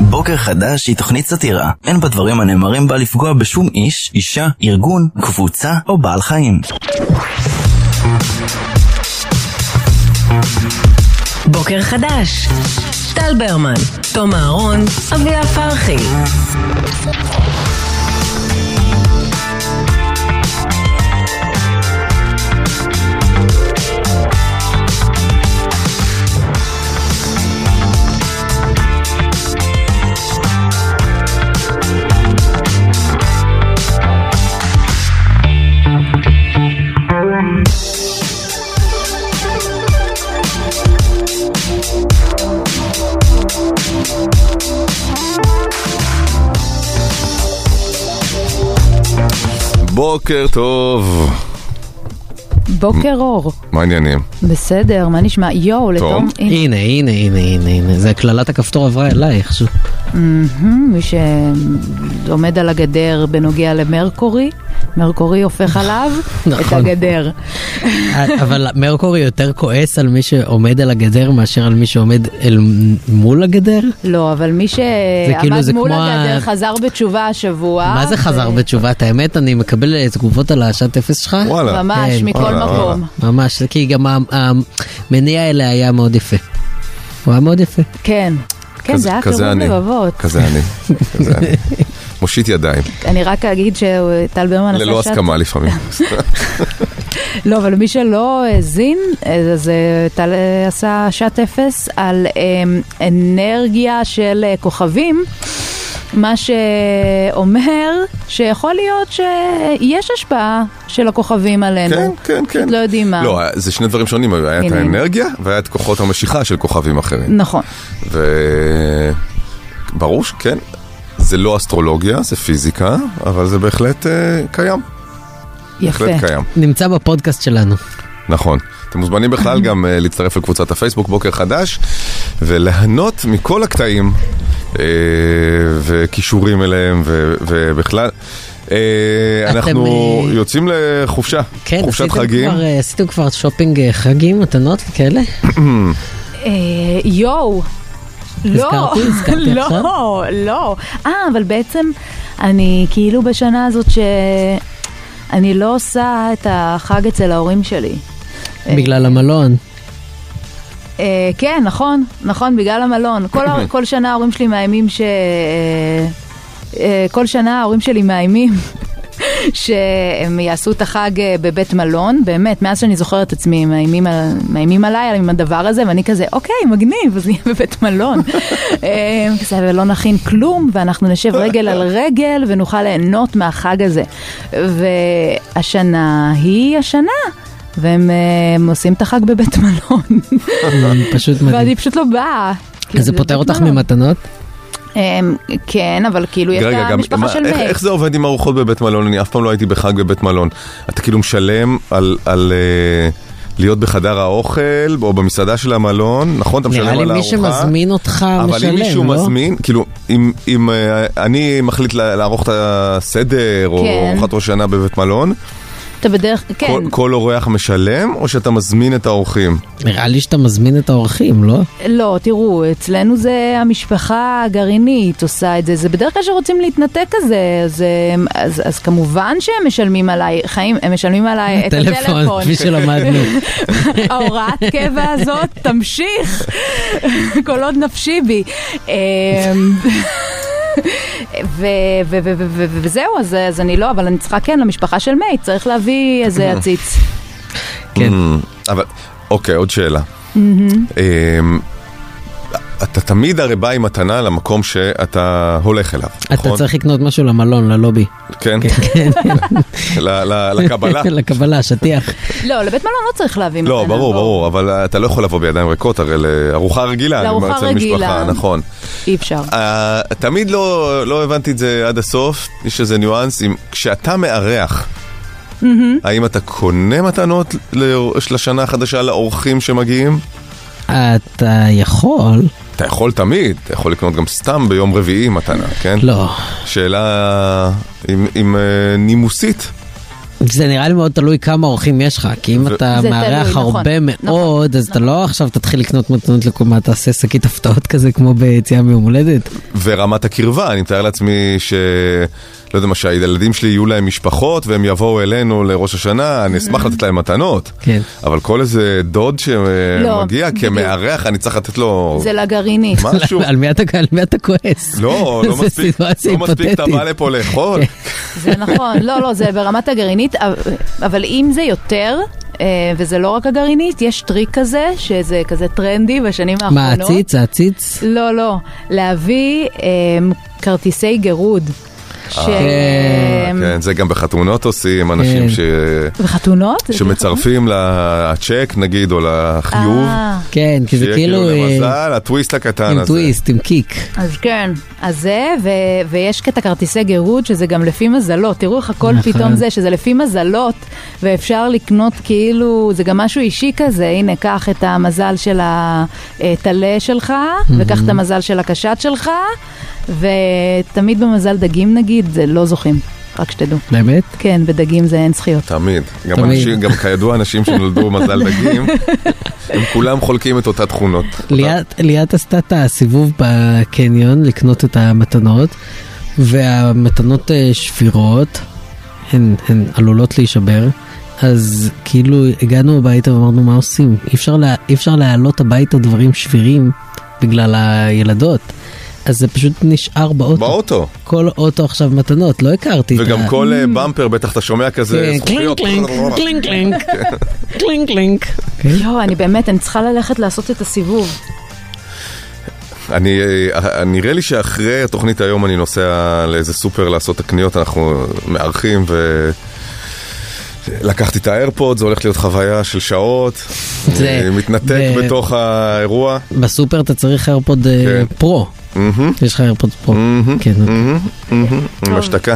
בוקר חדש היא תוכנית סאטירה. אין בדברים הנאמרים בה לפגוע בשום איש, אישה, ארגון, קבוצה או בעל חיים. בוקר חדש. טל ברמן, תום אהרון, אביה פרחי. בוקר טוב, בוקר אור. מה העניינים? בסדר, מה נשמע? יואו, לתום. הנה, הנה, הנה, הנה, הנה, הנה, זה הקללת הכפתור עברה אלייך. ש- מהמם, מי שעומד על הגדר בנוגע למרקורי, מרקורי הופך עליו את נכון. הגדר. אבל מרקורי יותר כועס על מי שעומד על הגדר מאשר על מי שעומד אל מול הגדר? לא, אבל מי כאילו, שעמד זה מול כמו ה- הגדר חזר בתשובה אה, השבוע. מה אוקיי. זה חזר בתשובה? את האמת, אני מקבל אה, תגובות על השעת אפס שלך? וואלה. אה. ממש, כן. מכל וואלה, מקום. וואלה. ממש, זה כי גם ה- המניע אליה היה מאוד יפה. הוא היה מאוד יפה. כן. כן, כזה- זה היה כזה קירוב אני. לבבות. כזה אני, כזה אני. מושיט ידיים, אני רק אגיד שטל ברמן עשה ללא שעת- הסכמה לפעמים. לא, אבל מי שלא האזין, אה, אז אה, טל אה, עשה שעת אפס על אה, אנרגיה של אה, כוכבים, מה שאומר שיכול להיות שיש השפעה של הכוכבים עלינו. כן, כן, כן. פשוט לא יודעים מה. לא, זה שני דברים שונים, היה את הנה. האנרגיה והיה את כוחות המשיכה של כוכבים אחרים. נכון. וברור שכן, כן, זה לא אסטרולוגיה, זה פיזיקה, אבל זה בהחלט אה, קיים. יפה. בהחלט קיים. נמצא בפודקאסט שלנו. נכון. אתם מוזמנים בכלל גם אה, להצטרף לקבוצת הפייסבוק בוקר חדש וליהנות מכל הקטעים אה, וקישורים אליהם ו- ובכלל. אה, אתם, אנחנו אה, יוצאים לחופשה, כן, חופשת עשיתם חגים. כבר, אה, עשיתם כבר שופינג אה, חגים, מתנות וכאלה? אה, יואו. לא, הזכרתי? הזכרתי עכשיו? לא, לא. אה, אבל בעצם אני כאילו בשנה הזאת שאני לא עושה את החג אצל ההורים שלי. אה, בגלל המלון. אה, כן, נכון, נכון, בגלל המלון. כל, ההור- כל שנה ההורים שלי מאיימים ש... אה, אה, כל שנה ההורים שלי מאיימים שהם יעשו את החג אה, בבית מלון. באמת, מאז שאני זוכרת את עצמי, הם מאיימים, על- מאיימים עליי עם הדבר הזה, ואני כזה, אוקיי, מגניב, אז נהיה בבית מלון. אה, כזה, ולא נכין כלום, ואנחנו נשב רגל על רגל ונוכל ליהנות מהחג הזה. והשנה היא השנה. והם אה, הם עושים את החג בבית מלון. אמ, פשוט מדהים. ואני פשוט לא באה. כי אז זה פוטר בית אותך מלון. ממתנות? לא אמ, כן, אבל כאילו יש רגע, את גם, המשפחה מה- של איך, מאיר. איך זה עובד עם ארוחות בבית מלון? אני אף פעם לא הייתי בחג בבית מלון. אתה כאילו משלם על, על אה, להיות בחדר האוכל או במסעדה של המלון, נכון? אתה משלם על נראה הארוחה. לי מי שמזמין אותך אבל אם מישהו משלם, לא? מזמין, כאילו, אם, אם אה, אני מחליט ל- לערוך את הסדר, או כן. ארוחת ראש השנה בבית מלון, אתה בדרך, כן. כל, כל אורח משלם, או שאתה מזמין את האורחים? נראה לי שאתה מזמין את האורחים, לא? לא, תראו, אצלנו זה המשפחה הגרעינית עושה את זה. זה בדרך כלל שרוצים להתנתק כזה, אז, אמ, אז, אז כמובן שהם משלמים עליי, חיים, הם משלמים עליי את טלפון, הטלפון. כפי שלמדנו. ההוראת קבע הזאת תמשיך, כל עוד נפשי בי. אמ, ו- ו- ו- ו- ו- וזהו, אז אז אני לא, אבל אני צריכה כן למשפחה של מי, צריך להביא איזה עציץ. כן. Mm, אבל, אוקיי, עוד שאלה. Mm-hmm. אמ, אתה תמיד הרי בא עם מתנה למקום שאתה הולך אליו, אתה נכון? צריך לקנות משהו למלון, ללובי. כן, כן, ל- ל- לקבלה. לקבלה, שטיח. לא, לבית מלון לא צריך להביא מתנה. לא, ברור, ברור, אבל אתה לא יכול לבוא בידיים ריקות, הרי לארוחה רגילה, אני אומר, לארוחה אצל משפחה, רגילה. נכון. אי אפשר. אה, תמיד לא, לא הבנתי את זה עד הסוף, יש איזה ניואנס, אם, כשאתה מארח, האם אתה קונה מתנות ל- של השנה החדשה לאורחים שמגיעים? אתה יכול? אתה יכול תמיד, אתה יכול לקנות גם סתם ביום רביעי מתנה, כן? לא. שאלה עם, עם אה, נימוסית. זה נראה לי מאוד תלוי כמה אורחים יש לך, כי אם זה- אתה זה מארח תלוי, נכון, הרבה נכון, מאוד, אז אתה לא עכשיו תתחיל לקנות מתנות לכולם, מה, תעשה שקית הפתעות כזה כמו ביציאה מיום הולדת. ורמת הקרבה, אני מתאר לעצמי ש... לא יודע מה, שהילדים שלי יהיו להם משפחות והם יבואו אלינו לראש השנה, אני אשמח לתת להם מתנות. Mm-hmm. כן. לא, אבל כל איזה דוד שמגיע בדיוק. כמארח, אני צריך לתת לו זה לגרעינית. משהו. על מי אתה על מי אתה כועס? לא, לא זו מספיק, סיטואציה לא מספיק אתה היפותטית. בא לפה לאכול. זה נכון, לא, לא, זה ברמת הגרעינית, אבל- אבל אם זה יותר, אה, וזה לא רק הגרעינית, יש טריק כזה, שזה כזה טרנדי בשנים מה, האחרונות. עציץ? עציץ? לא, לא, להביא אמ, כרטיסי גירוד. אה, ש... אמ, כן, זה גם בחתונות עושים, אנשים כן. ש... וחתונות? זה שמצרפים לצ'ק נגיד, או לחיוב. אה, כן, כי זה שיהיה כאילו... אה, למזל, הטוויסט הקטן עם הזה. טוויסט, עם קיק. אז כן, אז זה, ו- ויש את הכרטיסי גירוד שזה גם לפי מזלות, תראו איך הכל נכון. פתאום זה, שזה לפי מזלות, ואפשר לקנות כאילו, זה גם משהו אישי כזה, הנה, קח את המזל של הטלה שלך, וקח את המזל של הקשת שלך, ותמיד במזל דגים נגיד, זה לא זוכים, רק שתדעו. באמת? כן, בדגים זה אין זכיות. תמיד. גם תמיד. אנשים, גם כידוע אנשים שנולדו מזל דגים, הם כולם חולקים את אותה תכונות. ליאת- ליאת עשתה את הסיבוב בקניון לקנות את המתנות, והמתנות אה, שבירות, הן, הן עלולות להישבר, אז כאילו הגענו הביתה ואמרנו מה עושים? אי אפשר, לה, אי אפשר להעלות הביתה דברים שבירים בגלל הילדות. אז זה פשוט נשאר באוטו. באוטו. כל אוטו עכשיו מתנות, לא הכרתי את וגם ה... כל אה, במפר, בטח אתה שומע כזה כן, זכוכיות. כן. קלינק, קלינק, קלינק, קלינק, קלינק. כן. יואו, לא, אני באמת, אני צריכה ללכת לעשות את הסיבוב. אני, אה, אה, נראה לי שאחרי התוכנית היום אני נוסע לאיזה סופר לעשות את הקניות, אנחנו מארחים ו... לקחתי את האיירפוד, זה הולך להיות חוויה של שעות, זה- אני מתנתק ו- בתוך האירוע. בסופר אתה צריך איירפוד אה, כן. פרו. יש לך איירפוד פרו. כן, מהמם, מהמם, עם השתקה.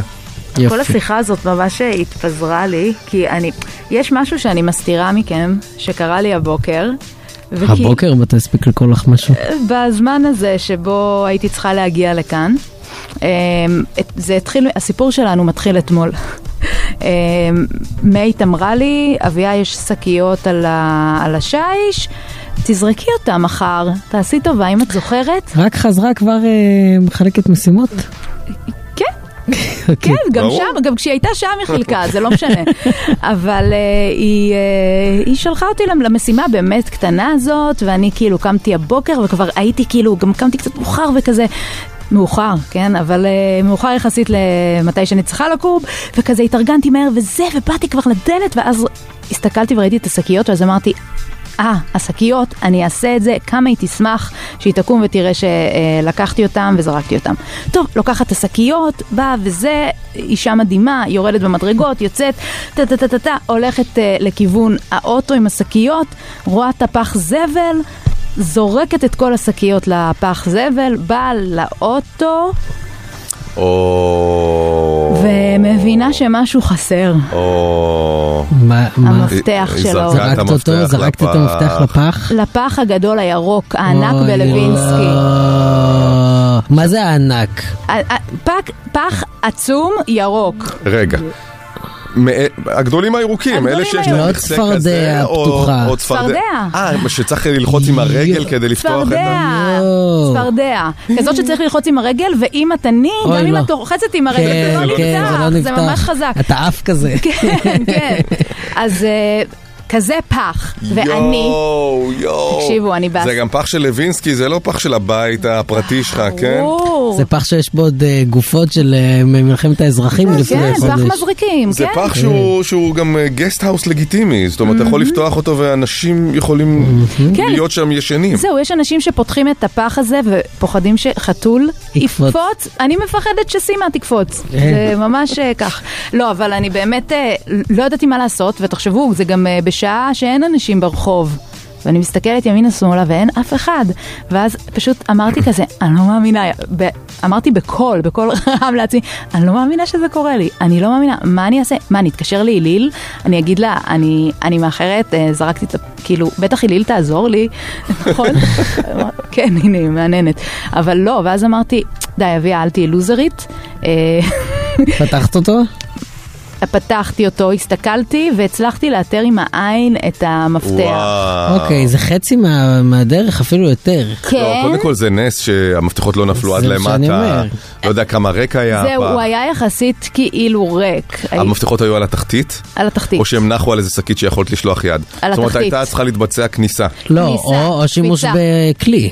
כל יופי. השיחה הזאת ממש אה, התפזרה לי, כי אני, יש משהו שאני מסתירה מכם, שקרה לי הבוקר. וכי- הבוקר מתי הספיק לקרוא לך משהו? בזמן הזה שבו הייתי צריכה להגיע לכאן. אמ, את- זה התחיל, הסיפור שלנו מתחיל אתמול. אמ, מייט אמרה לי, אביה יש שקיות על, ה, על השיש, תזרקי אותה מחר, תעשי טובה אם את זוכרת. רק חזרה כבר אה, מחלקת משימות? כן, אוקיי. כן, גם ברור. שם, גם כשהיא הייתה שם היא חילקה, זה לא משנה. אבל אה, היא, אה, היא שלחה אותי למ- למשימה באמת קטנה הזאת, ואני כאילו קמתי הבוקר וכבר הייתי כאילו, גם קמתי קצת מאוחר וכזה. מאוחר, כן? אבל uh, מאוחר יחסית למתי שאני צריכה לקום, וכזה התארגנתי מהר וזה, ובאתי כבר לדלת, ואז הסתכלתי וראיתי את השקיות, ואז אמרתי, אה, השקיות, אני אעשה את זה, כמה היא תשמח שהיא תקום ותראה שלקחתי אותם וזרקתי אותם. טוב, לוקחת את השקיות, באה וזה, אישה מדהימה, יורדת במדרגות, יוצאת, טה טה טה טה טה, הולכת אה, לכיוון האוטו עם השקיות, רואה את הפח זבל, זורקת את כל השקיות לפח זבל, באה לאוטו או... ומבינה שמשהו חסר. או... מה, מה? המפ- המפתח היא שלו. זרקה את זרקת אותו, המפתח זרקת את המפתח לפח? לפח הגדול הירוק, הענק אוי, בלווינסקי. לא. מה זה הענק? ה- ה- פח- פח עצום ירוק. רגע. מא- הגדולים הירוקים, הגדולים אלה שיש הירוקים. להם לא מחסה צפרדע כזה, או- פתוחה. או צפרדע. צפרדע. אה, שצריך ללחוץ עם הרגל יו. כדי לפתוח את ה... צפרדע, יואו. צפרדע. כזאת שצריך ללחוץ עם הרגל, ואם את אני, אוי, גם אם לא. את רוחצת עם הרגל, כן, זה לא כן, נפתח, זה ממש חזק. אתה עף כזה. כן, כן. אז אה, כזה פח, ואני... יואו, יואו. תקשיבו, אני באס- זה גם פח של לוינסקי, זה לא פח של הבית הפרטי שלך, אה, כן? ברור. זה פח שיש בו עוד אה, גופות של אה, מלחמת האזרחים כן, מלפני פח חודש. מזריקים, זה כן. פח שהוא- שהוא גם אה, גסטהאוס לגיטימי, זאת אומרת, אתה יכול לפתוח אותו ואנשים יכולים Mm-hmm. Mm-hmm. כן. להיות שם ישנים. זהו, יש אנשים שפותחים את הפח הזה ופוחדים שחתול יקפוץ. יקפוץ. אני מפחדת שסימה תקפוץ. זה ממש אה, כך. לא, אבל אני באמת אה, לא ידעתי מה לעשות, ותחשבו, זה גם אה, בשעה שאין אנשים ברחוב. ואני מסתכלת ימינה-שמאלה ואין אף אחד. ואז פשוט אמרתי כזה, אני לא מאמינה, ב- אמרתי בקול, בקול רם לעצמי, אני לא מאמינה שזה קורה לי, אני לא מאמינה, מה אני אעשה? מה, אני אתקשר להיליל? אני אגיד לה, אני, אני מאחרת, אה, זרקתי את ה... כאילו, בטח היליל תעזור לי, נכון? כן, הנה, היא מהנהנת. אבל לא, ואז אמרתי, די, אביה, אל תהיי לוזרית. אה, פתחת אותו? פתחתי אותו, הסתכלתי והצלחתי לאתר עם העין את המפתח. וואו. אוקיי, זה חצי מה- מהדרך, אפילו יותר. כן, לא, קודם כל זה נס שהמפתחות לא נפלו עד כן. זה מה שאני למטה. אומר. לא יודע כמה רקע היה. זהו, הפעם. הוא היה יחסית כאילו ריק. הי- המפתחות היו על התחתית? על התחתית. או שהם נחו על איזה שקית שיכולת לשלוח יד. על זאת אומרת, התחתית. הייתה צריכה להתבצע כניסה. לא, כניסה, או, או שימוש קפיצה. בכלי.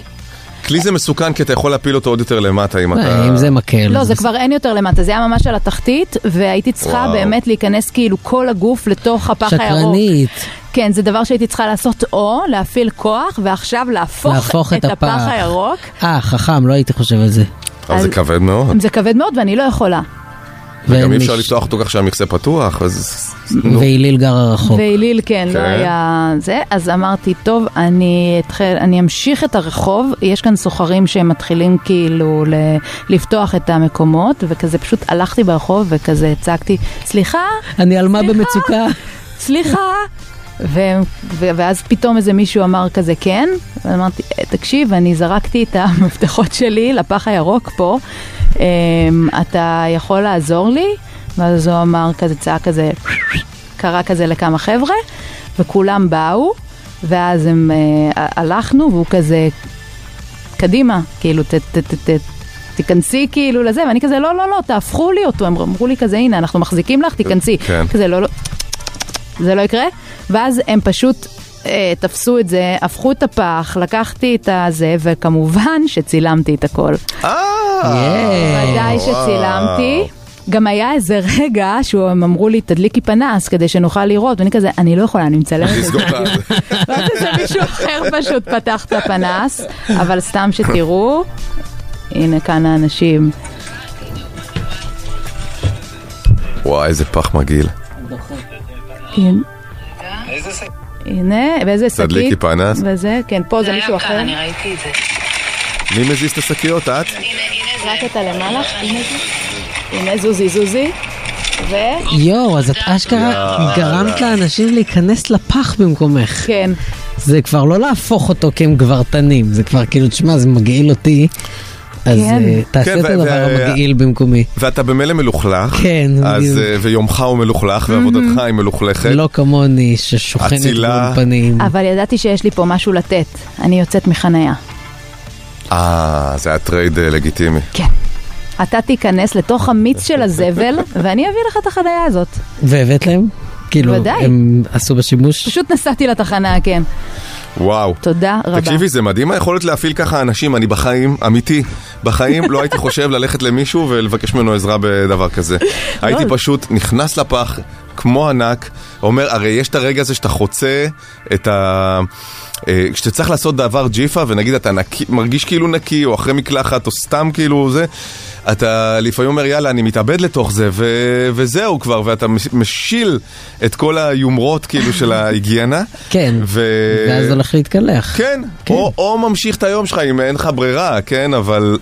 כלי זה מסוכן כי אתה יכול להפיל אותו עוד יותר למטה אם אתה... אה, אם זה מקל. לא, אז זה כבר אין יותר למטה, זה היה ממש על התחתית, והייתי צריכה וואו. באמת להיכנס כאילו כל הגוף לתוך הפח הירוק. שקרנית. כן, זה דבר שהייתי צריכה לעשות או להפעיל כוח, ועכשיו להפוך, להפוך את הפח הפח. הירוק. אה, חכם, לא הייתי חושב על זה. אבל זה אז- כבד מאוד. זה כבד מאוד ואני לא יכולה. וגם אי ומש- אפשר לפתוח אותו כך שהמכסה פתוח, אז... נו. והיליל גרה רחוק. והיליל כן, כן. לא היה זה, אז אמרתי, טוב, אני אתחיל, אני אמשיך את הרחוב, יש כאן סוחרים שמתחילים כאילו ל- לפתוח את המקומות, וכזה פשוט הלכתי ברחוב וכזה הצעקתי, סליחה, אני עלמה במצוקה. סליחה. ו- ו- ואז פתאום איזה מישהו אמר כזה כן, ואמרתי, "אה, תקשיב, אני זרקתי את המפתחות שלי לפח הירוק פה, אמ, אתה יכול לעזור לי? ואז הוא אמר כזה, צעק כזה, קרא כזה לכמה חבר'ה, וכולם באו, ואז הם אה, הלכנו, והוא כזה, קדימה, כאילו, ת, ת, ת, ת, תיכנסי כאילו לזה, ואני כזה, לא, לא, לא, תהפכו לי אותו, הם אמרו לי כזה, הנה, אנחנו מחזיקים לך, תיכנסי. כן. כזה, לא, לא, זה לא יקרה. ואז הם פשוט אה, תפסו את זה, הפכו את הפח, לקחתי את הזה, וכמובן שצילמתי את הכל. אה! ודאי שצילמתי. גם היה איזה רגע שהם אמרו לי, תדליקי פנס כדי שנוכל לראות, ואני כזה, אני לא יכולה, אני מצלמת את זה. תסגור את ה... ואז איזה מישהו אחר פשוט פתח את הפנס, אבל סתם שתראו, הנה כאן האנשים. וואי, איזה פח מגעיל. הנה- הנה, ואיזה שקית. תדליקי פנס. וזה, כן, פה זה מישהו אחר. ראיתי את זה. מי מזיז את השקיות? את? רק את הלמעלה. הנה זה. הנה זוזי זוזי. ו... יואו, אז את אשכרה גרמת לאנשים להיכנס לפח במקומך. כן. זה כבר לא להפוך אותו כי הם גברתנים, זה כבר כאילו, תשמע, זה מגעיל אותי. אז כן. אה, כן, תעשה את ו- הדבר ו- המגעיל במקומי. ואתה במילא מלוכלך. כן, אז... בדיוק. אה, ויומך הוא מלוכלך Mm-hmm. ועבודתך היא מלוכלכת. לא כמוני ששוכנת אצילה. מול פנים. אבל ידעתי שיש לי פה משהו לתת. אני יוצאת מחניה. אה, זה היה טרייד אה, לגיטימי. כן. אתה תיכנס לתוך המיץ של הזבל, ואני אביא לך את החניה הזאת. והבאת להם? כאילו, בוודאי. הם עשו בשימוש? פשוט נסעתי לתחנה, כן. וואו. תודה רבה. תקשיבי, זה מדהים היכולת להפעיל ככה אנשים, אני בחיים, אמיתי, בחיים לא הייתי חושב ללכת למישהו ולבקש ממנו עזרה בדבר כזה. הייתי לא. פשוט נכנס לפח, כמו ענק, אומר, הרי יש את הרגע הזה שאתה חוצה את ה... אה, כשאתה צריך לעשות דבר ג'יפה, ונגיד אתה נקי, מרגיש כאילו נקי, או אחרי מקלחת, או סתם כאילו זה, אתה לפעמים אומר, יאללה, אני מתאבד לתוך זה, ו... וזהו כבר, ואתה מש- משיל את כל היומרות כאילו של ההיגיינה. כן. ו... ואז הולך להתקלח. כן, כן. או, או ממשיך את היום שלך אם אין לך ברירה, כן, אבל...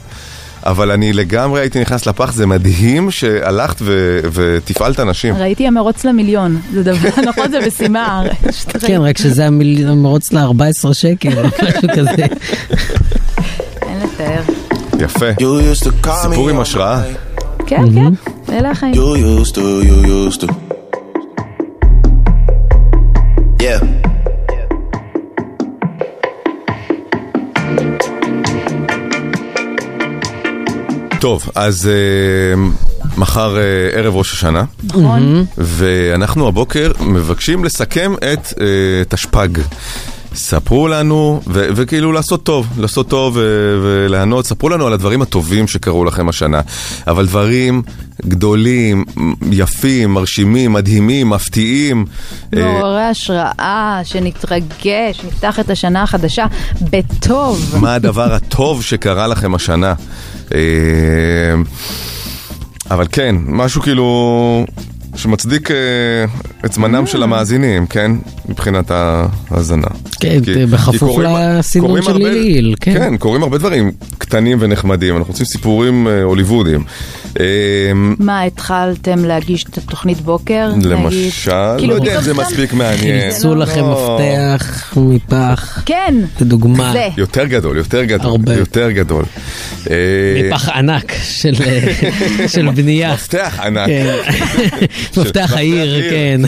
אבל אני לגמרי הייתי נכנס לפח, זה מדהים שהלכת ו, ותפעלת אנשים. ראיתי המרוץ למיליון. זה דבר, נכון? זה משימה. שתראי. כן, רק שזה המיל- המרוץ ל-14 שקל, או משהו כזה. אין לתאר. יפה. You used to call me סיפור עם on השראה. my- כן, כן. אלה החיים. You used to, you used to. Yeah. טוב, אז אה, מחר אה, ערב ראש השנה, נכון. ואנחנו הבוקר מבקשים לסכם את אה, תשפ"ג. ספרו לנו, ו- וכאילו לעשות טוב, לעשות טוב ו- וליהנות, ספרו לנו על הדברים הטובים שקרו לכם השנה. אבל דברים גדולים, יפים, מרשימים, מדהימים, מפתיעים. אה, מעוררי השראה, שנתרגש, נפתח את השנה החדשה בטוב. מה הדבר הטוב שקרה לכם השנה. אה, אבל כן, משהו כאילו שמצדיק אה, את זמנם של המאזינים, כן? מבחינת ההאזנה. כן, כי- אה, בכפוף כי קורים- לסינון קורים של הרבה- ליל, כן. כן, קורים הרבה דברים קטנים ונחמדים, אנחנו רוצים סיפורים אה, הוליוודיים. אה, מה, התחלתם להגיש את התוכנית בוקר? נגיד? למשל, לא כאילו, יודע אם זה פתאום סתם- מספיק מעניין. חילצו לכם לא. מפתח מפח, כן, לדוגמה, זה. יותר גדול, יותר גדול, הרבה. יותר גדול. אה, מפח ענק אה, של- של בנייה. מפתח ענק. כן. מפתח העיר, כן.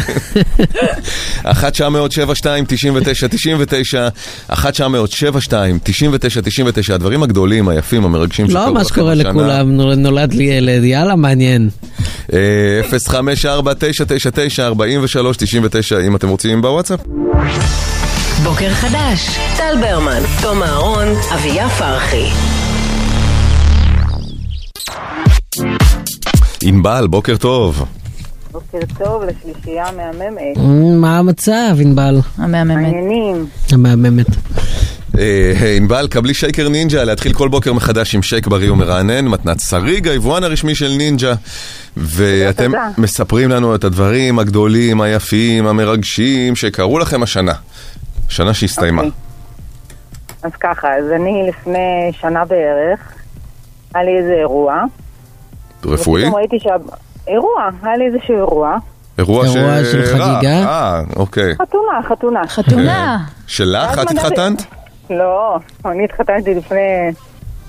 1 900 72 99 99 1 900 72 99 99 הדברים הגדולים, היפים, המרגשים לא מה לכם שקורה השנה. לכולם, נול- נולד לי ילד, יאללה, מעניין. אה, 054-999-4399 אם אתם רוצים בוואטסאפ. בוקר חדש, טל ברמן, תום אהרון, אביה פרחי. ענבל, בוקר טוב. בוקר טוב לשלישייה המהממת. אמ, מה המצב, ענבל? המהממת. מעניינים. המהממת. אה, ענבל, קבלי שייקר נינג'ה, להתחיל כל בוקר מחדש עם שייק בריא ומרענן, מתנת שריג, היבואן הרשמי של נינג'ה. ואתם תודה. מספרים לנו את הדברים הגדולים, היפים, המרגשים, שקרו לכם השנה. שנה שהסתיימה. אוקיי. אז ככה, אז אני לפני שנה בערך, היה לי איזה אירוע. רפואי? ופתאום ראיתי שה... אירוע, היה לי איזשהו אירוע. אירוע ש... אירוע של רע. חגיגה? אה, אוקיי. חתונה, חתונה. אה, חתונה. שלך? ואז את מדד- התחתנת? לא, אני התחתנתי לפני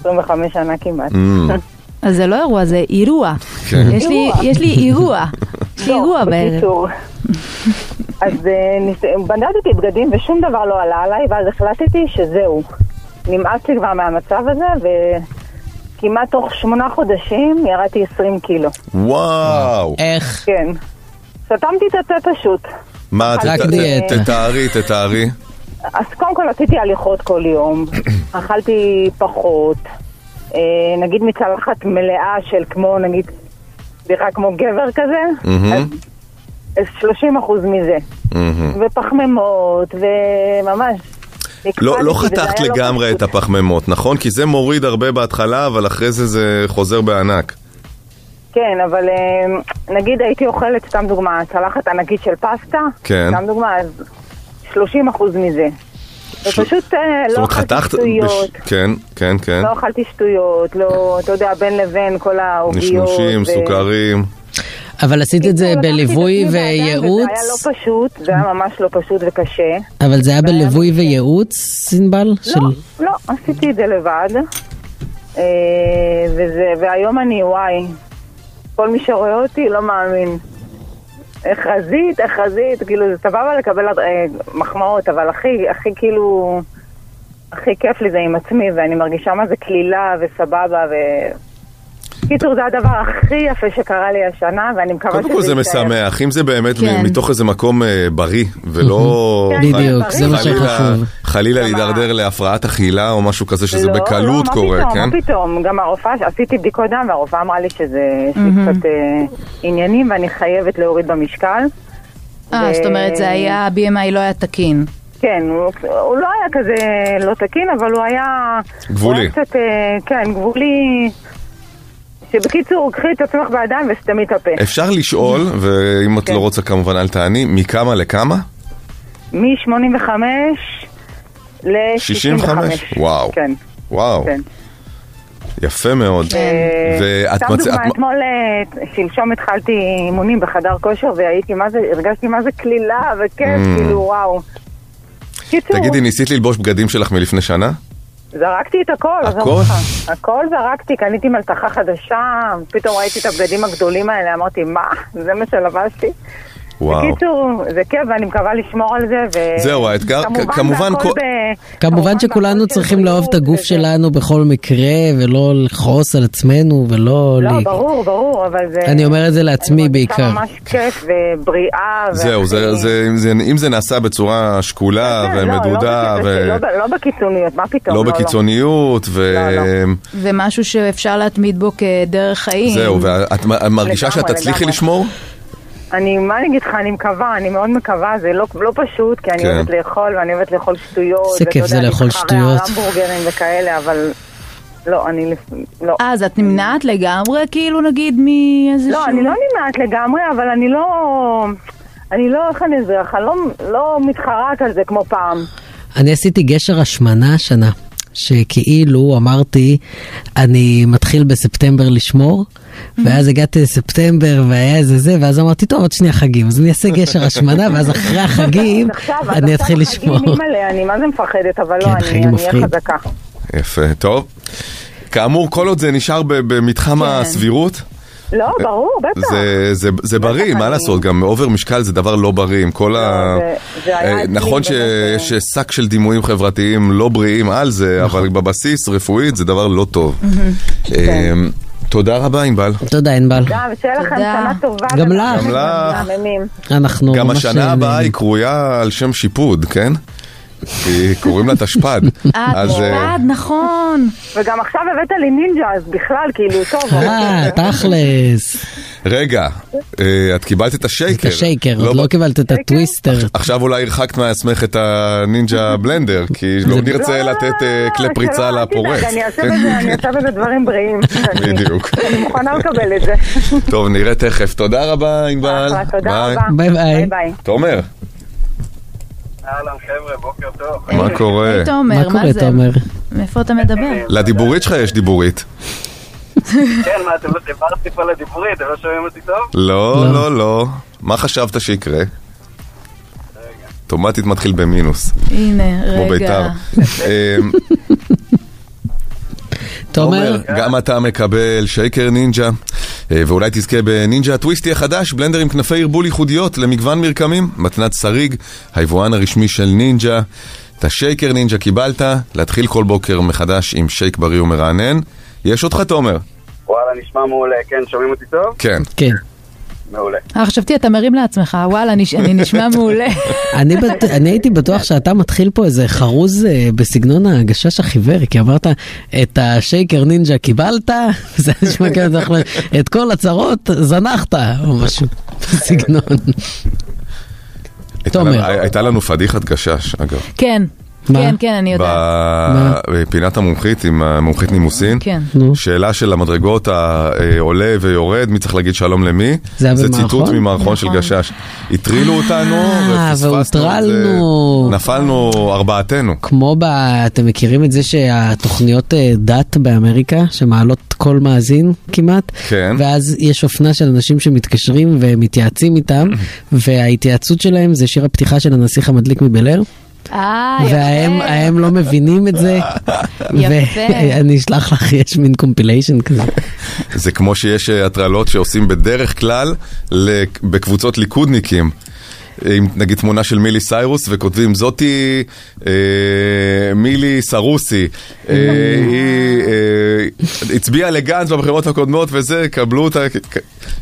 25 שנה כמעט. Mm, אז זה לא אירוע, זה אירוע. כן. יש לי- יש לי אירוע. יש לי לא, אירוע בערב. בקיצור. אז אה, ניס- בדדתי בגדים ושום דבר לא עלה עליי, ואז החלטתי שזהו. נמאס לי כבר מהמצב הזה, וכמעט תוך שמונה חודשים ירדתי 20 קילו. וואו. איך? כן. סתמתי את הפה פשוט. מה, אה, ת- רק ת- ת- דיאטה. תתארי, תתארי. אז קודם כל עשיתי הליכות כל יום, אכלתי פחות, אה, נגיד מצלחת מלאה של כמו, נגיד, סליחה, כמו גבר כזה, מהמם. אז- אז 30 אחוז מזה. מהמם. ופחמימות, וממש... לא, לא הקפדתי, וזה חתכת היה לא לגמרי את פשוט. הפחמימות, נכון? כי זה מוריד הרבה בהתחלה, אבל אחרי זה זה חוזר בענק. כן, אבל אה, נגיד הייתי אוכלת, סתם דוגמה, צלחת ענקית של פסטה, כן. סתם דוגמה, אז 30 אחוז מזה. ופשוט אה, זאת לא אומרת, אכלתי חתכת... שטויות, בש- כן, כן, כן. לא אכלתי שטויות, לא, אתה יודע, בין לבין כל העוגיות. נשנושים, ו- לא, סוכרים. אבל עשית את זה בקיצור, לקחתי בליווי את עצמי בידיים, וייעוץ? וזה היה לא פשוט, זה היה ממש לא פשוט וקשה. אבל זה היה והיה בליווי מזה. וייעוץ, ענבל? של- לא, לא, עשיתי את זה לבד. אה, וזה, והיום אני, וואי, כל מי שרואה אותי לא מאמין. איך רזית, איך רזית, כאילו זה סבבה לקבל אה, מחמאות, אבל הכי, הכי כאילו, הכי כיף לי זה עם עצמי, ואני מרגישה מה זה קלילה וסבבה ו... קיצור, זה הדבר הכי יפה שקרה לי השנה, ואני מקווה שזה קודם כל זה יישאר. משמח, אם זה באמת כן. מתוך איזה מקום אה, בריא, ולא... כן, חל- בדיוק, זה מה חלילה- שחשוב. חלילה להידרדר להפרעת אכילה או משהו כזה שזה לא, בקלות לא, קורה, מה כן? פתאום, מה פתאום, גם הרופאה, עשיתי בדיקות דם והרופאה אמרה לי שזה Mhm. יש לי קצת אה, עניינים ואני חייבת להוריד במשקל. אה, ו- זאת אומרת, זה היה, ה-BMI לא היה תקין. כן, הוא, הוא לא היה כזה לא תקין, אבל הוא היה... גבולי. הוא היה קצת, אה, כן, גבולי. שבקיצור, קחי את עצמך בידיים וסתמי את הפה. אפשר לשאול, ואם את כן. לא רוצה כמובן אל תעני, מכמה לכמה? מ-85 ל-65. 65? וואו. כן, וואו, כן. יפה מאוד. כן. ואת אה, סתם מצ- דוגמה, את- אתמול, אה, שלשום התחלתי אימונים בחדר כושר והייתי, מה זה, הרגשתי מה זה קלילה וכיף, Mm. כאילו וואו. קיצור, תגידי, ניסית ללבוש בגדים שלך מלפני שנה? זרקתי את הכל, עזוב הכל? אותך. הכל זרקתי, קניתי מלתחה חדשה, פתאום ראיתי את הבגדים הגדולים האלה, אמרתי, מה? זה מה שלבשתי? וואו. בקיצור, זה כיף ואני מקווה לשמור על זה, ו... זהו, האתגר- כמובן, כמובן והכל כל- ב- כמובן כמובן שכולנו והכל של צריכים לאהוב את בריאות הגוף וזה. שלנו בכל מקרה, ולא לכעוס על עצמנו, ולא... לא, לי- ברור, ברור, אבל זה... אני אומר את זה לעצמי אני מרגישה בעיקר. ממש כיף ובריאה. זהו, זה- והכי- זה- אם זה- אם זה נעשה בצורה שקולה כן, לא, ומדודה, ו- לא בקיצ- לא ב- לא בקיצוניות, מה פתאום? לא בקיצוניות, לא, וזהו, זה משהו שאפשר להתמיד בו כדרך חיים. ואת מ- מרגישה שאת לגמרי, תצליחי לגמרי. לשמור? אני, מה אני אגיד לך, אני מקווה, אני מאוד מקווה, זה לא, לא פשוט, כי אני כן. אוהבת לאכול, ואני אוהבת לאכול שטויות. איזה ואתה כיף יודע, זה לאכול להתחרע על שטויות. המבורגרים וכאלה, אבל לא, אני, לפ- לא. אז את נמנעת לגמרי, כאילו, נגיד, מאיזשהו... לא, אני לא נמנעת לגמרי, אבל אני לא... אני לא, איך אני אזרח, אני לא, לא מתחרעת על זה כמו פעם. אני עשיתי גשר השמנה השנה, שכאילו אמרתי, אני מתחיל בספטמבר לשמור, ואז הגעתי לספטמבר והיה איזה זה, ואז אמרתי, טוב, עוד שנייה חגים, אז אני אעשה גשר השמנה, ואז אחרי החגים אז עכשיו, אז אני עכשיו אתחיל החגים, לשמור. אימא'לה, אני מה זה מפחדת, אבל כן, לא, אני חגים אני אהיה מפחיד. חזקה. יפה, טוב. כאמור, כל עוד זה נשאר ב- במתחם הסבירות, לא, כן. ברור, בטח. זה, זה, זה בריא, מה אני- לעשות, גם אובר משקל זה דבר לא בריא, עם כל ה... זה- זה היה אה, אצלי נכון ש- באמת, שיש שק של דימויים חברתיים לא בריאים על זה, נכון. אבל בבסיס, רפואית, זה דבר לא טוב. Mm-hmm. אה, כן. תודה רבה, ענבל. תודה, ענבל. גם, שיהיה לכם תודה. שנה טובה. גם לך. גם לך. מהממים. אנחנו גם ממש אה, השנה הבאה נהנים. היא קרויה על שם שיפוד, כן? כי קוראים לה תשפ"ד. אה, אז, אה, תשפ"ד, נכון. וגם עכשיו הבאת לי נינג'ה, אז בכלל, כאילו, טוב. אה, תכלס. רגע, אה, את קיבלת את את השייקר. השייקר, לא עוד לא ב- קיבלת את הטוויסטר. עכשיו אולי הרחקת מעצמך את הנינג'ה בלנדר, כי לא נרצה לתת אה, כלי פריצה כן. לא, שלא, אל תדאג, לפורק. אני אעשה בזה- אני אעשה בזה דברים בריאים. אני- בדיוק. אני מוכנה לקבל את זה. טוב, נראה תכף. תודה רבה, ענבל. אחלה, תודה ביי. רבה. ביי ביי. ביי ביי. תומר, אהלן חבר'ה, בוקר טוב. אה, מה קורה? היי, תומר, מה מה קורה, זה? תומר? מאיפה אתה מדבר? לדיבורית שלך יש דיבורית. כן, מה, אתם לא דיברתי פה לדיבורי, אתם לא שומעים אותי טוב? לא, לא, לא. מה חשבת שיקרה? אוטומטית מתחיל במינוס, הנה, כמו ביתר. רגע. אמ, תומר, גם אתה מקבל שייקר נינג'ה, אה, ואולי תזכה בנינג'ה הטוויסטי החדש, בלנדר עם כנפי ערבול ייחודיות למגוון מרקמים, מתנת שריג, היבואן הרשמי של נינג'ה. את השייקר נינג'ה קיבלת, להתחיל כל בוקר מחדש עם שייק בריא ומרענן. יש אותך, תומר? וואלה, נשמע מעולה. כן, שומעים אותי טוב? כן. כן. מעולה. אה, חשבתי אתה מרים לעצמך, וואלה, אני- אני נשמע מעולה. אני, בט... אני הייתי בטוח שאתה מתחיל פה איזה חרוז אה, בסגנון הגשש החיוור, כי אמרת, את השייקר נינג'ה קיבלת, זה נשמע כאילו אתה יכול- את כל הצרות זנחת, או משהו בסגנון. הייתה תומר. לנו- אה, הייתה לנו פדיחת גשש, אגב. כן, מה? כן, כן, אני יודעת. בפינת המומחית עם המומחית נימוסין. כן. נו, שאלה של המדרגות העולה ויורד, מי צריך להגיד שלום למי? זה היה זה במערכון? ציטוט ממערכון של נכון. גשש. הטרילו אותנו אה, ופספסנו את והוטרלנו. זה. נפלנו ארבעתנו. כמו ב... אתם מכירים את זה שהתוכניות אה, דת באמריקה, שמעלות כל מאזין כמעט? כן. ואז יש אופנה של אנשים שמתקשרים ומתייעצים איתם, וההתייעצות שלהם זה שיר הפתיחה של הנסיך המדליק מבל אר. אה, וההם יפה. הם לא מבינים את זה. יפה. ואני אשלח לך, יש מין קומפיליישן כזה. זה כמו שיש אה, הטרלות שעושים בדרך כלל ל- בקבוצות ליכודניקים. עם נגיד תמונה של מילי סיירוס וכותבים זאתי אה, מילי סרוסי, אה, היא אה, הצביעה לגנץ בבחירות הקודמות וזה, קבלו אותה, כ-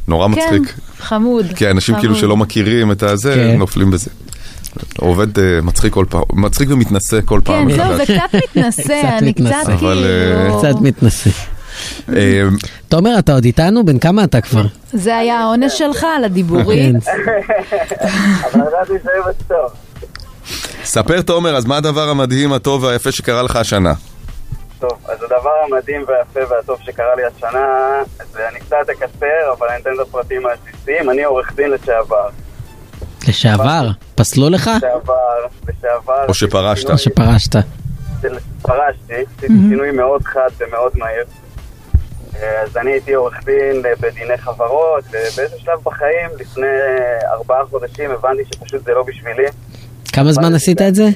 נורא כן, מצחיק. חמוד. כי אנשים חמוד. כאילו שלא מכירים את הזה, כן. נופלים בזה. עובד אה, מצחיק כל פעם, מצחיק ומתנשא כל פעם כן, זהו, זה מחדש. קצת מתנשא, קצת אני קצת מתנשא. כאילו... אבל, אה, קצת מתנשא. אה, תומר, אתה עוד איתנו? בן כמה אתה כבר? זה היה העונש שלך על הדיבורית. אבל ידעתי שזה יהיה טוב. ספר תומר, אז מה הדבר המדהים, הטוב והיפה שקרה לך השנה? טוב, אז הדבר המדהים והיפה והטוב שקרה לי השנה, זה אני קצת אקצר, אבל אני אתן את הפרטים העסיסיים. אני עורך דין לשעבר. לשעבר, פסלו לא לך? לשעבר, לשעבר. או שפרשת. או שפרשת. של- פרשתי, עשיתי שינוי מאוד חד ומאוד מהיר. אה, אז אני הייתי עורך דין אה, בדיני חברות, ובאיזה שלב בחיים, לפני אה, ארבעה חודשים, הבנתי שפשוט זה לא בשבילי. כמה זמן עשית את זה?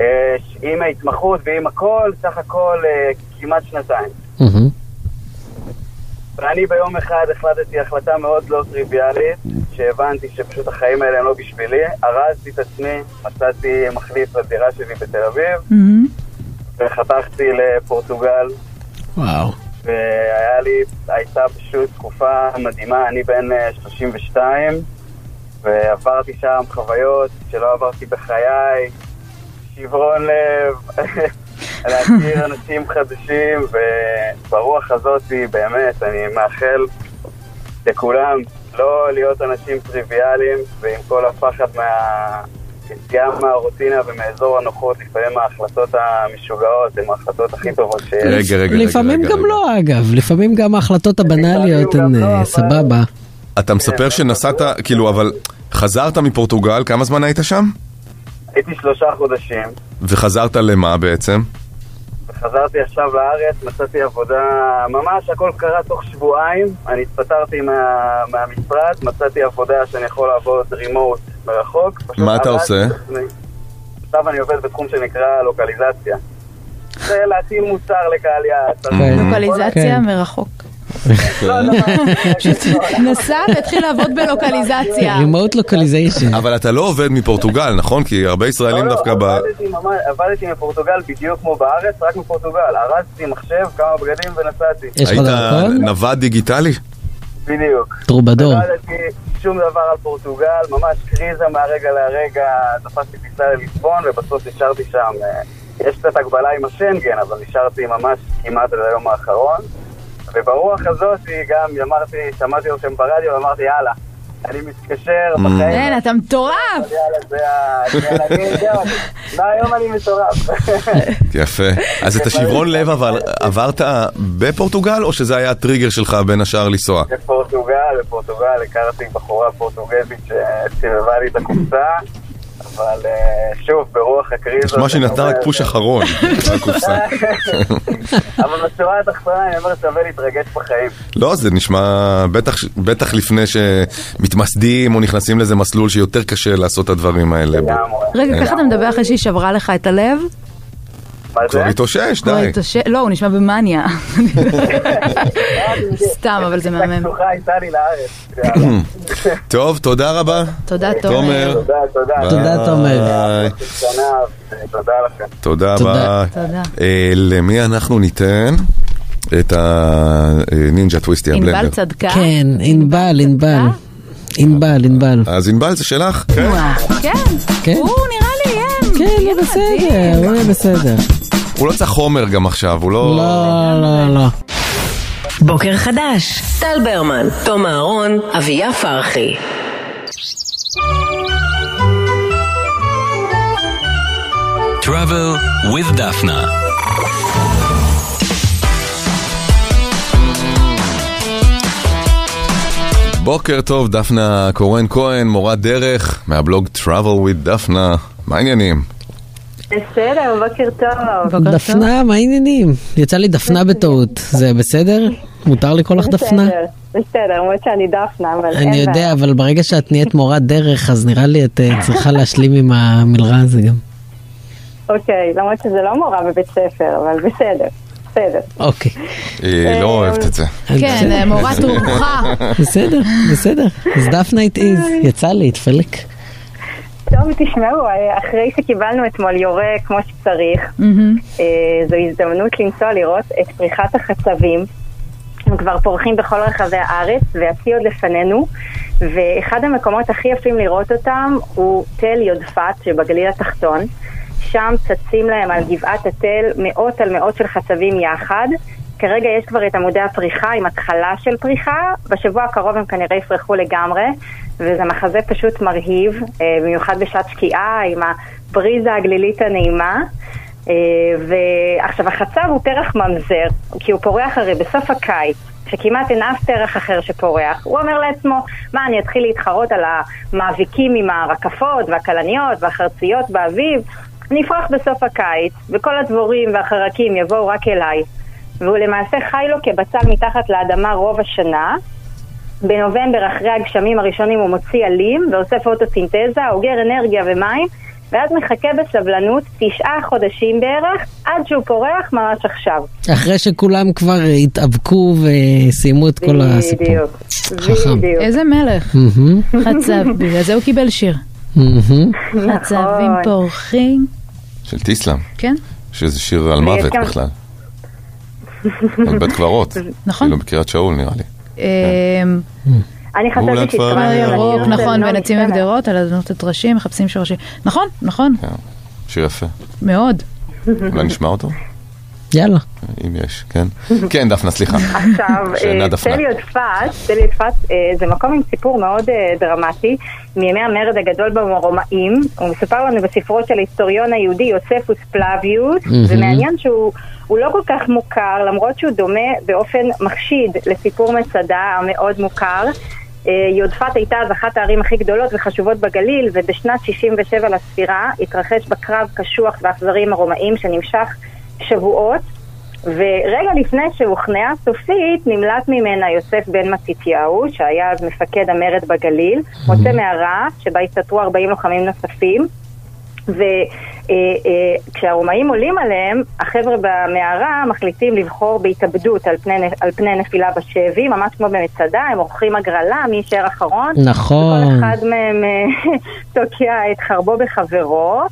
אה, ש- עם ההתמחות ועם הכל, סך הכל אה, כמעט שנתיים. מהמם. ואני ביום אחד החלטתי החלטה מאוד לא טריוויאלית, שהבנתי שפשוט החיים האלה הם לא בשבילי. ארזתי את עצמי, מצאתי מחליף לדירה שלי בתל אביב, מהמם. וחתכתי לפורטוגל, וואו. והיה לי, הייתה פשוט תקופה מדהימה, אני בן אה, 32, ועברתי שם חוויות שלא עברתי בחיי, שברון לב, להכיר אנשים חדשים, וברוח הזאת, באמת, אני מאחל לכולם לא להיות אנשים טריוויאליים, ועם כל הפחד מה... יציאה מהרוטינה ומאזור הנוחות, לפעמים ההחלטות המשוגעות הן ההחלטות הכי טובות שיש. רגע, רגע, רגע. לפעמים רגע, גם רגע. לא אגב, לפעמים גם ההחלטות הבנאליות לפעמים הן גם לא, אה, אבל- סבבה. אתה כן, מספר שנסעת, כאילו, אבל חזרת מפורטוגל, כמה זמן היית שם? הייתי שלושה חודשים, וחזרת למה בעצם? וחזרתי עכשיו לארץ, מצאתי עבודה, ממש הכל קרה תוך שבועיים, אני התפטרתי מה, מהמשרד, מצאתי עבודה שאני יכול לעבוד רימוט מרחוק. פשוט מה אתה עבדתי עושה? בתוכנית. עכשיו אני עובד בתחום שנקרא לוקליזציה. זה להתאים מוצר לקהל יעד. כן. לוקליזציה כן. מרחוק. לא, נסע והתחיל לעבוד בלוקליזציה. remote localization. אבל אתה לא עובד מפורטוגל, נכון? כי הרבה ישראלים לא, דווקא לא, ב... עבדתי ממש- עבדתי מפורטוגל בדיוק כמו בארץ, רק מפורטוגל. ארזתי מחשב, כמה בגדים ונסעתי. יש לך היית דרכון? נווד דיגיטלי? בדיוק. טרובדור. לא ידעתי שום דבר על פורטוגל, ממש קריזה מהרגע להרגע, תפסתי טיסה לליסבון ובסוף נשארתי שם. אה, יש קצת הגבלה עם השנגן, אבל נשארתי ממש כמעט עד היום האחרון. וברוח הזאת גם אמרתי, שמעתי אתכם ברדיו ואמרתי יאללה, אני מתקשר בחיים. אין, אתה מטורף! יאללה, זה ה... יאללה, אני- זהו, אני- לא, היום אני מטורף. יפה. אז את השברון לב אבל עברת בפורטוגל, או שזה היה הטריגר שלך בין השאר לנסוע? לפורטוגל, לפורטוגל, הכרתי בחורה פורטוגזית שסובבה לי את הקופסה, אבל אה, שוב, ברוח הקריזות... אה, נשמע שהיא נתנה רק פוש אחרון לקופסה. אבל בשורה התחתונה אני אומר, שווה להתרגש בחיים. לא, זה נשמע, בטח, בטח לפני שמתמסדים או נכנסים לאיזה מסלול שיותר קשה לעשות את הדברים האלה. בו. לגמרי. רגע, ככה אתה מדבר אחרי שהיא שברה לך את הלב? מה זה? כבר התאושש, כבר די. התאושש- לא, הוא נשמע במאניה. סתם, אבל זה מהמם. הקשוחה הייתה לי לארץ. טוב, תודה רבה. תודה, תומר. תומר. תודה, תודה. תודה, תומר. ביי. שנה, ותודה לכם. תודה תודה. רבה. תודה. אה, למי אנחנו ניתן את הנינג'ה טוויסטי ענבל הבלנדר? צדקה? כן, ענבל, ענבל. ענבל, ענבל. אז ענבל זה שלך? וואו, כן. כן, הוא נראה לי, הם. כן, הוא בסדר, הוא יהיה בסדר. הוא לא צריך חומר גם עכשיו, הוא לא, לא... לא, לא. בוקר חדש, טל ברמן, תום אהרון, אביה פרחי. Travel with Daphna. בוקר טוב, דפנה קורן כהן, מורת דרך, מהבלוג Travel with דפנה. מה העניינים? בסדר, בוקר טוב. בוקר טוב. דפנה, מה העניינים? יצא לי דפנה בטעות, זה בסדר? מותר לקרוא לך דפנה? בסדר, בסדר, למרות שאני דפנה, אבל אין אני בעיה. יודע, אבל ברגע שאת נהיית מורת דרך, אז נראה לי את אה, צריכה להשלים עם המלרע הזה גם. אוקיי, למרות שזה לא מורה בבית ספר, אבל בסדר, בסדר. אוקיי. היא לא אוהבת את זה. כן, בסדר, אה, מורת רוחה. בסדר, בסדר. אז דפנה it is, יצא לי, התפלק. טוב, תשמעו, אה, אחרי שקיבלנו אתמול יורה כמו שצריך, מהמם. אה, זו הזדמנות לנסוע לראות את פריחת החצבים. הם כבר פורחים בכל רחבי הארץ, והשיא עוד לפנינו. ואחד המקומות הכי יפים לראות אותם הוא תל יודפת שבגליל התחתון. שם צצים להם על גבעת התל מאות על מאות של חצבים יחד. כרגע יש כבר את עמודי הפריחה עם התחלה של פריחה, בשבוע הקרוב הם כנראה יפרחו לגמרי, וזה מחזה פשוט מרהיב, אה, במיוחד בשעת שקיעה, עם הבריזה הגלילית הנעימה. אה, ועכשיו, החצב הוא פרח ממזר, כי הוא פורח הרי בסוף הקיץ, שכמעט אין אף פרח אחר שפורח. הוא אומר לעצמו, מה, אני אתחיל להתחרות על המאביקים עם הרקפות והכלניות והחרציות באביב? אני אפרח בסוף הקיץ, וכל הדבורים והחרקים יבואו רק אליי. והוא למעשה חי לו כבצל מתחת לאדמה רוב השנה, בנובמבר אחרי הגשמים הראשונים הוא מוציא עלים ועושה פוטוסינתזה, אוגר אנרגיה ומים ואז מחכה בסבלנות תשעה חודשים בערך עד שהוא פורח ממש עכשיו. אחרי שכולם כבר אה, התאבקו וסיימו את כל הסיפור. בדיוק. חכם. בדיוק. איזה מלך. מהמם, חצב, בגלל זה הוא קיבל שיר. מהמם. נכון. חצבים פורחים. של טיסלאם, כן, שזה שיר על מוות גם- בכלל. על בית קברות. נכון. כאילו בקריית שאול נראה לי. אמ, כן. אולי אני חשבתי כבר- שהתכוונתי לא אה, לשיר ירוק, של נכון, נעמי ונצים שמר. מגדרות, על אדונות הטרשים, מחפשים שורשים. נכון, נכון, שיר יפה. מאוד. כן. אולי נשמע אותו? יאללה. אם יש, כן? כן, דפנה, סליחה. עכשיו, שאינה אה, דפנה. תל יודפת, תל יודפת אה, זה מקום עם סיפור מאוד אה, דרמטי מימי המרד הגדול במרומאים. הוא מסופר לנו בספרו של ההיסטוריון היהודי יוספוס פלביוס, ומעניין שהוא הוא לא כל כך מוכר, למרות שהוא דומה באופן מחשיד לסיפור מצדה המאוד מוכר. אה, יודפת הייתה אז אחת הערים הכי גדולות וחשובות בגליל, ובשנת 67 לספירה התרחש בה קרב קשוח ואכזרי עם הרומאים שנמשך שבועות. ורגע לפני שהוכנעה סופית, נמלט ממנה יוסף בן מתתיהו, שהיה אז מפקד המרד בגליל, מוצא מערה שבה הסתתרו 40 לוחמים נוספים, ו- אה, אה, כשהרומאים עולים עליהם, החבר'ה במערה מחליטים לבחור בהתאבדות על פני, נ- על פני נפילה בשבי, ממש כמו במצדה, הם עורכים הגרלה, מי יישאר אחרון. נכון. כל אחד מהם אה, תוקע את חרבו בחברו,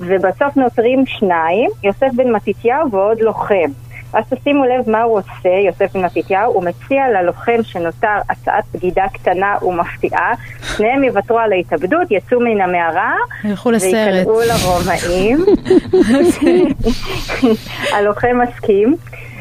ובסוף נותרים שניים, יוסף בן מתתיהו ועוד לוחם. אז תשימו לב מה הוא עושה, יוסף בן מתתיהו, הוא מציע ללוחם שנותר הצעת בגידה קטנה ומפתיעה, שניהם יוותרו על ההתאבדות, יצאו מן המערה, ילכו לסרט. אוקיי. ויקראו לרומאים. הלוחם מסכים.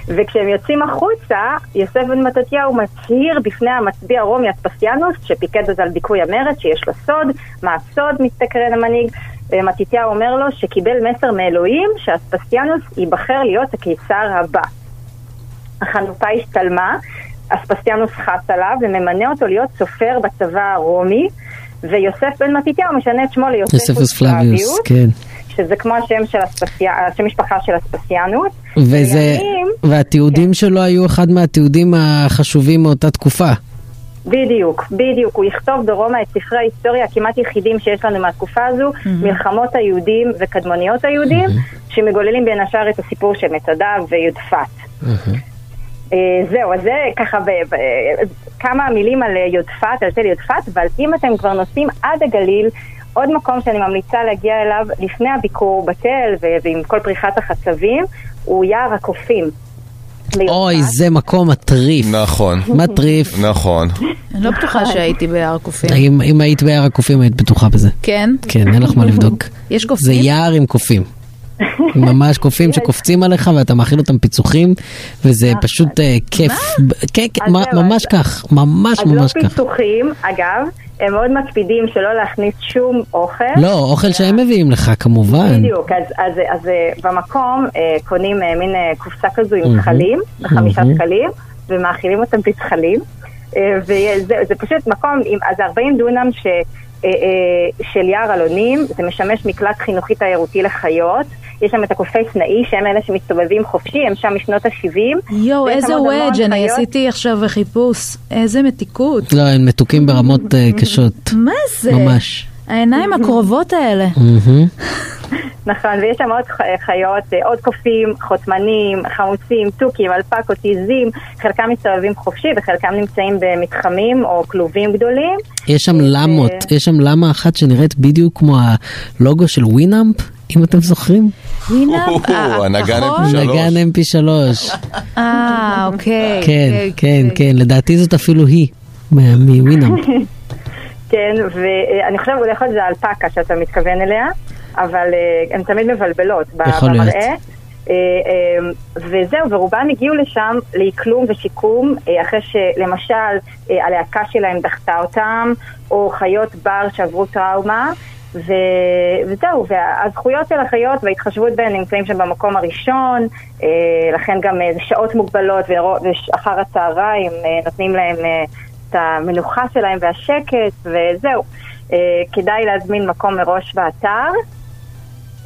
וכשהם יוצאים החוצה, יוסף בן מתתיהו מצהיר בפני המצביא הרומי אספסיאנוס, שפיקד אז על דיכוי המרד, שיש לו סוד, מה הסוד, מסתקרן המנהיג. אה, מתתיהו אומר לו שקיבל מסר מאלוהים שאספסיאנוס ייבחר להיות הקיסר הבא. החנופה השתלמה, אספסיאנוס חס עליו וממנה אותו להיות סופר בצבא הרומי, ויוסף בן מתתיהו משנה את שמו ליוספוס יוספוס פלביוס, כן. שזה כמו השם של אספסיה- השם משפחה של אספסיאנוס. וזה, לימים, כן. והתיעודים שלו היו אחד מהתיעודים החשובים מאותה תקופה. בדיוק, בדיוק. הוא יכתוב ברומא את ספרי ההיסטוריה הכמעט יחידים שיש לנו מהתקופה הזו, מלחמות היהודים וקדמוניות היהודים, שמגוללים בין השאר את הסיפור של מצדה ויודפת. אה, זהו, אז זה ככה ב, ב, כמה מילים על אה, יודפת, על תל יודפת, אבל אם אתם כבר נוסעים עד הגליל, עוד מקום שאני ממליצה להגיע אליו לפני הביקור בתל ו- ועם כל פריחת החצבים, הוא יער הקופים. אוי, זה מקום מטריף. נכון. מטריף. נכון. אני לא בטוחה שהייתי ביער קופים. אם אם היית ביער הקופים היית בטוחה בזה. כן? כן, אין לך מה לבדוק. יש קופים? זה יער עם קופים. ממש קופים שקופצים עליך ואתה מאכיל אותם פיצוחים, וזה פשוט אה, כיף. ב- כן, כן, אז מה- זהו, ממש כך, ממש אז לא ממש כך. פיצוחים, אגב, הם מאוד מקפידים שלא להכניס שום אוכל. לא, אוכל שהם מביאים לך כמובן. כן. בדיוק, אז, אז, אז אה, במקום אה, קונים אה, מין אה, קופסה כזו עם מהמם, זחלים, בחמישה מהמם. זחלים, ומאכילים אותם בזחלים. אה, וזה זה פשוט מקום, עם, אז 40 דונם ש, אה, אה, של יער אלונים, זה משמש מקלט חינוכי תיירותי לחיות. יש שם את הקופי סנאי, שהם אלה שמסתובבים חופשי, הם שם משנות ה-70. יואו, איזה וודג', אני עשיתי עכשיו חיפוש. איזה מתיקות. לא, הם מתוקים ברמות אה, קשות. מה זה? ממש. העיניים הקרובות האלה. מהמם. נכון, ויש שם עוד ח- חיות, אה, עוד קופים, חותמנים, חמוצים, תוכים, אלפקות, עיזים, חלקם מסתובבים חופשי וחלקם נמצאים במתחמים או כלובים גדולים. יש אה, שם למות, יש שם למה אחת שנראית בדיוק כמו הלוגו של ווינאמפ, אם אתם זוכרים. הנה, אה, הנגן נכון? MP3. נגן mp3. אה, אוקיי. כן, אוקיי. כן, כן, לדעתי זאת אפילו היא, מה- מווינאמפ. כן, ואני חושבת בדרך כלל זה האלפקה שאתה מתכוון אליה, אבל אה, הן תמיד מבלבלות ב- יכול להיות. במראה. אה, אה, וזהו, ורובם הגיעו לשם לאקלום ושיקום, אה, אחרי שלמשל אה, הלהקה שלהם דחתה אותם, או חיות בר שעברו טראומה, ו... וזהו, והזכויות של החיות וההתחשבות בהן נמצאים שם במקום הראשון, אה, לכן גם אה, זה שעות מוגבלות, ורו- ואחר הצהריים אה, נותנים להם אה, את המנוחה שלהם והשקט, וזהו. אה, כדאי להזמין מקום מראש באתר.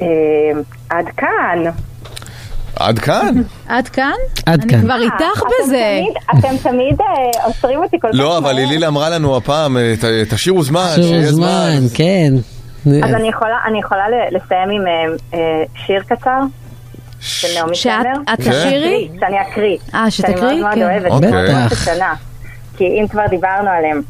אה, עד כאן. עד כאן? עד כאן? עד כן. אני כאן. כבר איתך אה, אתם בזה. תמיד- אתם תמיד אה, עוצרים אותי כל כך. לא, אבל מהר. לילילה אמרה לנו הפעם, אה, ת- תשאירו זמן, שיהיה שוב זמן, כן. אז אני יכולה, אני יכולה ל- לסיים עם אה, אה, שיר קצר? של נעמי שאת שמר? את כן. תשירי? שאני אקריא. אה, שתקריאי? שאני מאוד כן. מאוד אוהבת. אוקיי. מאוד מאוד בטח. קטנה. כי אם כבר דיברנו עליהם.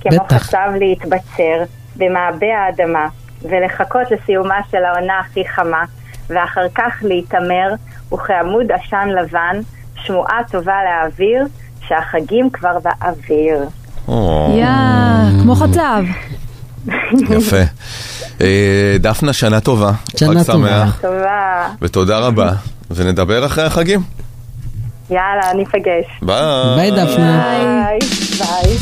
כמו בטח. חצב להתבצר במעבה האדמה, ולחכות לסיומה של העונה הכי חמה, ואחר כך להיתמר, וכעמוד עשן לבן, שמועה טובה לאוויר, שהחגים כבר באוויר. או, יא, כמו חצב. יפה. אה, דפנה, שנה טובה. שנה חג טובה. שמח, טובה. ותודה רבה, ונדבר אחרי החגים. יאללה, ניפגש. ביי. ביי דפנה. ביי. ביי.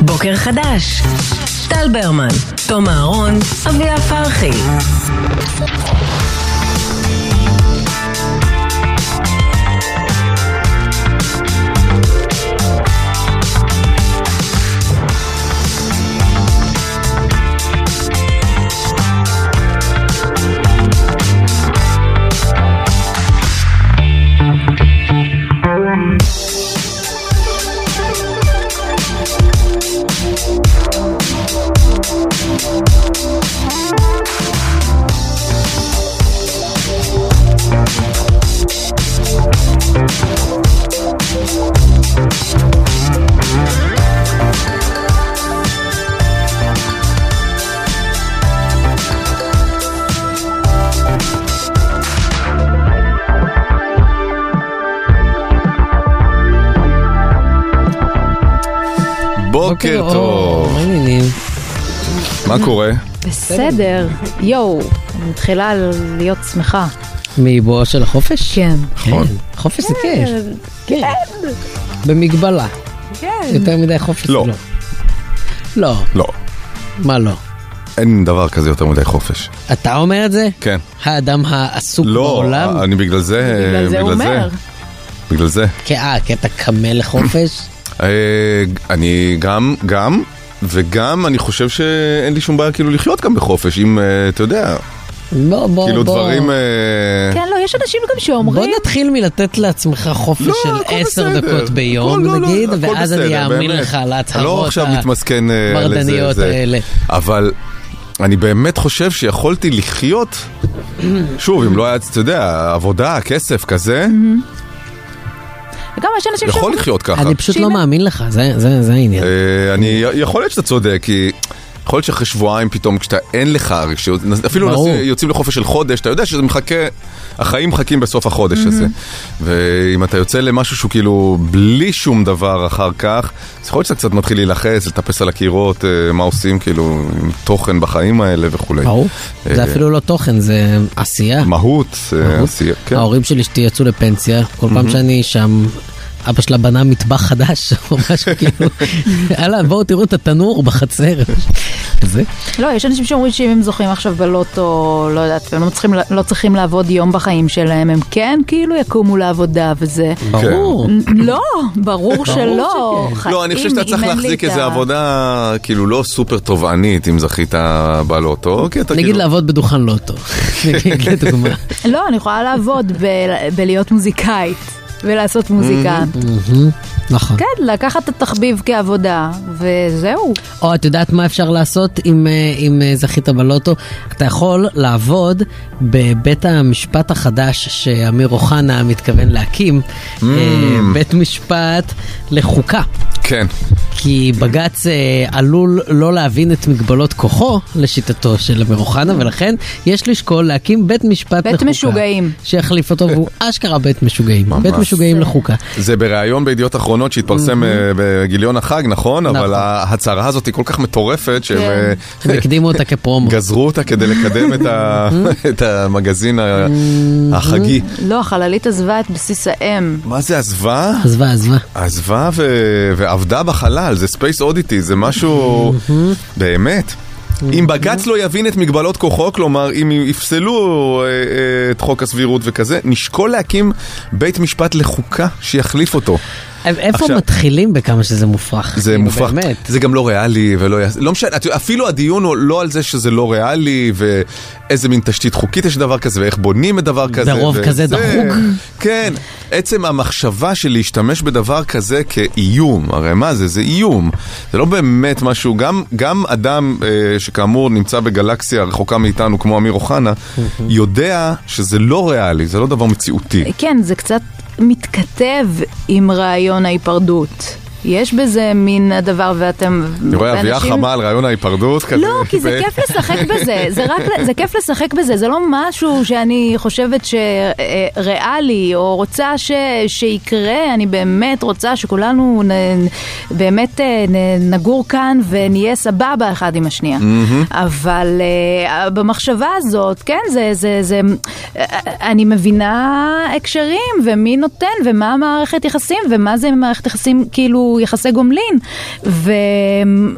בוקר חדש. טל ברמן, תום אהרון, אביה פרחי. בוקר טוב. מה העניינים? מה קורה? בסדר, יואו, אני מתחילה להיות שמחה. מבואו של החופש? כן. נכון. חופש אה. זה כיף. כן. במגבלה. כן. יותר מדי חופש לא. לא. לא. מה לא? אין דבר כזה יותר מדי חופש. אתה אומר את זה? כן. האדם העסוק לא, בעולם? אני בגלל זה, בגלל זה הוא אה, בגלל זה, אומר. בגלל זה. כי אה, כי אתה קמה לחופש? אה, אני גם, גם, וגם אני חושב שאין לי שום בעיה כאילו לחיות גם בחופש, אם אה, אתה יודע. בוא, בוא, כאילו בוא. דברים... אה, כן, לא, יש אנשים גם שאומרים... בוא נתחיל מלתת לעצמך חופש לא, של הכל עשר בסדר. דקות ביום, הכל- לא, לא, נגיד, הכל ואז אני בסדר, אאמין באמת. לך על אני לא ההצהרות עכשיו מתמסכן אה, על איזה- המרדניות זה. האלה. אבל אני באמת חושב שיכולתי לחיות, שוב, אם לא היה, אתה יודע, עבודה, כסף, כזה, וגם יש אנשים יכול שאומרים... לחיות ככה. אני פשוט לא מאמין לך, זה- זה זה העניין. אה, אני, יכול להיות שאתה צודק, כי... יכול להיות שאחרי שבועיים פתאום כשאתה אין לך רגשיות, אפילו ברור. נס- יוצאים לחופש של חודש, אתה יודע שזה מחכה, החיים מחכים בסוף החודש הזה. ואם אתה יוצא למשהו שהוא כאילו בלי שום דבר אחר כך, אז יכול להיות שאתה קצת מתחיל להילחץ, לטפס על הקירות, אה, מה עושים כאילו עם תוכן בחיים האלה וכולי. ברור. אה, זה אפילו לא תוכן, זה עשייה. מהות, אה, מהות. עשייה, כן. ההורים של אשתי יצאו לפנסיה, כל פעם Mhm. שאני שם, אבא שלה בנה מטבח חדש, או משהו כאילו, יאללה, בואו תראו את התנור בחצר. זה? לא, יש אנשים שאומרים שאם הם זוכים עכשיו בלוטו, לא יודעת, והם לא צריכים, לא צריכים לעבוד יום בחיים שלהם, הם כן כאילו יקומו לעבודה וזה. כן. ברור. נ- לא, ברור שלא. לא, אני חושב חיים, שאתה אם צריך אין לי להחזיק את איזו ה- עבודה כאילו לא סופר תובענית אם זכית בלוטו, כי אתה נגיד כאילו... לעבוד בדוכן לא לוטו, נגיד לדוגמה. לא, אני יכולה לעבוד ב- בלהיות מוזיקאית ולעשות Mm. מוזיקה. מהמם, נכון. כן, לקחת את התחביב כעבודה, וזהו. או את יודעת מה אפשר לעשות אם, אה, אם אה, זכית בלוטו? אתה יכול לעבוד בבית המשפט החדש שאמיר אוחנה מתכוון להקים, אה, בית משפט לחוקה. Mm. כן. כי בג"ץ אה, עלול לא להבין את מגבלות כוחו, לשיטתו של אמיר אוחנה, ולכן יש לשקול להקים בית משפט בית לחוקה. משוגעים. שיחליף אותו, והוא אשכרה בית משוגעים. בית משוגעים לחוקה. זה בריאיון בידיעות אחרונות שהתפרסם אה, בגיליון החג, נכון? אבל ההצהרה הזאת היא כל כך מטורפת שהם... כן. אה, הם הקדימו אותה כפרומו. גזרו אותה כדי לקדם את ה- את המגזין ה- החגי. לא, החללית עזבה את בסיס האם. מה זה עזבה? עזבה, עזבה. עזבה ו- ועבדה בחלל, זה ספייס אודיטי, זה משהו... באמת. אם בג"ץ לא יבין את מגבלות כוחו, כלומר, אם יפסלו אה, אה, את חוק הסבירות וכזה, נשקול להקים בית משפט לחוקה שיחליף אותו. איפה עכשיו- מתחילים בכמה שזה מופרך? זה כאילו, מופרך, זה גם לא ריאלי ולא יעשה, לא משנה, את- אפילו הדיון הוא לא על זה שזה לא ריאלי ואיזה מין תשתית חוקית יש לדבר כזה ואיך בונים את דבר כזה. ברוב וזה- כזה דחוק. כן, עצם המחשבה של להשתמש בדבר כזה כאיום, הרי מה זה? זה איום. זה לא באמת משהו, גם, גם אדם אה, שכאמור נמצא בגלקסיה רחוקה מאיתנו כמו אמיר אוחנה, יודע שזה לא ריאלי, זה לא דבר מציאותי. כן, זה קצת מתכתב עם רעיון ההיפרדות. יש בזה מין הדבר, ואתם... אני רואה אביה ואנשים- חמה על רעיון ההיפרדות כזה. לא, כי זה כיף לשחק בזה, זה רק, זה כיף לשחק בזה, זה לא משהו שאני חושבת שריאלי, או רוצה ש, שיקרה, אני באמת רוצה שכולנו נ, באמת אה, נ, נגור כאן ונהיה סבבה אחד עם השנייה. מהמם. אבל אה, במחשבה הזאת, כן, זה, זה, זה, אה, אני מבינה הקשרים, ומי נותן, ומה המערכת יחסים, ומה זה מערכת יחסים, כאילו, יחסי גומלין. ו,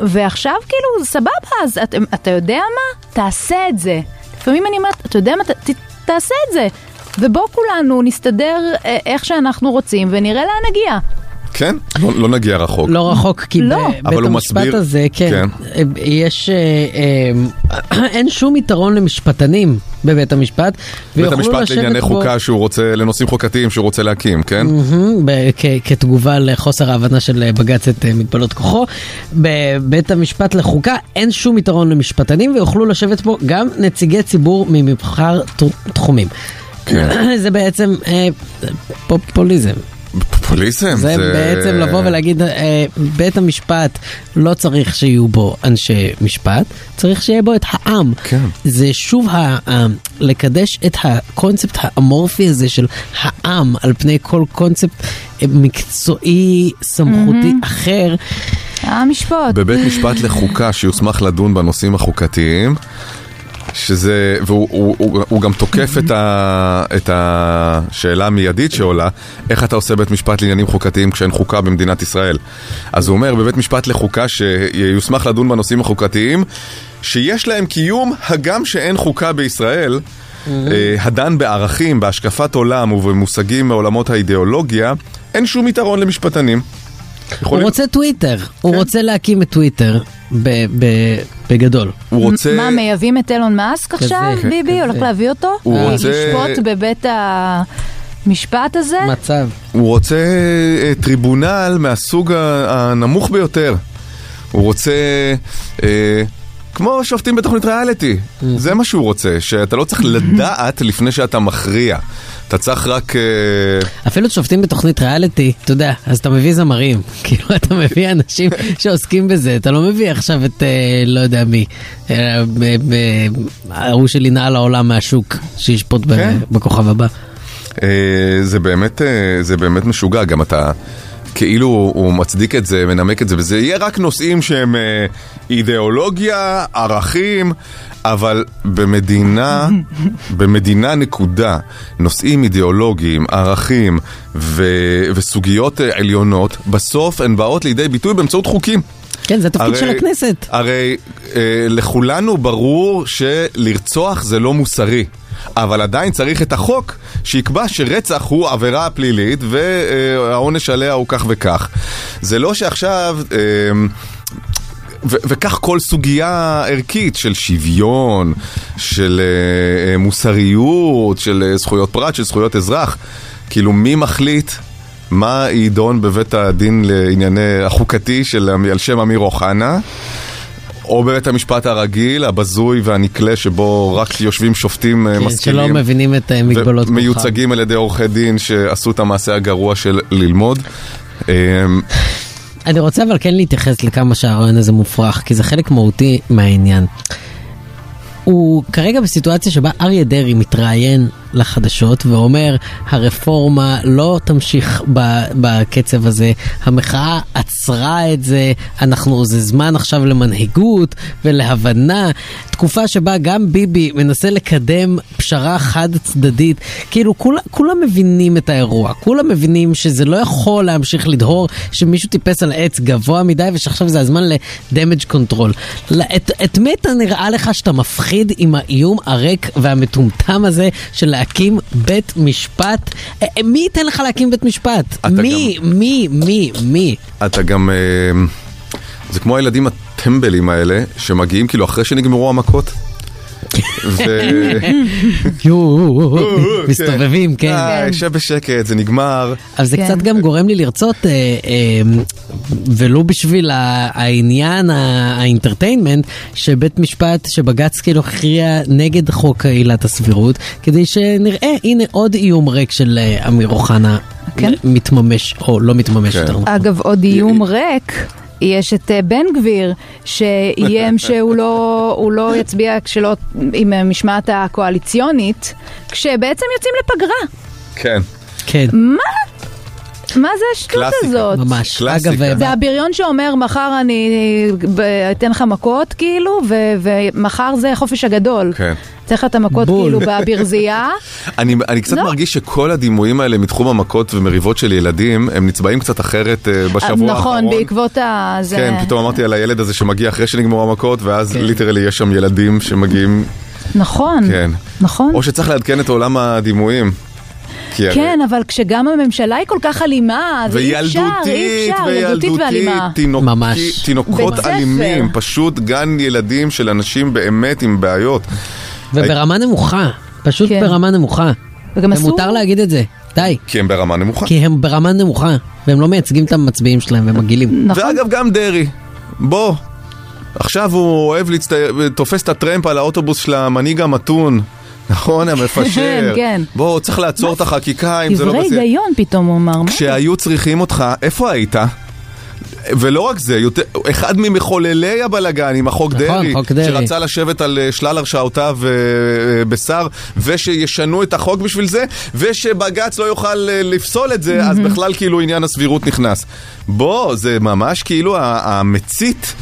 ועכשיו, כאילו, סבבה, אז את, אתה יודע מה? תעשה את זה. לפעמים אני אומרת, אתה יודע מה? ת, ת- תעשה את זה. ובואו כולנו נסתדר אה, איך שאנחנו רוצים, ונראה לאן נגיע. כן, לא, לא נגיע רחוק. לא רחוק, כי לא. ב- אבל בית הוא המשפט מסביר- הזה, כן, יש, אה, אה, אין שום יתרון למשפטנים בבית המשפט. בית ויוכלו המשפט לשבת לענייני בו- Mm. חוקה שהוא רוצה, לנושאים חוקתיים שהוא רוצה להקים, כן? מהמם, ב- כ- כתגובה לחוסר ההבנה של אה, בג"ץ את אה, מגבלות כוחו. בבית המשפט לחוקה אין שום יתרון למשפטנים ויוכלו לשבת פה גם נציגי ציבור ממבחר ת- תחומים. כן. זה בעצם אה, פופוליזם. פופוליזם זה בעצם לבוא ולהגיד, אה, בית המשפט לא צריך שיהיו בו אנשי משפט, צריך שיהיה בו את העם. כן. זה שוב ה- ה- לקדש את הקונספט האמורפי הזה של העם על פני כל קונספט אה, מקצועי, סמכותי אחר. העם ישפוט. בבית משפט לחוקה שיוסמך לדון בנושאים החוקתיים. שזה, והוא הוא, הוא, הוא גם תוקף את, ה, את השאלה המיידית שעולה, איך אתה עושה בית משפט לעניינים חוקתיים כשאין חוקה במדינת ישראל. אז הוא אומר, בבית משפט לחוקה שיוסמך לדון בנושאים החוקתיים, שיש להם קיום הגם שאין חוקה בישראל, אה, הדן בערכים, בהשקפת עולם ובמושגים מעולמות האידיאולוגיה, אין שום יתרון למשפטנים. הוא רוצה טוויטר, כן. הוא רוצה להקים את טוויטר ב- ב- בגדול. הוא רוצה... מה, מייבאים את אילון מאסק כזה, עכשיו, כן, ביבי? כזה. הולך להביא אותו? הוא אה, רוצה- לשפוט בבית המשפט הזה? מצב. הוא רוצה אה, טריבונל מהסוג ה- הנמוך ביותר. הוא רוצה... אה, כמו שופטים בתוכנית ריאליטי, זה מה שהוא רוצה, שאתה לא צריך לדעת לפני שאתה מכריע. אתה צריך רק... אה, אפילו שופטים בתוכנית ריאליטי, אתה יודע, אז אתה מביא זמרים. כאילו, אתה מביא אנשים שעוסקים בזה, אתה לא מביא עכשיו את אה, לא יודע מי. אה, ב- ב- ההוא שננעל העולם מהשוק, שישפוט ב- כן. בכוכב הבא. אה, זה באמת, אה, זה באמת משוגע, גם אתה... כאילו הוא מצדיק את זה, מנמק את זה, וזה יהיה רק נושאים שהם אה, אידיאולוגיה, ערכים, אבל במדינה, במדינה נקודה, נושאים אידיאולוגיים, ערכים ו, וסוגיות אה, עליונות, בסוף הן באות לידי ביטוי באמצעות חוקים. כן, זה התפקיד הרי- של הכנסת. הרי אה, לכולנו ברור שלרצוח זה לא מוסרי. אבל עדיין צריך את החוק שיקבע שרצח הוא עבירה פלילית והעונש עליה הוא כך וכך. זה לא שעכשיו... אה, ו- וכך כל סוגיה ערכית של שוויון, של uh, מוסריות, של uh, זכויות פרט, של זכויות אזרח. כאילו, מי מחליט מה יידון בבית הדין לענייני החוקתי של, אה, על שם אמיר אוחנה? או בבית המשפט הרגיל, הבזוי והנקלה, שבו רק יושבים שופטים אה, כן, משכילים. שלא מבינים את אה, מגבלות כוחם. מיוצגים על ידי עורכי דין שעשו את המעשה הגרוע של ללמוד. אה, אני רוצה אבל כן להתייחס לכמה שהרעיון הזה מופרך, כי זה חלק מהותי מהעניין. הוא כרגע בסיטואציה שבה אריה דרעי מתראיין לחדשות ואומר, הרפורמה לא תמשיך ב- בקצב הזה, המחאה עצרה את זה, אנחנו, זה זמן עכשיו למנהיגות ולהבנה, תקופה שבה גם ביבי מנסה לקדם פשרה חד צדדית, כאילו כול, כולם מבינים את האירוע, כולם מבינים שזה לא יכול להמשיך לדהור, שמישהו טיפס על עץ גבוה מדי ושעכשיו זה הזמן לדמג' קונטרול. את, את מי אתה נראה לך שאתה מפחיד עם האיום הריק והמטומטם הזה של להקים בית משפט? אה, אה, מי ייתן לך להקים בית משפט? מי, מי, מי, מי? אתה גם... אה, זה כמו הילדים הטמבלים האלה, שמגיעים כאילו אחרי שנגמרו המכות. ו... יואו, כן. מסתובבים, כן. די, שב אה, בשקט, זה נגמר. אבל זה כן. קצת גם גורם לי לרצות, אה, אה, ולו בשביל ה- העניין, ה- האינטרטיינמנט, שבית משפט, שבג"ץ כאילו הכריע נגד חוק עילת הסבירות, כדי שנראה, הנה עוד איום ריק של אה, אמיר אוחנה כן. מתממש, או לא מתממש כן. יותר נכון. אגב, עוד איום ריק. יש את אה, בן גביר, שאיים שהוא לא, הוא לא יצביע כשלא, עם המשמעת הקואליציונית, כשבעצם יוצאים לפגרה. כן. כן, מה? מה זה השטות קלאסיקה. הזאת? ממש. קלאסיקה. אגב, אה, זה הבריון שאומר, מחר אני אה, ב- אתן לך מכות, כאילו, ו- ומחר זה חופש הגדול. כן. צריך את המכות, בול. כאילו, בברזייה. אני, אני קצת לא. מרגיש שכל הדימויים האלה מתחום המכות ומריבות של ילדים, הם נצבעים קצת אחרת אה, בשבוע האחרון. נכון, בעקבות ה... זה- כן, פתאום אמרתי על הילד הזה שמגיע אחרי שנגמרו המכות, ואז כן. ליטרלי יש שם ילדים שמגיעים, נכון, כן. נכון. או שצריך לעדכן את עולם הדימויים. כי הרי- כן, אבל כשגם הממשלה היא כל כך אלימה, אז אי אפשר, אי וילדותית, אפשר, ילדותית וילדותית, ואלימה. תינוק- ממש. תינוקות בית ספר. אלימים, פשוט גן ילדים של אנשים באמת עם בעיות. אה, וברמה נמוכה, פשוט כן. ברמה נמוכה. וגם אסור, ומותר להגיד את זה, די. כי הם ברמה נמוכה. כי הם ברמה נמוכה, והם לא מייצגים את המצביעים שלהם, והם מגעילים. נכון, ואגב, גם דרעי, בוא. עכשיו הוא אוהב להצטייר, תופס את הטרמפ על האוטובוס של המנהיג המתון. נכון, המפשר. כן, כן. בוא, צריך לעצור את החקיקה אם זה לא דברי בסדר. היגיון פתאום הוא אמר. מה? כשהיו צריכים אותך, איפה היית? ולא רק זה, יותר, אחד ממחוללי הבלגן עם החוק נכון, דרעי, חוק דרעי. שרצה לשבת על אה, שלל הרשעותיו אה, אה, בשר, ושישנו את החוק בשביל זה, ושבג"ץ לא יוכל אה, לפסול את זה, אז בכלל כאילו עניין הסבירות נכנס. בוא, זה ממש כאילו ה- המצית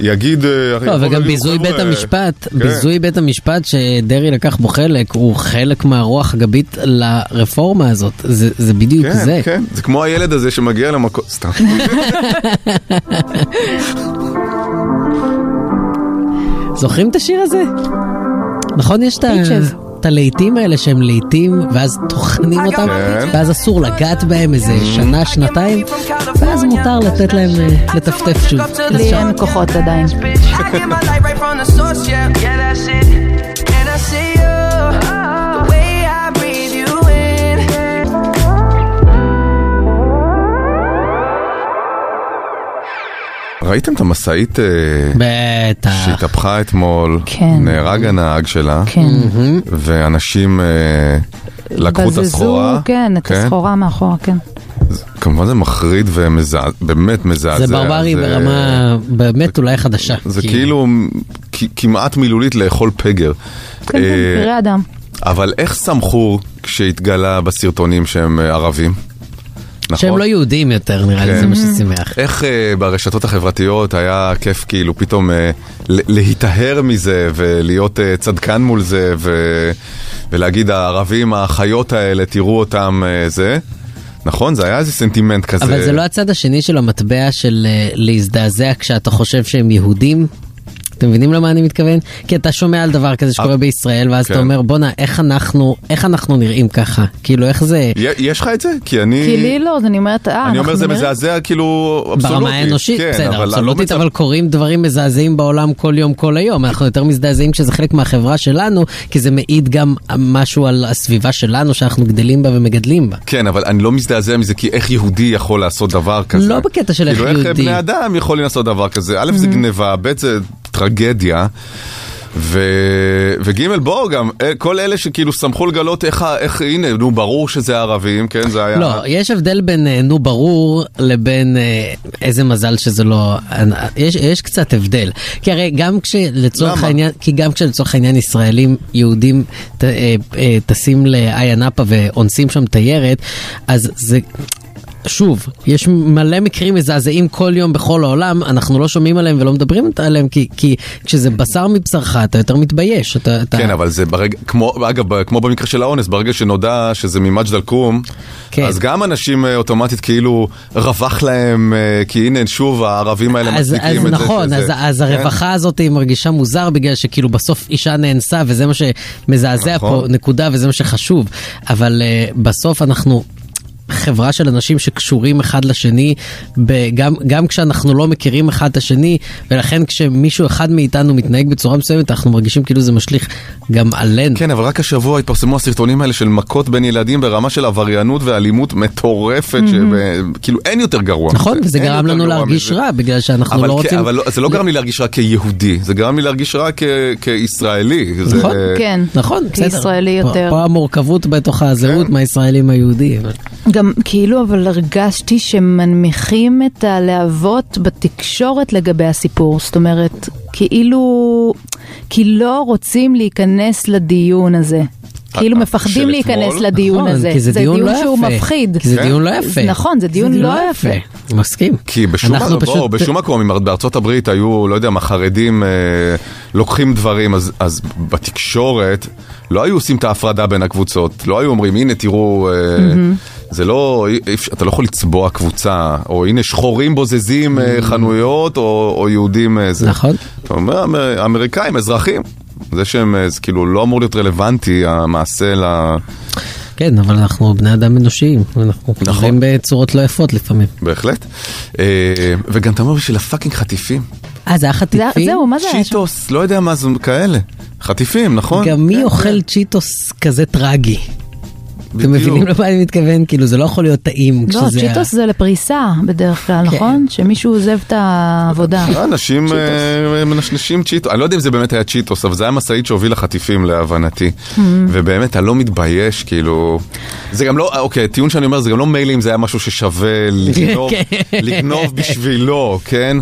יגיד... אה, לא, יכול וגם להגיד, ביזוי "חבר'ה, בית המשפט, כן." ביזוי בית המשפט שדרעי לקח בו חלק, הוא חלק מהרוח הגבית לרפורמה הזאת, זה זה בדיוק כן, זה. כן, זה כמו הילד הזה שמגיע למקום, סתם. זוכרים את השיר הזה? נכון, יש את ה- Peaches. את הלהיטים האלה שהם להיטים, ואז טוחנים אותם, כן. ואז אסור לגעת בהם איזה שנה, שנתיים, ואז מותר לתת להם אה, לטפטף שוב. אז לי שם. אין כוחות עדיין. I get my light right from the source, yeah. Yeah, that's it. And I see you. The way I breathe you in. ראיתם את המשאית אה, בטח. שהתהפכה אתמול, כן. נהרג הנהג שלה, Mm-hmm. כן. ואנשים אה, לקחו את בזזו, הסחורה. כן, את הסחורה מאחורה, כן. כמובן זה מחריד ומזעזע, באמת מזעזע. זה ברברי זה- ברמה באמת אולי חדשה. זה כי- כאילו כ- כמעט מילולית לאכול פגר. כן, אה, כן, פראי אדם. אבל איך סמכו כשהתגלה בסרטונים שהם אה, ערבים? שהם נכון? לא יהודים יותר נראה לי, כן. זה מה ששימח. איך אה, ברשתות החברתיות היה כיף כאילו פתאום אה, ל- להיטהר מזה ולהיות אה, צדקן מול זה ו- ולהגיד הערבים החיות האלה תראו אותם אה, זה. נכון? זה היה איזה סנטימנט כזה. אבל זה לא הצד השני של המטבע של אה, להזדעזע כשאתה חושב שהם יהודים. אתם מבינים למה אני מתכוון? כי אתה שומע על דבר כזה שקורה בישראל, ואז כן. אתה אומר, בואנה, איך אנחנו, איך אנחנו נראים ככה? כאילו, איך זה י- יש לך את זה? כי אני... כי לי לא, אז אני אומרת, אה, אנחנו... אני אומר זה נראה- מזעזע כאילו אבסולוטית. ברמה האנושית? כן, אבל בסדר, אני לא אבסולוטית, מצפ- אבל קורים דברים מזעזעים בעולם כל יום, כל היום. אנחנו יותר מזדעזעים כשזה חלק מהחברה שלנו, כי זה מעיד גם משהו על הסביבה שלנו, שאנחנו גדלים בה ומגדלים בה. כן, אבל אני לא מזדעזע מזה, כי איך יהודי יכול לעשות דבר כזה? לא בקטע של איך Mm. כאילו, איך יהודי. בני אדם יכולים לעשות דבר כזה? א', זה גניבה, ב', זה טרגדיה. ו... וג' בואו גם, אה, כל אלה שכאילו שמחו לגלות איך, ה- איך, הנה, נו, ברור שזה ערבים, כן, זה היה... לא, יש הבדל בין אה, נו ברור לבין אה, איזה מזל שזה לא... אה, יש, יש קצת הבדל. כי הרי גם כשלצורך למה? העניין, כי גם כשלצורך העניין ישראלים, יהודים ט- אה, אה, טסים לאיה נאפה ואונסים שם תיירת, אז זה... שוב, יש מלא מקרים מזעזעים כל יום בכל העולם, אנחנו לא שומעים עליהם ולא מדברים עליהם, כי, כי כשזה בשר מבשרך אתה יותר מתבייש. אתה, אתה... כן, אבל זה ברגע, כמו, אגב, ב- כמו במקרה של האונס, ברגע שנודע שזה ממג'ד אל-כרום, כן. אז גם אנשים אה, אוטומטית כאילו רווח להם, אה, כי הנה, שוב, הערבים האלה אז, מצדיקים אז את זה. נכון, שזה- אז, אז כן? הרווחה הזאת היא מרגישה מוזר בגלל שכאילו בסוף אישה נאנסה וזה מה שמזעזע נכון. פה, נקודה, וזה מה שחשוב. אבל uh, בסוף אנחנו... חברה של אנשים שקשורים אחד לשני, ב- גם, גם כשאנחנו לא מכירים אחד את השני, ולכן כשמישהו אחד מאיתנו מתנהג בצורה מסוימת, אנחנו מרגישים כאילו זה משליך גם עלינו. כן, אבל רק השבוע התפרסמו הסרטונים האלה של מכות בין ילדים ברמה של עבריינות ואלימות מטורפת, שכאילו אין יותר גרוע. נכון, מזה. וזה אין גרם יותר לנו גרוע להרגיש מזה. רע, בגלל שאנחנו אבל לא כן, רוצים... אבל לא- זה לא גרם לי להרגיש רע כיהודי, זה גרם לי להרגיש רע כ- כישראלי. זה- נכון, כן. נכון, בסדר. כישראלי פה- יותר. פה המורכבות בתוך כן. הזהות מהישראלים היהודים. גם כאילו, אבל הרגשתי שמנמיכים את הלהבות בתקשורת לגבי הסיפור. זאת אומרת, כאילו, כי לא רוצים להיכנס לדיון הזה. כאילו אה, מפחדים של להיכנס אתמול? לדיון נכון, הזה. כי זה דיון לא שהוא יפה. מפחיד. כי זה כן? דיון לא יפה. נכון, זה דיון לא יפה. מסכים. כי בשום, אנחנו מקום- בואו, בשום מקום, אם בארצות הברית היו, לא יודע, מה, חרדים אה, לוקחים דברים, אז, אז בתקשורת לא היו עושים את ההפרדה בין הקבוצות, לא היו אומרים, הנה תראו, אה, זה לא, אי- אי אפשר- אתה לא יכול לצבוע קבוצה, או הנה שחורים בוזזים אה, חנויות, או, או יהודים אה, זה. נכון. אתה אומר, "אמר- אמריקאים, אזרחים. זה שהם, אה, זה כאילו לא אמור להיות רלוונטי, המעשה ל... כן, אבל אנחנו בני אדם אנושיים, אנחנו נכון. חושבים בצורות לא יפות לפעמים. בהחלט. אה, וגם אתה אומר בשביל הפאקינג חטיפים. אה, זה היה זה- חטיפים? זהו, מה זה היה? שם? צ'יטוס, לא יודע מה זה כאלה. חטיפים, נכון? גם מי אוכל צ'יטוס כזה טרגי? אתם מבינים למה אני מתכוון? כאילו זה לא יכול להיות טעים לא, כשזה... כן. צ'יטוס זה לפריסה בדרך כלל, נכון? שמישהו עוזב את העבודה. אנשים אה, מנשנשים צ'יטוס, אני לא יודע אם זה באמת היה צ'יטוס, אבל זה היה משאית שהובילה חטיפים להבנתי. Hmm. ובאמת, אני לא מתבייש, כאילו... זה גם לא, אה, אוקיי, טיעון שאני אומר, זה גם לא מילא אם זה היה משהו ששווה לגנוב, כן. לגנוב בשבילו, כן?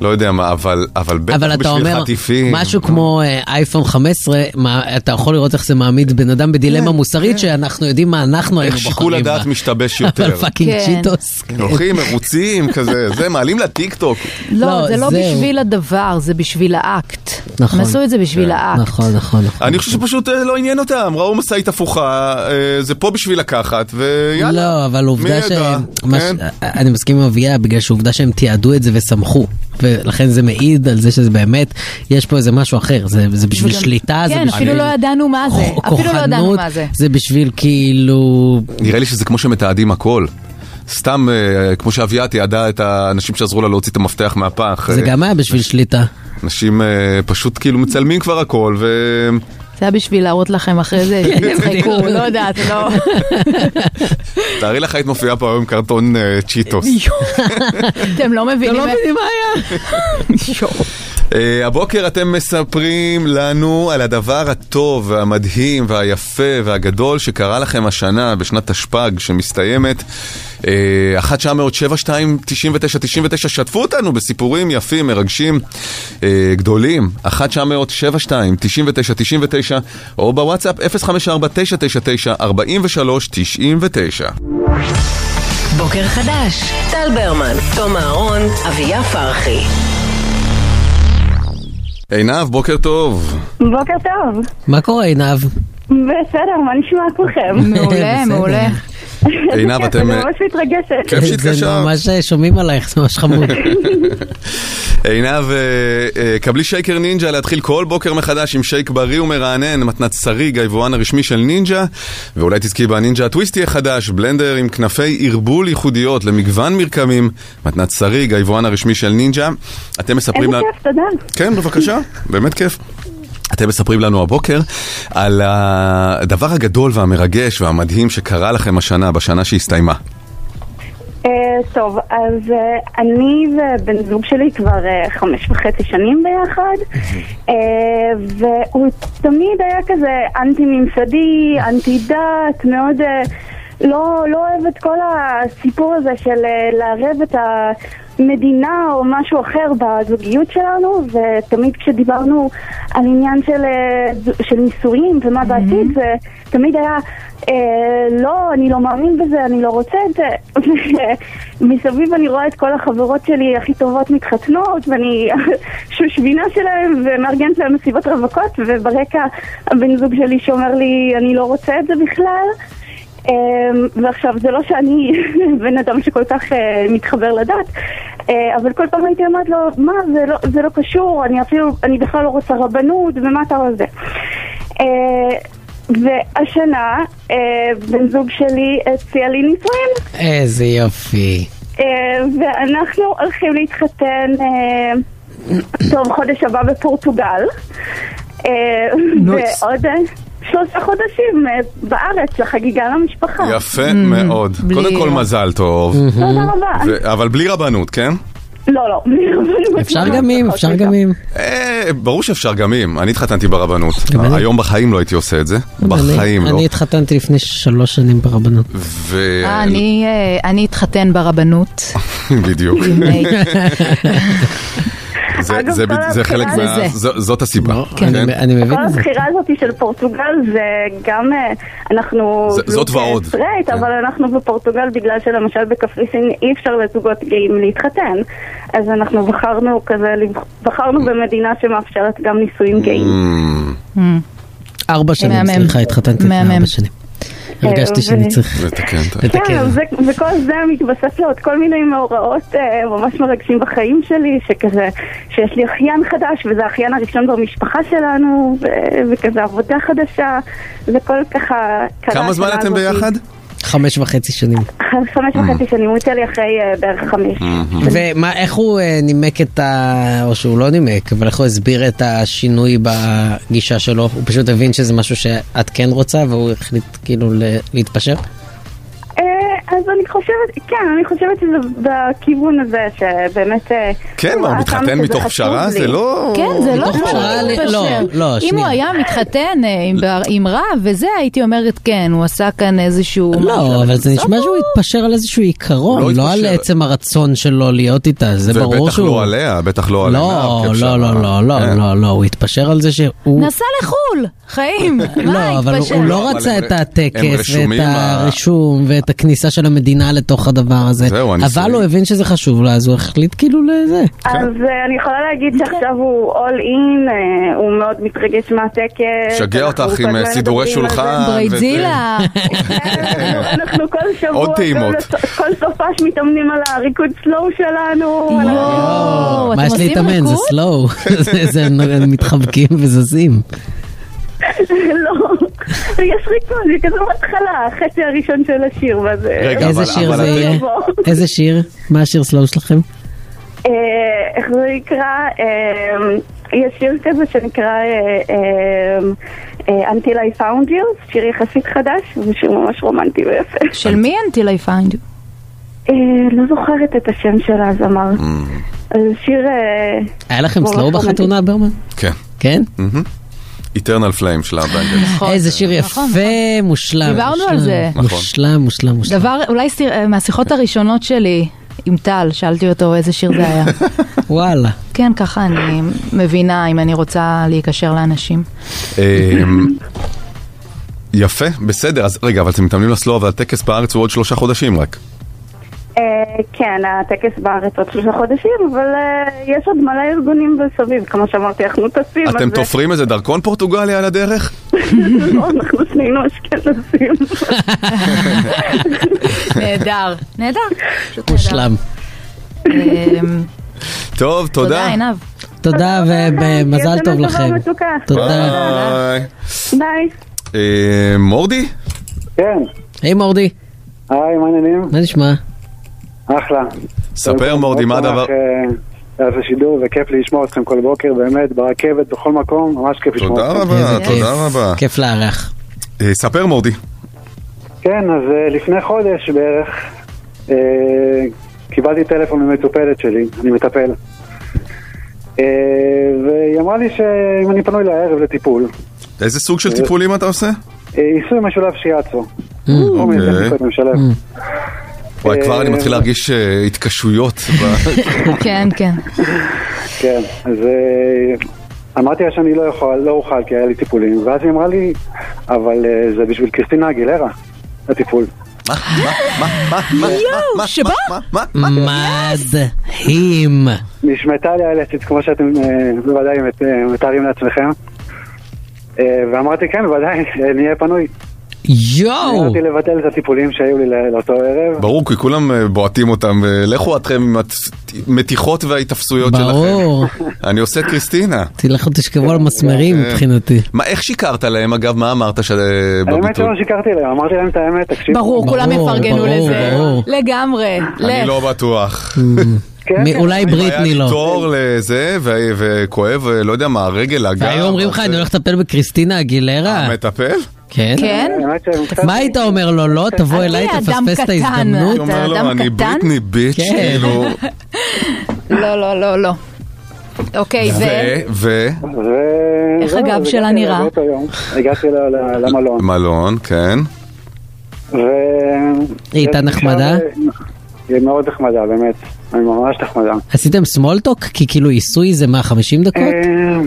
לא יודע מה, אבל, אבל בטח אבל אתה בשביל אומר, חטיפים. נכון. משהו כמו אה, אייפון 15, מה- אתה יכול לראות איך זה מעמיד בן אדם כן, בדילמה מוסרית, שאנחנו יודעים מה אנחנו היינו איך בוחרים. שיקול בה. הדעת משתבש יותר. אבל פאקינג כן. צ'יטוס. כן, הולכים מרוצים כזה, זה, מעלים לטיקטוק. לא, זה לא זהו. בשביל הדבר, זה בשביל האקט. נכון. הם עשו את זה בשביל כן. האקט. נכון, נכון. אני חושב שפשוט אה, לא עניין אותם, ראו משאית הפוכה, אה, זה פה בשביל לקחת, ויאללה. לא, אבל עובדה מי ש... ידע, מה כן? ש- אני מסכים עם אביה, בגלל שעובדה שהם תיעדו את זה ושמחו. ולכן זה מעיד על זה שזה באמת, יש פה איזה משהו אחר, זה, זה בשביל וגם- שליטה, זה כן, בשביל... אפילו לא ידענו מה זה. אפילו לא ידענו כוחנות, מה זה. זה בשביל כאילו... נראה לי שזה כמו שמתעדים הכל. סתם, אה, כמו שאביה תיעדה את האנשים שעזרו לה להוציא את המפתח מהפח. זה אה, גם היה בשביל שליטה. אנשים אה, פשוט כאילו מצלמים כבר הכל, ו... זה היה בשביל להראות לכם אחרי כן, זה, תצחקו, לא יודעת, לא. תארי לך היית מופיעה פה היום עם קרטון אה, צ'יטוס. אתם לא מבינים אתם לא מבינים מה היה. אה, הבוקר אתם מספרים לנו על הדבר הטוב והמדהים והיפה והגדול שקרה לכם השנה בשנת תשפ"ג שמסתיימת. אה, 1 900 72 99 99 שתפו אותנו בסיפורים יפים, מרגשים, אה, גדולים. 1 900 72 99 99 או בוואטסאפ 054 999 43 99 בוקר חדש, טל ברמן, תום אהרון, אביה פרחי. עינב, בוקר טוב. Mm-hmm. בוקר טוב. מה קורה עינב? בסדר, מה נשמע כולכם? מעולה, בסדר. מעולה. עינב, איזה כיף, אתם, אה, אני ממש מתרגשת. כיף שהתקשרת. זה ממש אה, שומעים עלייך, זה ממש חמוד. עינב, אה, אה, קבלי שייקר נינג'ה להתחיל כל בוקר מחדש עם שייק בריא ומרענן, מתנת שריג, היבואן הרשמי של נינג'ה, ואולי תזכי בנינג'ה הטוויסטי החדש, בלנדר עם כנפי ערבול ייחודיות למגוון מרקמים, מתנת שריג, היבואן הרשמי של נינג'ה. אתם מספרים איזה לנו... כיף, תודה. כן, בבקשה, באמת כיף. אתם מספרים לנו הבוקר על הדבר הגדול והמרגש והמדהים שקרה לכם השנה, בשנה שהסתיימה. אה, טוב, אז אה, אני ובן זוג שלי כבר אה, חמש וחצי שנים ביחד, אה, והוא תמיד היה כזה אנטי-ממסדי, אנטי-דת, מאוד... אה, לא, לא אוהב את כל הסיפור הזה של אה, לערב את המדינה או משהו אחר בזוגיות שלנו, ותמיד כשדיברנו על עניין של, אה, זו- של נישואים ומה בעתיד, זה תמיד היה... אה, לא, אני לא מאמין בזה, אני לא רוצה את זה. מסביב אני רואה את כל החברות שלי הכי טובות מתחתנות, ואני שושבינה שלהם, ומארגנת להם מסיבות רווקות, וברקע הבן זוג שלי שאומר לי, אני לא רוצה את זה בכלל. אה, ועכשיו, זה לא שאני בן אדם שכל כך אה, מתחבר לדת, אה, אבל כל פעם הייתי אומרת לו, מה, זה לא, זה לא קשור, אני אפילו, אני בכלל לא רוצה רבנות, ומה אתה רוצה? אה, והשנה אה, בן זוג שלי הציע לי נישואים, איזה יופי. אה, ואנחנו הולכים להתחתן אה, טוב חודש הבא בפורטוגל, אה, נויס. ועוד אה, שלושה חודשים אה, בארץ לחגיגה למשפחה. יפה מאוד. קודם כל מזל טוב. תודה רבה. ו- אבל בלי רבנות, כן? לא, לא. אפשר גם אם, אפשר אוקיי, גם אם. אה, ברור שאפשר גם אם, אני התחתנתי ברבנות. היום בחיים לא הייתי עושה את זה, בחיים אני- לא. אני התחתנתי לפני שלוש שנים ברבנות. ו... אה, אני, אה, אני אתחתן ברבנות. אה, בדיוק. הנה. זה- אגב, זה כל בד- זה חלק הבחירה- מה... זה זו- זאת לא, הסיבה. כן. כל הבחירה הזאת של פורטוגל זה גם אה, אנחנו... זה- זאת זוג, אה, ועוד. כן. סטרייט, אבל אנחנו בפורטוגל בגלל שלמשל בקפריסין אי אפשר לזוגות גאים להתחתן. אז אנחנו בחרנו כזה, לבח- בחרנו במדינה שמאפשרת גם נישואים Mm. גאים. ארבע שנים, מהמם. סליחה, התחתנתי לפני ארבע מהמם. שנים. הרגשתי שאני צריך כן, לתקן. אבל זה- וכל זה מתווסף לעוד כל מיני מאורעות אה, ממש מרגשים בחיים שלי, שכזה, שיש לי אחיין חדש, וזה האחיין הראשון במשפחה שלנו, ו- וכזה עבודה חדשה, וכל ככה... קרה כמה זמן השנה אתם הזאת. ביחד? חמש וחצי שנים. חמש וחצי שנים, הוא יצא לי אחרי אה, בערך חמש. ומה, איך הוא אה, נימק את ה... או שהוא לא נימק, אבל איך הוא הסביר את השינוי בגישה שלו? הוא פשוט הבין שזה משהו שאת כן רוצה והוא החליט כאילו ל- להתפשר? אה, אז אני חושבת, כן, אני חושבת שזה בכיוון הזה, שבאמת... אה, כן, הוא מה, הוא ראה מתחתן כמה שזה מתוך חשוב פשרה? לי. זה לא- כן, זה לא מתוך כמו פשרה, להתפשר. לא, אם הוא היה מתחתן אה, עם בר- עם רב וזה, הייתי אומרת כן, הוא עשה כאן איזשהו... לא, אבל זה נשמע שהוא התפשר על איזשהו עיקרון, לא על עצם הרצון שלו להיות איתה, זה ובטח ברור לא שהוא... עליה, בטח לא עליה. לא, אה, לא, לא, לא, כן. לא, לא, לא, הוא התפשר על זה שהוא... נסע לחו"ל, חיים. לא, אבל הוא- הוא לא אבל רצה הם- את הם הטקס רשומים ואת ה- הרישום ואת הכניסה של המדינה לתוך הדבר הזה, זהו, הנישואים. אבל הוא הבין שזה חשוב לו, אז הוא החליט כאילו לזה. כן. אז אה, אני יכולה כן. להגיד שעכשיו הוא אול אין, הוא מאוד מתרגש מהטקס. כן. שגע אנחנו אותך כל עם אה, הזמן סידורי מדברים על זה. שולחן. אה, ברייזילה. אנחנו כל שבוע, עוד כל- טעימות. כל סופש מתאמנים על הריקוד סלואו שלנו. יואו, מה יש להתאמן? זה סלואו, זה- זה הם מתחבקים וזזים. לא, יש ריקוד, זה כזה בהתחלה, החצי הראשון של השיר, ואז... רגע, איזה שיר זה יהיה? אה, איזה שיר? מה השיר סלואו שלכם? איך זה נקרא? אה, יש שיר כזה שנקרא אה, אה, אה, Until I Found You, שיר יחסית חדש, הוא שיר ממש רומנטי ויפה. של מי until I find you? אה, לא זוכרת את השם של הזמר. זה שיר... אה, היה לכם סלואו ממש רומנטי. בחתונה, ברמן? כן. כן? איטרנל פליים שלה באנגלית. נכון. איזה שיר יפה, מושלם. דיברנו על מושלם. זה. נכון. מושלם, מושלם, מושלם. דבר, אולי סיר- אה, מהשיחות הראשונות שלי עם טל, שאלתי אותו איזה שיר זה היה. וואלה. כן, ככה אני מבינה אם אני רוצה להיקשר לאנשים. אמ, יפה, בסדר, אז רגע, אבל אתם מתאמנים לסלוע, אבל הטקס בארץ הוא עוד שלושה חודשים רק. אה, כן, הטקס בארץ עוד שלושה חודשים, אבל אה, יש עוד מלא ארגונים מסביב, כמו שאמרתי, אנחנו טסים. אז אה, אתם זה- תופרים איזה דרכון פורטוגלי על הדרך? לא, אנחנו שנינו אשכנזים. נהדר, נהדר. אה, פשוט נהדר. מושלם. אמ, טוב, תודה, תודה. עינב. תודה ומזל טוב שנה טובה לכם. ומתוקה. ביי. ביי. אה, מורדי? כן. היי מורדי. היי, מה העניינים? מה נשמע? אחלה. ספר מורדי, מה הדבר... אה, אז השידור, זה כיף לי לשמוע אתכם כל בוקר, באמת, ברכבת, בכל מקום, ממש כיף לשמוע תודה אתכם. רבה, תודה רבה. כיף לארח. ספר מורדי. כן, אז אה, לפני חודש בערך, אה, קיבלתי טלפון ממטופלת שלי, אני מטפל. אה, והיא אמרה לי שאם אני פנוי לערב לטיפול, איזה סוג של טיפולים אתה עושה? אה, עיסוי משולב שיאצו. כל מיני אוקיי. טכניקות משלב. וואי, כבר אני מתחיל להרגיש אה, התקשויות. ב- כן, כן. כן, אז אה, אמרתי לה שאני לא יכול, לא אוכל כי היה לי טיפולים, ואז היא אמרה לי, אבל אה, זה בשביל קריסטינה אגילרה, הטיפול. יואו, שבא? מדהים. נשמטה לי הלסת, כמו שאתם אה, בוודאי מת- אה, מתארים לעצמכם. אה, ואמרתי כן, ודאי, אה, נהיה פנוי. יואו! נהרתי לבטל את הטיפולים שהיו לי לא- לאותו ערב. ברור, כי כולם אה, בועטים אותם, ולכו אתכם עם המתיחות וההיתפסויות שלכם. ברור. אני עושה את קריסטינה. תלכו תשכבו על מסמרים כן. מבחינתי. מה, איך שיקרת להם אגב? מה אמרת ש... האמת שלא בביטוי? שיקרתי להם, אמרתי להם את האמת, תקשיב. ברור, כולם יפרגנו לזה. ברור. לגמרי. אני לך. לא בטוח. כן, מ- אולי בריטני היה לי לא. תור לזה, ו- וכואב, אה, לא יודע מה, הרגל, הגב. והיו אומרים לך, אני הולך לטפל בקריסטינה אגילרה. אה, מטפל? כן. האמת שהם קצת- מה היית אומר לו? לא, תבוא אתה אליי, אה, אדם תפספס את קטן, ההזדמנות. אתה אומר לו, אדם לא, אני קטן? בריטני ביץ', כן. כאילו. לא, לא, לא, לא. אוקיי, ו... ו... ו... ו- איך זהו, הגב אז שלה הגעתי נראה? לאותו יום, הגעתי ל- ל- למלון. מלון, כן. ו... היא הייתה נחמדה? אה, היא מאוד נחמדה, באמת. היא ממש נחמדה. עשיתם סמולטוק? כי כאילו עיסוי זה מה, 50 דקות? אה,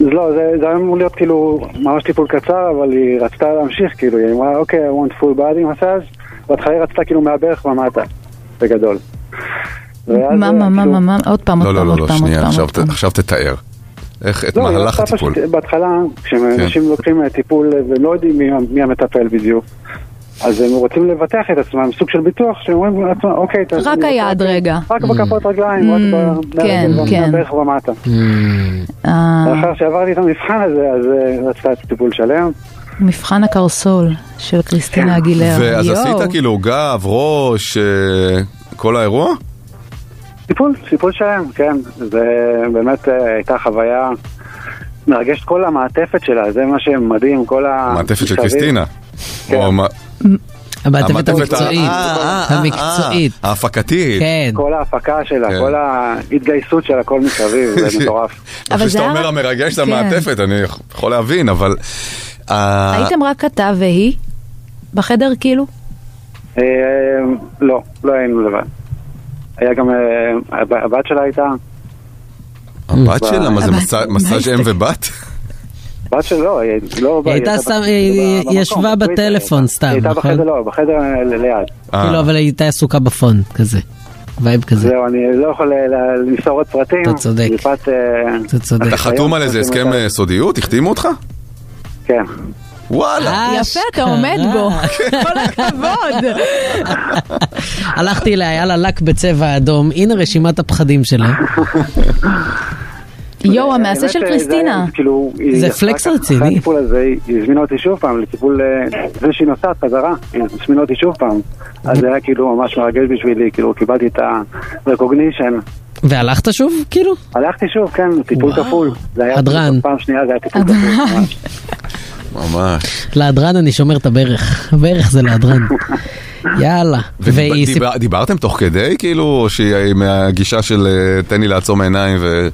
אז לא, זה, זה היה אמור להיות כאילו ממש טיפול קצר, אבל היא רצתה להמשיך, כאילו, היא אמרה, אוקיי, I want full body massage, בהתחלה היא רצתה כאילו מהברך ומטה, בגדול. ואז, מה, מה, מה, כאילו- מה, מה, עוד פעם, לא, עוד לא, פעם, לא, עוד לא, פעם, עוד שנייה, פעם. עכשיו ת- עכשיו תתאר. איך, את לא, היא מהלך רצתה הטיפול. כן. פשוט בהתחלה, כשאנשים לוקחים אה, טיפול אה, והם לא יודעים מי, מי המטפל בדיוק, אז הם רוצים לבטח את עצמם, סוג של ביטוח, שהם אומרים לעצמם, אוקיי, אתה- רק אני- היד רגע. רק בכפות רגליים, רק ב- כן, מהרגל כן. ומהברך ומטה. אה, Mm. לאחר שעברתי את המבחן הזה, אז אה, רצתה את הטיפול שלם. מבחן הקרסול של קריסטינה אגילר. ואז יואו. עשית כאילו גב, ראש, אה, כל האירוע? טיפול, טיפול שלם, כן. זה באמת אה, הייתה חוויה מרגשת כל המעטפת שלה, זה מה שמדהים, כל ה... מעטפת של קריסטינה. או מה- המעטפת ה- המקצועית. אה, אה, אה, המקצועית. כן. אה, ההפקתית. כל ההפקה שלה, כן. כל ההתגייסות של הכל מסביב, זה מטורף. אני אבל חושב זה שאתה היה- אומר המרגש זה כן. המעטפת, אני יכול להבין, אבל... אה, הייתם רק אתה והיא? בחדר כאילו? אה, לא, לא היינו לבד. היה גם, אה, הב- הבת שלה הייתה, הבת שלה, מה זה הבת- מסע- מה מסאז' הסתכל? אם ובת? הבת שלה לא, היא לא... היא הייתה בת- שם, היא במקום, ישבה בטוויטר בטלפון סתם, היא הייתה נכון? בחדר, לא, בחדר אה, ל- ליד. כאילו, אבל היא הייתה עסוקה בפון, כזה. וייב כזה. זהו, אני לא יכול אה, ל- למסור עוד פרטים. אתה צודק. מפאת, אה, אתה צודק. אתה חתום על איזה הסכם אה, סודיות? החתימו אותך? כן. אה, וואלה. יפה, אתה עומד בו. כל הכבוד. הלכתי אליה, היה לה לק בצבע אדום, הנה רשימת הפחדים שלה. יואו, המעשה האמת, של אה, קריסטינה. זה, כאילו, היא זה אחר פלקס כך, רציני. אחרי הטיפול הזה, היא הזמינה אותי שוב פעם לטיפול, אה, זה שהיא נוסעת חזרה, היא הזמינה אותי שוב פעם. אז זה היה כאילו ממש מרגש בשבילי, כאילו קיבלתי את ה-recognition. והלכת שוב, כאילו? הלכתי שוב, כן, טיפול כפול. זה היה הדרן. פעם שנייה זה היה טיפול כפול. ממש. ממש. להדרן אני שומר את הברך, הברך זה להדרן. יאללה. והיא סיפ- ודיבר- דיברתם תוך כדי, כאילו, או שהיא מהגישה של אה, תן לי לעצום עיניים ו...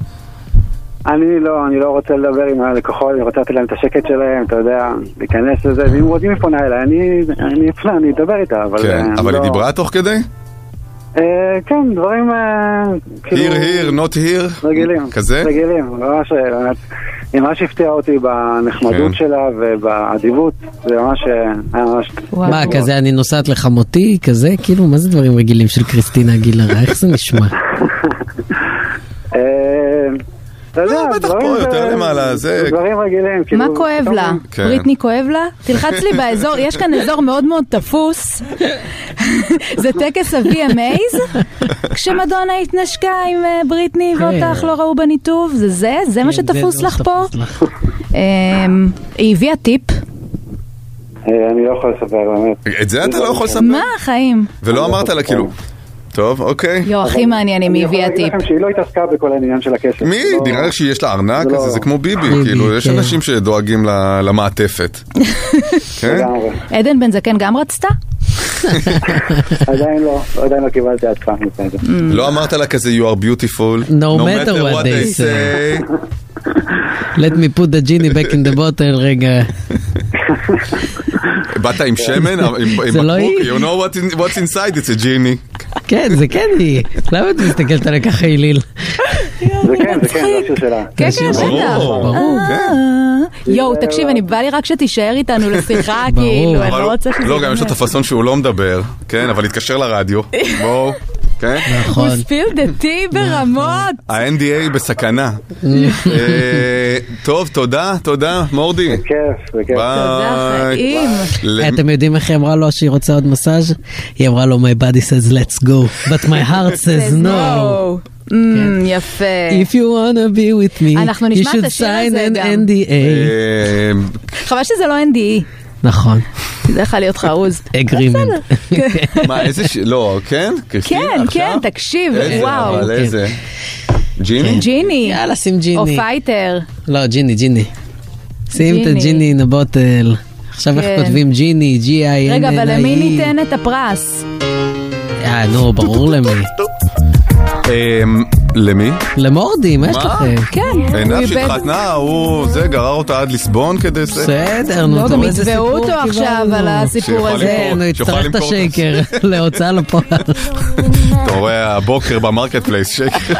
אני לא, אני לא רוצה לדבר עם הלקוחות, אני רוצה לתת להם את השקט שלהם, אתה יודע, להיכנס לזה, ואם רוצים לפונה אליי, אני אני אפנה, אני אדבר איתה, אבל... כן, אה, אבל לא- היא דיברה תוך כדי? אה, כן, דברים... אה, כאילו- here, here, not here? רגילים. כזה? רגילים, ממש, באמת. היא ממש הפתיעה אותי כן. בנחמדות שלה ובאדיבות, זה ממש אה, היה ממש... מה, כזה אני נוסעת לחמותי, כזה? כאילו, מה זה דברים רגילים של קריסטינה אגילרה? איך זה נשמע? אה, אתה יודע, דברים, לא, פה יותר אה, למעלה, זה- דברים רגילים, מה כאילו, כואב פתאום- לה? כן. בריטני כואב לה? תלחץ לי באזור, יש כאן אזור מאוד מאוד תפוס. זה טקס ה-VMAs, כשמדונה התנשקה עם אה, בריטני ואותך לא ראו בניתוב, זה זה? כן, זה מה שתפוס לך פה? אמ, היא הביאה טיפ? אה, אני לא יכול לספר, באמת. את זה אתה לא יכול לספר? מה החיים? ולא אמרת לה כאילו, טוב, אוקיי. יואו, הכי מעניינים, היא הביאה אני טיפ. יכול להגיד לכם שהיא לא התעסקה בכל העניין של הכסף. מי? לא- נראה לך שיש לה ארנק? לא. אז זה כמו ביבי, ביבי, כאילו, יש כן. אנשים שדואגים ל- למעטפת. כן? עדן בן זקן גם רצתה? עדיין לא, עדיין לא קיבלתי עד פעם לפני זה. לא אמרת לה כזה you are beautiful, No matter what they say. Let me put the genie back in the bottle, רגע. באת עם כן. שמן, עם עם זה לא בקבוק, you know what in- what's inside, it's a genie. כן, זה כן היא. למה את מסתכלת עליה ככה, איליל? זה כן, זה כן, זה השיר שלה. כן, כן, בטח. אה, ברור. יואו, תקשיב, אני בא לי רק שתישאר איתנו לשיחה, כאילו, אני אבל לא הוא- רוצה שזה... לא, גם יש לו את הפאסון שהוא לא מדבר, כן, אבל התקשר לרדיו, בואו, כן? נכון. הוא ספיל דה טי ברמות. ה-NDA בסכנה. אה, טוב, תודה, תודה, מורדי. בכיף, בכיף. תודה, ביי. חיים. ל- "אה, אתם יודעים איך היא אמרה לו שהיא רוצה עוד מסאז'? היא אמרה לו, my body says let's go, but my heart says no. אה, Mm, יפה. If you wanna be with me, אנחנו you נשמע את should השיר sign הזה an גם. NDA. אה, חבל שזה לא NDE. נכון. זה יכול להיות חרוז. אגרימנט. מה, איזה ש... לא, כן? קריסטינה, אה, כן, עכשיו? כן, תקשיב, איזה, וואו. כן. אבל איזה. ג'יני? ג'יני. יאללה, שים או ג'יני. פייטר. לא, ג'יני, ג'יני. שים את ג'יני. הג'יני in a bottle. עכשיו כן. איך כותבים ג'יני, G-I-N-N-I. רגע, אבל למי ניתן את הפרס? אה, נו, ברור למי. אמ, למי? למורדי, מה יש מה? לכם? כן. הוא עיניו איבד- שהתחתנה, הוא זה, גרר אותה עד ליסבון כדי זה. בסדר, נו, לא, אתה גם רואה איזה יתבעו סיפור אה, אותו עכשיו על הסיפור שיכול הזה. למכור. נו, שיוכל יצטרך את למכור אותו. השקר להוצאה לפועל. אתה רואה הבוקר במרקט פלייס שקר.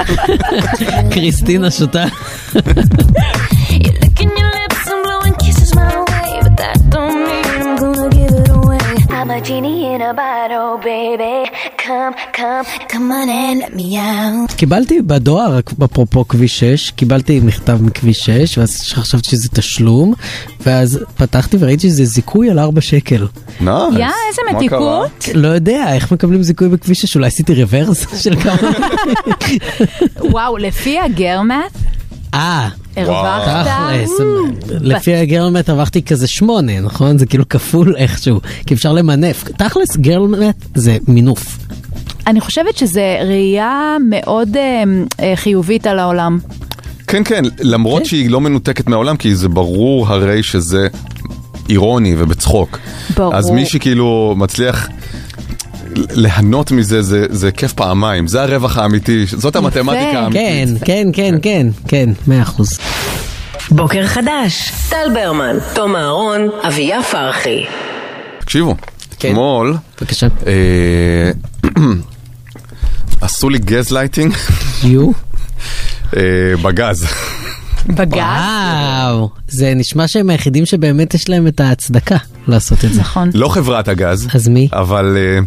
קריסטינה שותה. You're licking your lips and blowing kisses my way, but that don't mean I'm gonna give it away. I'm a genie in a bottle, baby. Come, come, come on and let me out. קיבלתי בדואר, אפרופו כביש 6, קיבלתי מכתב מכביש 6, ואז חשבתי שזה תשלום, ואז פתחתי וראיתי שזה זיכוי על 4 שקל. נאס. יא, איזה מה מתיקות. לא יודע, איך מקבלים זיכוי בכביש 6? אולי עשיתי רוורס של כמה... וואו, לפי הגרמט, אה, הרווחת... תכלס, Mm. לפי הגרלמט הרווחתי כזה שמונה, נכון? זה כאילו כפול איכשהו, כי אפשר למנף. תכלס גרלמט זה מינוף. אני חושבת שזו ראייה מאוד אה, אה, חיובית על העולם. כן, כן, למרות שהיא לא מנותקת מהעולם, כי זה ברור הרי שזה אירוני ובצחוק. ברור. אז מי שכאילו מצליח... ליהנות מזה זה, זה כיף פעמיים, זה הרווח האמיתי, זאת המתמטיקה האמיתית. כן, כן, כן, כן, כן, מאה אחוז. בוקר חדש, טל ברמן, תום אהרון, אביה פרחי. תקשיבו, אתמול... אה, בבקשה. עשו לי גז לייטינג. יו? בגז. בגז? וואו, זה נשמע שהם היחידים שבאמת יש להם את ההצדקה לעשות את זה. נכון. לא חברת הגז. אז מי? אבל... אה,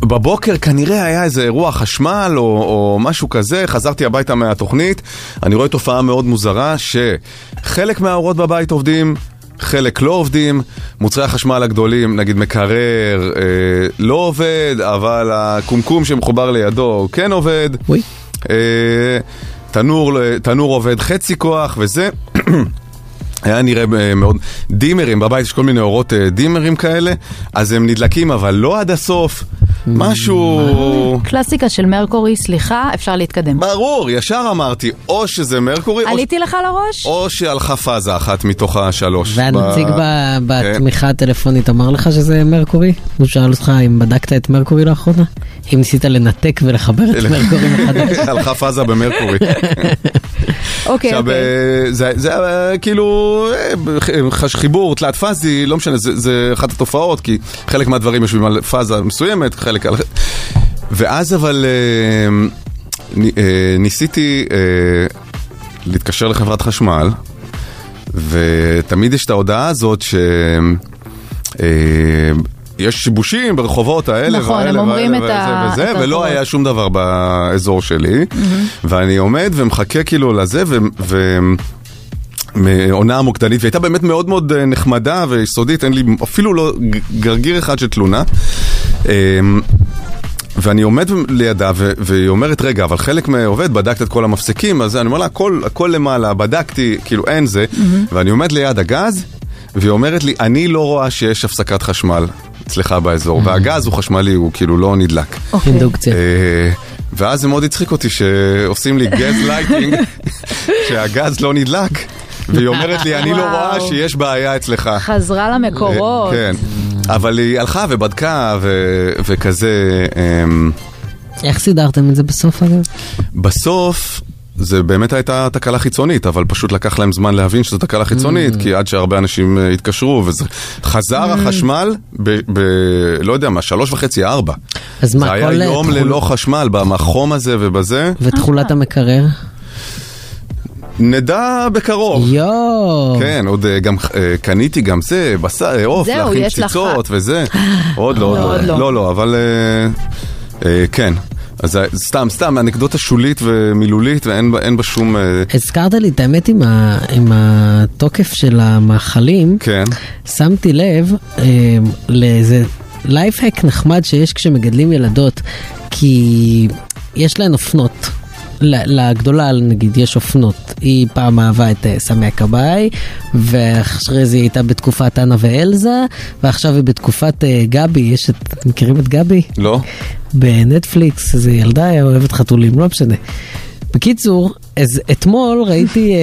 בבוקר כנראה היה איזה אירוע חשמל או, או משהו כזה, חזרתי הביתה מהתוכנית, אני רואה תופעה מאוד מוזרה שחלק מהאורות בבית עובדים, חלק לא עובדים, מוצרי החשמל הגדולים, נגיד מקרר, אה, לא עובד, אבל הקומקום שמחובר לידו כן עובד, אה, תנור, תנור עובד חצי כוח וזה. היה נראה אה, מאוד, דימרים, בבית יש כל מיני אורות אה, דימרים כאלה, אז הם נדלקים אבל לא עד הסוף, משהו... קלאסיקה של מרקורי, סליחה, אפשר להתקדם. ברור, ישר אמרתי, או שזה מרקורי, או, עליתי לך לראש? או שהלכה פאזה אחת מתוך השלוש. והנציג ב- ב- כן. בתמיכה הטלפונית אמר לך שזה מרקורי? הוא שאל אותך אם בדקת את מרקורי לאחרונה? אם ניסית לנתק ולחבר את מרקורי מחדש? הלכה פאזה במרקורי. אוקיי, עכשיו, אה, זה- זה היה כאילו אה, ח- חיבור תלת פאזי, לא משנה, זה זה אחת התופעות, כי חלק מהדברים יושבים על פאזה מסוימת, חלק על... ואז אבל אה, נ- אה, ניסיתי אה, להתקשר לחברת חשמל, ותמיד יש את ההודעה הזאת ש... אה, יש שיבושים ברחובות האלה נכון, הם והאלה אומרים והאלה את ה- וזה את וזה, ולא ההודעות. היה שום דבר באזור שלי, ואני עומד ומחכה כאילו לזה, ו... ו... מעונה המוקדנית, והיא הייתה באמת מאוד מאוד אה, נחמדה ויסודית, אין לי אפילו לא ג- גרגיר אחד של תלונה. אמ, ואני עומד לידה, ו- והיא אומרת, רגע, אבל חלק מעובד, בדקת את כל המפסקים, אז אני אומר לה, הכל, הכל למעלה, בדקתי, כאילו אין זה, ואני עומד ליד הגז, והיא אומרת לי, אני לא רואה שיש הפסקת חשמל אצלך באזור, והגז הוא חשמלי, הוא כאילו לא נדלק. אינדוקציה. אה, ואז זה מאוד הצחיק אותי שעושים לי גז לייטינג, שהגז לא נדלק, והיא אומרת לי, אני לא וואו. רואה שיש בעיה אצלך. חזרה למקורות. כן, אבל היא הלכה ובדקה ו- וכזה, אמ, איך סידרתם את זה בסוף אגב? בסוף... זה באמת הייתה תקלה חיצונית, אבל פשוט לקח להם זמן להבין שזו תקלה Mm. חיצונית, כי עד שהרבה אנשים אה, התקשרו, וזה חזר החשמל ב... ב- לא יודע מה, שלוש וחצי, ארבע. אז מה, זה היה כל לא- יום תכול- ללא חשמל, בחום הזה ובזה. ותכולת המקרר? נדע בקרוב. יואו. כן, עוד אה, גם אה, קניתי גם זה, בשר, אה, עוף, זהו, להכין יש לך. קציצות וזה. עוד לא, עוד עוד לא. לא. לא, לא, אבל אה, אה, כן. אז זה סתם, סתם, אנקדוטה שולית ומילולית, ואין בה- אין בה שום... אה, הזכרת לי את האמת עם, ה, עם התוקף של המאכלים, כן. שמתי לב אה, לאיזה לייפהק נחמד שיש כשמגדלים ילדות, כי יש להן אופנות. ל- לגדולה נגיד יש אופנות, היא פעם אהבה את אה, סמי הכבאי, ואחרי זה היא הייתה בתקופת אנה ואלזה, ועכשיו היא בתקופת אה, גבי, יש את, אתם מכירים את גבי? לא? בנטפליקס, איזה ילדה היה אוהבת חתולים, לא משנה. בקיצור, אז אתמול ראיתי אה,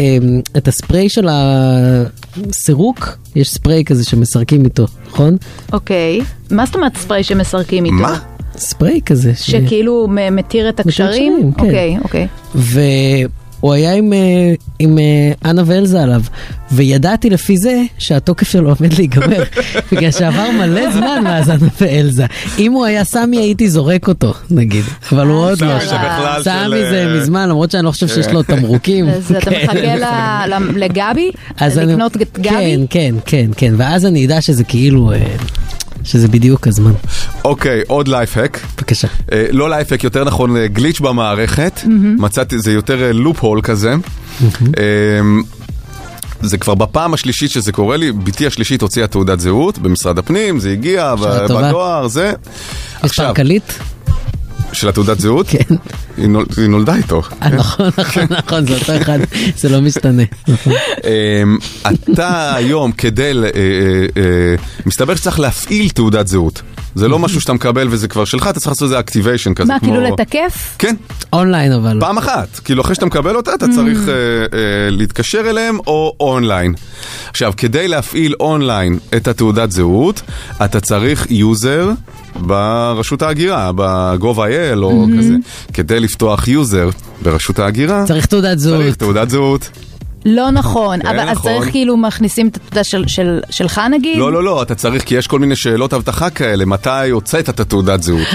אה, את הספרי של הסירוק, יש ספרי כזה שמסרקים איתו, נכון? אוקיי. מה זאת אומרת ספרי שמסרקים איתו? מה? ספרי כזה. ש- שכאילו מ- מתיר את הקשרים? קשרים, כן. אוקיי, אוקיי. והוא היה עם, אה, עם אה, אנה ואלזה עליו, וידעתי לפי זה שהתוקף שלו עומד להיגמר, בגלל שעבר מלא זמן מאז אנה ואלזה. אם הוא היה סמי הייתי זורק אותו, נגיד, אבל הוא עוד אה, סמי לא. זה שם. בכלל של, סמי זה אה, כן. מזמן, למרות שאני לא חושב שיש לו תמרוקים. אז אתה כן. מחכה ל- ל- לגבי? אז אני- לקנות את גבי? כן, כן, כן, כן, ואז אני אדע שזה כאילו, אה, שזה בדיוק הזמן. אוקיי, עוד לייפהק. בבקשה. אה, לא לייפהק, יותר נכון אה, גליץ' במערכת. מצאתי, זה יותר לופ הול כזה. אה, זה כבר בפעם השלישית שזה קורה לי, בתי השלישית הוציאה תעודת זהות במשרד הפנים, זה הגיע, ב- טובה. בדואר, זה. יש פרקלית? של התעודת זהות? כן. היא נול- היא נולדה איתו. כן. אה, נכון, נכון, נכון, זה אותו אחד, זה לא משתנה. נכון. אמ, אתה היום כדי, ל- אה, אה, אה, מסתבר שצריך להפעיל תעודת זהות. זה לא משהו שאתה מקבל וזה כבר שלך, אתה צריך לעשות איזה אקטיביישן כזה. מה, כאילו כמו- לתקף? כן. אונליין אבל. פעם אחת, כאילו אחרי שאתה מקבל אותה אתה צריך אה, אה, להתקשר אליהם או אונליין. עכשיו, כדי להפעיל אונליין את התעודת זהות, אתה צריך יוזר ברשות ההגירה, ב-gov.il או Mhm. כזה. כדי לפתוח יוזר ברשות ההגירה, צריך תעודת זהות. צריך תעודת זהות. לא נכון, כן, אבל אז נכון. צריך כאילו מכניסים את התעודה של- של- שלך נגיד? לא, לא, לא, אתה צריך, כי יש כל מיני שאלות אבטחה כאלה, מתי הוצאת את התעודת זהות?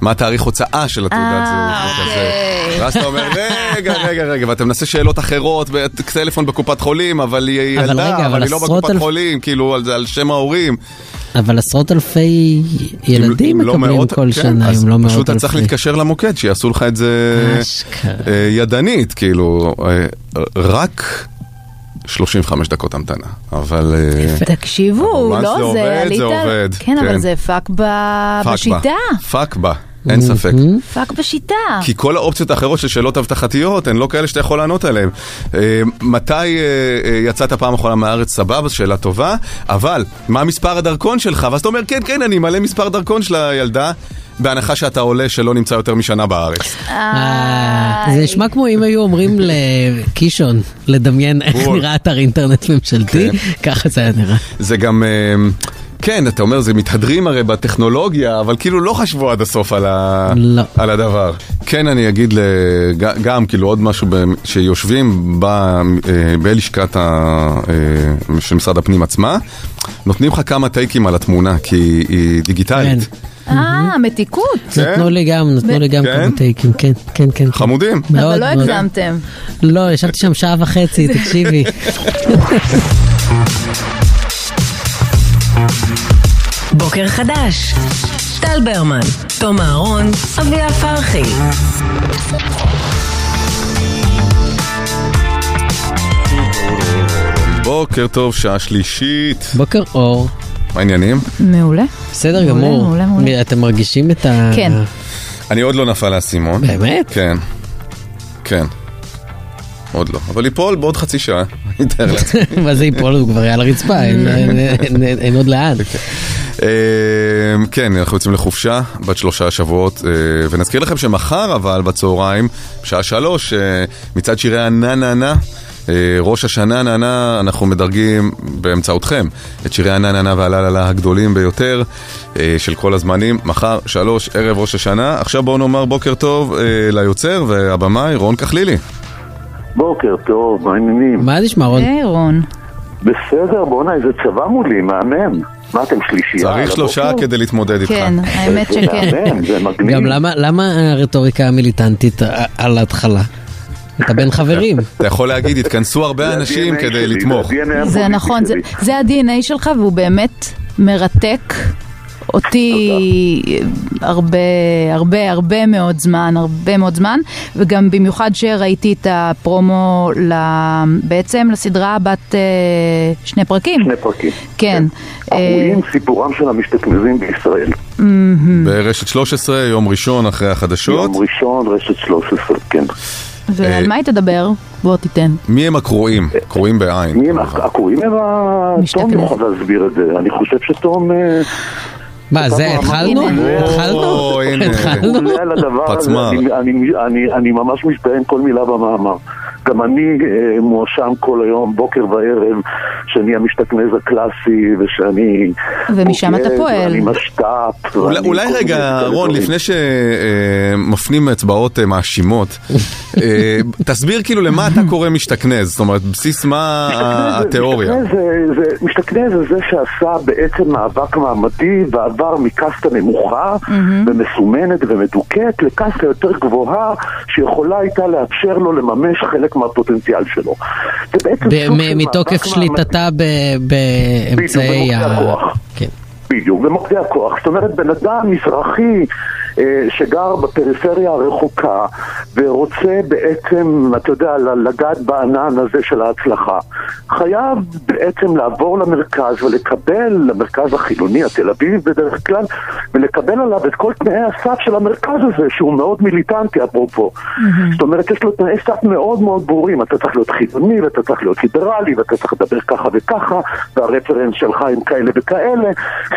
מה תאריך הוצאה של התעודת אה, זהות? וכזה. אוקיי. ואז אתה אומר, רגע, רגע, רגע, ואתה מנסה שאלות אחרות, טלפון בקופת חולים, אבל היא אבל רגע, ילדה, אבל אבל היא לא עשרות בקופת אלף- חולים, כאילו, על- על שם ההורים. אבל עשרות אלפי ילדים אם לא מקבלים מאות, כל כן, שנה, אז אם לא מאות אלפי. פשוט אתה צריך להתקשר למוקד, שיעשו לך את זה אה, ידנית, כאילו, אה, רק 35 דקות המתנה, אבל... אה, תקשיבו, אבל מה זה לא, עובד, זה זה עלית... על- עובד, כן, אבל כן. זה פאק ב- פאק בשיטה. בה, פאק בה, אין ספק. פאק בשיטה. כי כל האופציות האחרות של שאלות אבטחתיות הן לא כאלה שאתה יכול לענות עליהן. אה, מתי אה, אה, יצאת פעם אחרונה מהארץ? סבבה, זו שאלה טובה, אבל מה מספר הדרכון שלך? ואז אתה אומר, כן, כן, אני מלא מספר דרכון של הילדה, בהנחה שאתה עולה שלא נמצא יותר משנה בארץ. אה, זה נשמע כמו אם היו אומרים לקישון לדמיין איך בול. כן. נראה אתר אינטרנט ממשלתי, ככה זה היה נראה. זה גם... אה, כן, אתה אומר, זה מתהדרים הרי בטכנולוגיה, אבל כאילו לא חשבו עד הסוף על, ה... לא. על הדבר. כן, אני אגיד לג- גם, כאילו עוד משהו, ב... שיושבים ב... אה, בלשכת ה... אה, של משרד הפנים עצמה, נותנים לך כמה טייקים על התמונה, כי היא דיגיטלית. כן. אה, מתיקות. נתנו לי גם, נתנו לי גם כן? כמה טייקים, כן, כן, כן. חמודים. אבל לא הגזמתם. לא, ישבתי שם שעה וחצי, תקשיבי. בוקר חדש. טל ברמן, תום אהרון, אביה פרחי. בוקר טוב, שעה שלישית. בוקר אור. מה העניינים? מעולה. בסדר מעולה, גמור. מעולה, מעולה. מי- אתם מרגישים את ה... כן. אני עוד לא נפל האסימון. באמת? כן. כן. עוד לא. אבל ייפול בעוד חצי שעה. אני אתאר לעצמי. מה זה ייפול? הוא כבר היה על הרצפה, אין- אין- אין- אין- אין עוד לאן. כן, אמ, כן, אנחנו יוצאים לחופשה בת שלושה שבועות, אה, ונזכיר לכם שמחר אבל בצהריים, בשעה שלוש, אה, מצעד שירי הנה נה נה. אה, ראש השנה נה נה, אנחנו מדרגים באמצעותכם את שירי הנה נה נה והלה לה לה הגדולים ביותר אה, של כל הזמנים. מחר, שלוש, ערב ראש השנה. עכשיו בואו נאמר בוקר טוב אה, ליוצר והבמאי רון כחלילי. בוקר טוב, מה העניינים? מה נשמע רון? היי רון. בסדר, בואנה, איזה צבא מולי, מהמם. מה אתם שלישייה? צריך על שלושה הבוקר? כדי להתמודד איתך. כן, האמת זה שכן. מהמם, זה מגניב. גם למה- למה הרטוריקה המיליטנטית אה, על ההתחלה? אתה בין חברים. אתה יכול להגיד, התכנסו הרבה אנשים כדי לתמוך. זה נכון, זה- זה ה-DNA שלך והוא באמת מרתק אותי הרבה, הרבה, הרבה מאוד זמן, הרבה מאוד זמן, וגם במיוחד שראיתי את הפרומו ל- בעצם לסדרה בת אה, שני פרקים. שני פרקים. כן. אה, רואים סיפורם של המשתכנזים בישראל. מהמם. ברשת 13, יום ראשון אחרי החדשות. יום ראשון, רשת 13, כן. אה, ועל מה היא תדבר? בוא תיתן. מי הם הקרואים? אה, קרואים בעין. מי הם הקרואים? תום יכול להסביר את זה, אני חושב שתום... אה, מה, אתה זה אמר- התחלנו? הנה. התחלנו? "אה, התחלנו? מעולה על הדבר הזה, פצמ"ר. אני- אני- אני- אני ממש מזדהה עם כל מילה במאמר. גם אני אה, מואשם כל היום, בוקר וערב, שאני המשתכנז הקלאסי, ושאני... ומשם אתה בוגד, פועל. ואני משת"פ. אולי, ואני אולי כל מיני רגע, כאלה רון, דברים. לפני שמפנים אצבעות אה, מאשימות, אה, תסביר כאילו למה אתה קורא משתכנז, זאת אומרת, בסיס מה ה- התיאוריה? משתכנז זה- זה- משתכנז זה זה שעשה בעצם מאבק מעמדי ועבר מקאסטה נמוכה ומסומנת ומדוכאת לקאסטה יותר גבוהה שיכולה הייתה לאפשר לו לממש חלק מהפוטנציאל שלו. זה בעצם ב- סוג של מ- מתוקף מאבק מעמדי. שליטתה ב- בדיוק, באמצעי במוקדי ה... הכוח. בדיוק, במוקדי הכוח. זאת אומרת, בן אדם מזרחי אה, שגר בפריפריה הרחוקה ורוצה בעצם, אתה יודע, לגעת בענן הזה של ההצלחה, חייב בעצם לעבור למרכז ולקבל, למרכז החילוני התל אביב בדרך כלל, ולקבל עליו את כל תנאי הסף של המרכז הזה, שהוא מאוד מיליטנטי אפרופו. זאת אומרת, יש לו תנאי סף מאוד מאוד ברורים, אתה צריך להיות חילוני ואתה צריך להיות ליברלי ואתה צריך לדבר ככה וככה, והרפרנס שלך הם כאלה וכאלה.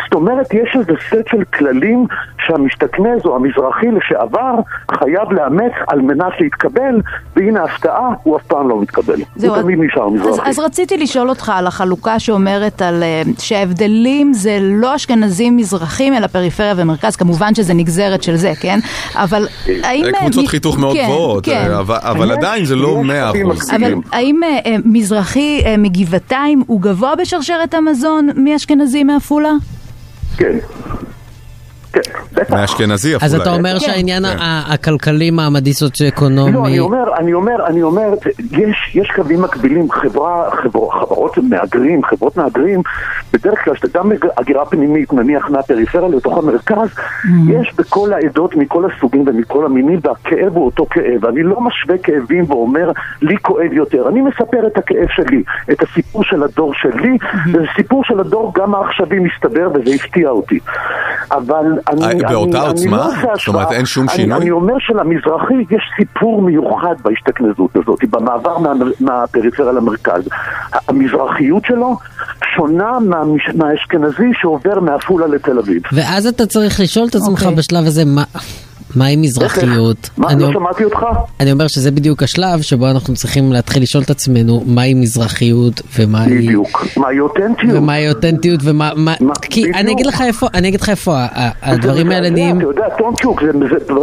זאת אומרת, יש איזה סט של כללים שהמשתכנז או המזרחי לשעבר חייב לאמץ על מנת להתקבל, והנה ההפתעה, הוא אף פעם לא מתקבל. זהו, הוא תמיד נשאר אז, מזרחי. אז רציתי לשאול אותך על החלוקה שאומרת על, אה, שההבדלים זה לא אשכנזים מזרחים אלא פריפריה ומרכז, כמובן שזה נגזרת של זה, כן? אבל האם... זה אה, קבוצות מ- חיתוך מאוד כן, גבוהות, כן. אה, אבל- אבל עדיין זה לא 100%. אבל האם אה, אה, מזרחי אה, מגבעתיים הוא גבוה בשרשרת המזון מאשכנזי מעפולה? כן. כן, מהאשכנזי אפילו. אז אתה אומר כן. שהעניין ה- הכלכלי מעמדי כן. לא, אני סוציו-אקונומי, אומר, אני אומר, אני אומר, יש, יש קווים מקבילים, חברה, חבר, חברות מהגרים, חברות מהגרים, בדרך כלל, שאתה גם מג- הגירה פנימית, נניח מהפריפריה לתוך המרכז, יש בכל העדות, מכל הסוגים ומכל המינים, והכאב הוא אותו כאב. אני לא משווה כאבים ואומר, לי כואב יותר. אני מספר את הכאב שלי, את הסיפור של הדור שלי, וזה סיפור של הדור גם העכשווי מסתבר, וזה הפתיע אותי. אבל אני... אה, אני- באותה אני לא עוצמה? עושה זאת השוואה. אומרת, אין שום אני- שינוי? אני אומר שלמזרחי יש סיפור מיוחד בהשתכנזות הזאת, במעבר מהמר- מהפריפריה למרכז. המזרחיות שלו שונה מהמש- מהאשכנזי שעובר מעפולה לתל אביב. ואז אתה צריך לשאול את עצמך אוקיי. בשלב הזה, מה- מהי מזרחיות? מה, אני לא אומר- שמעתי אותך? אני אומר שזה בדיוק השלב שבו אנחנו צריכים להתחיל לשאול את עצמנו מהי מזרחיות ומהי... בדיוק. מהי אותנטיות? ומהי אותנטיות ומה... מה- כי אני אגיד לך איפה, אני אגיד לך איפה ה- ה- הדברים האלה נהיים... אתה יודע, טונצ'וק, זה,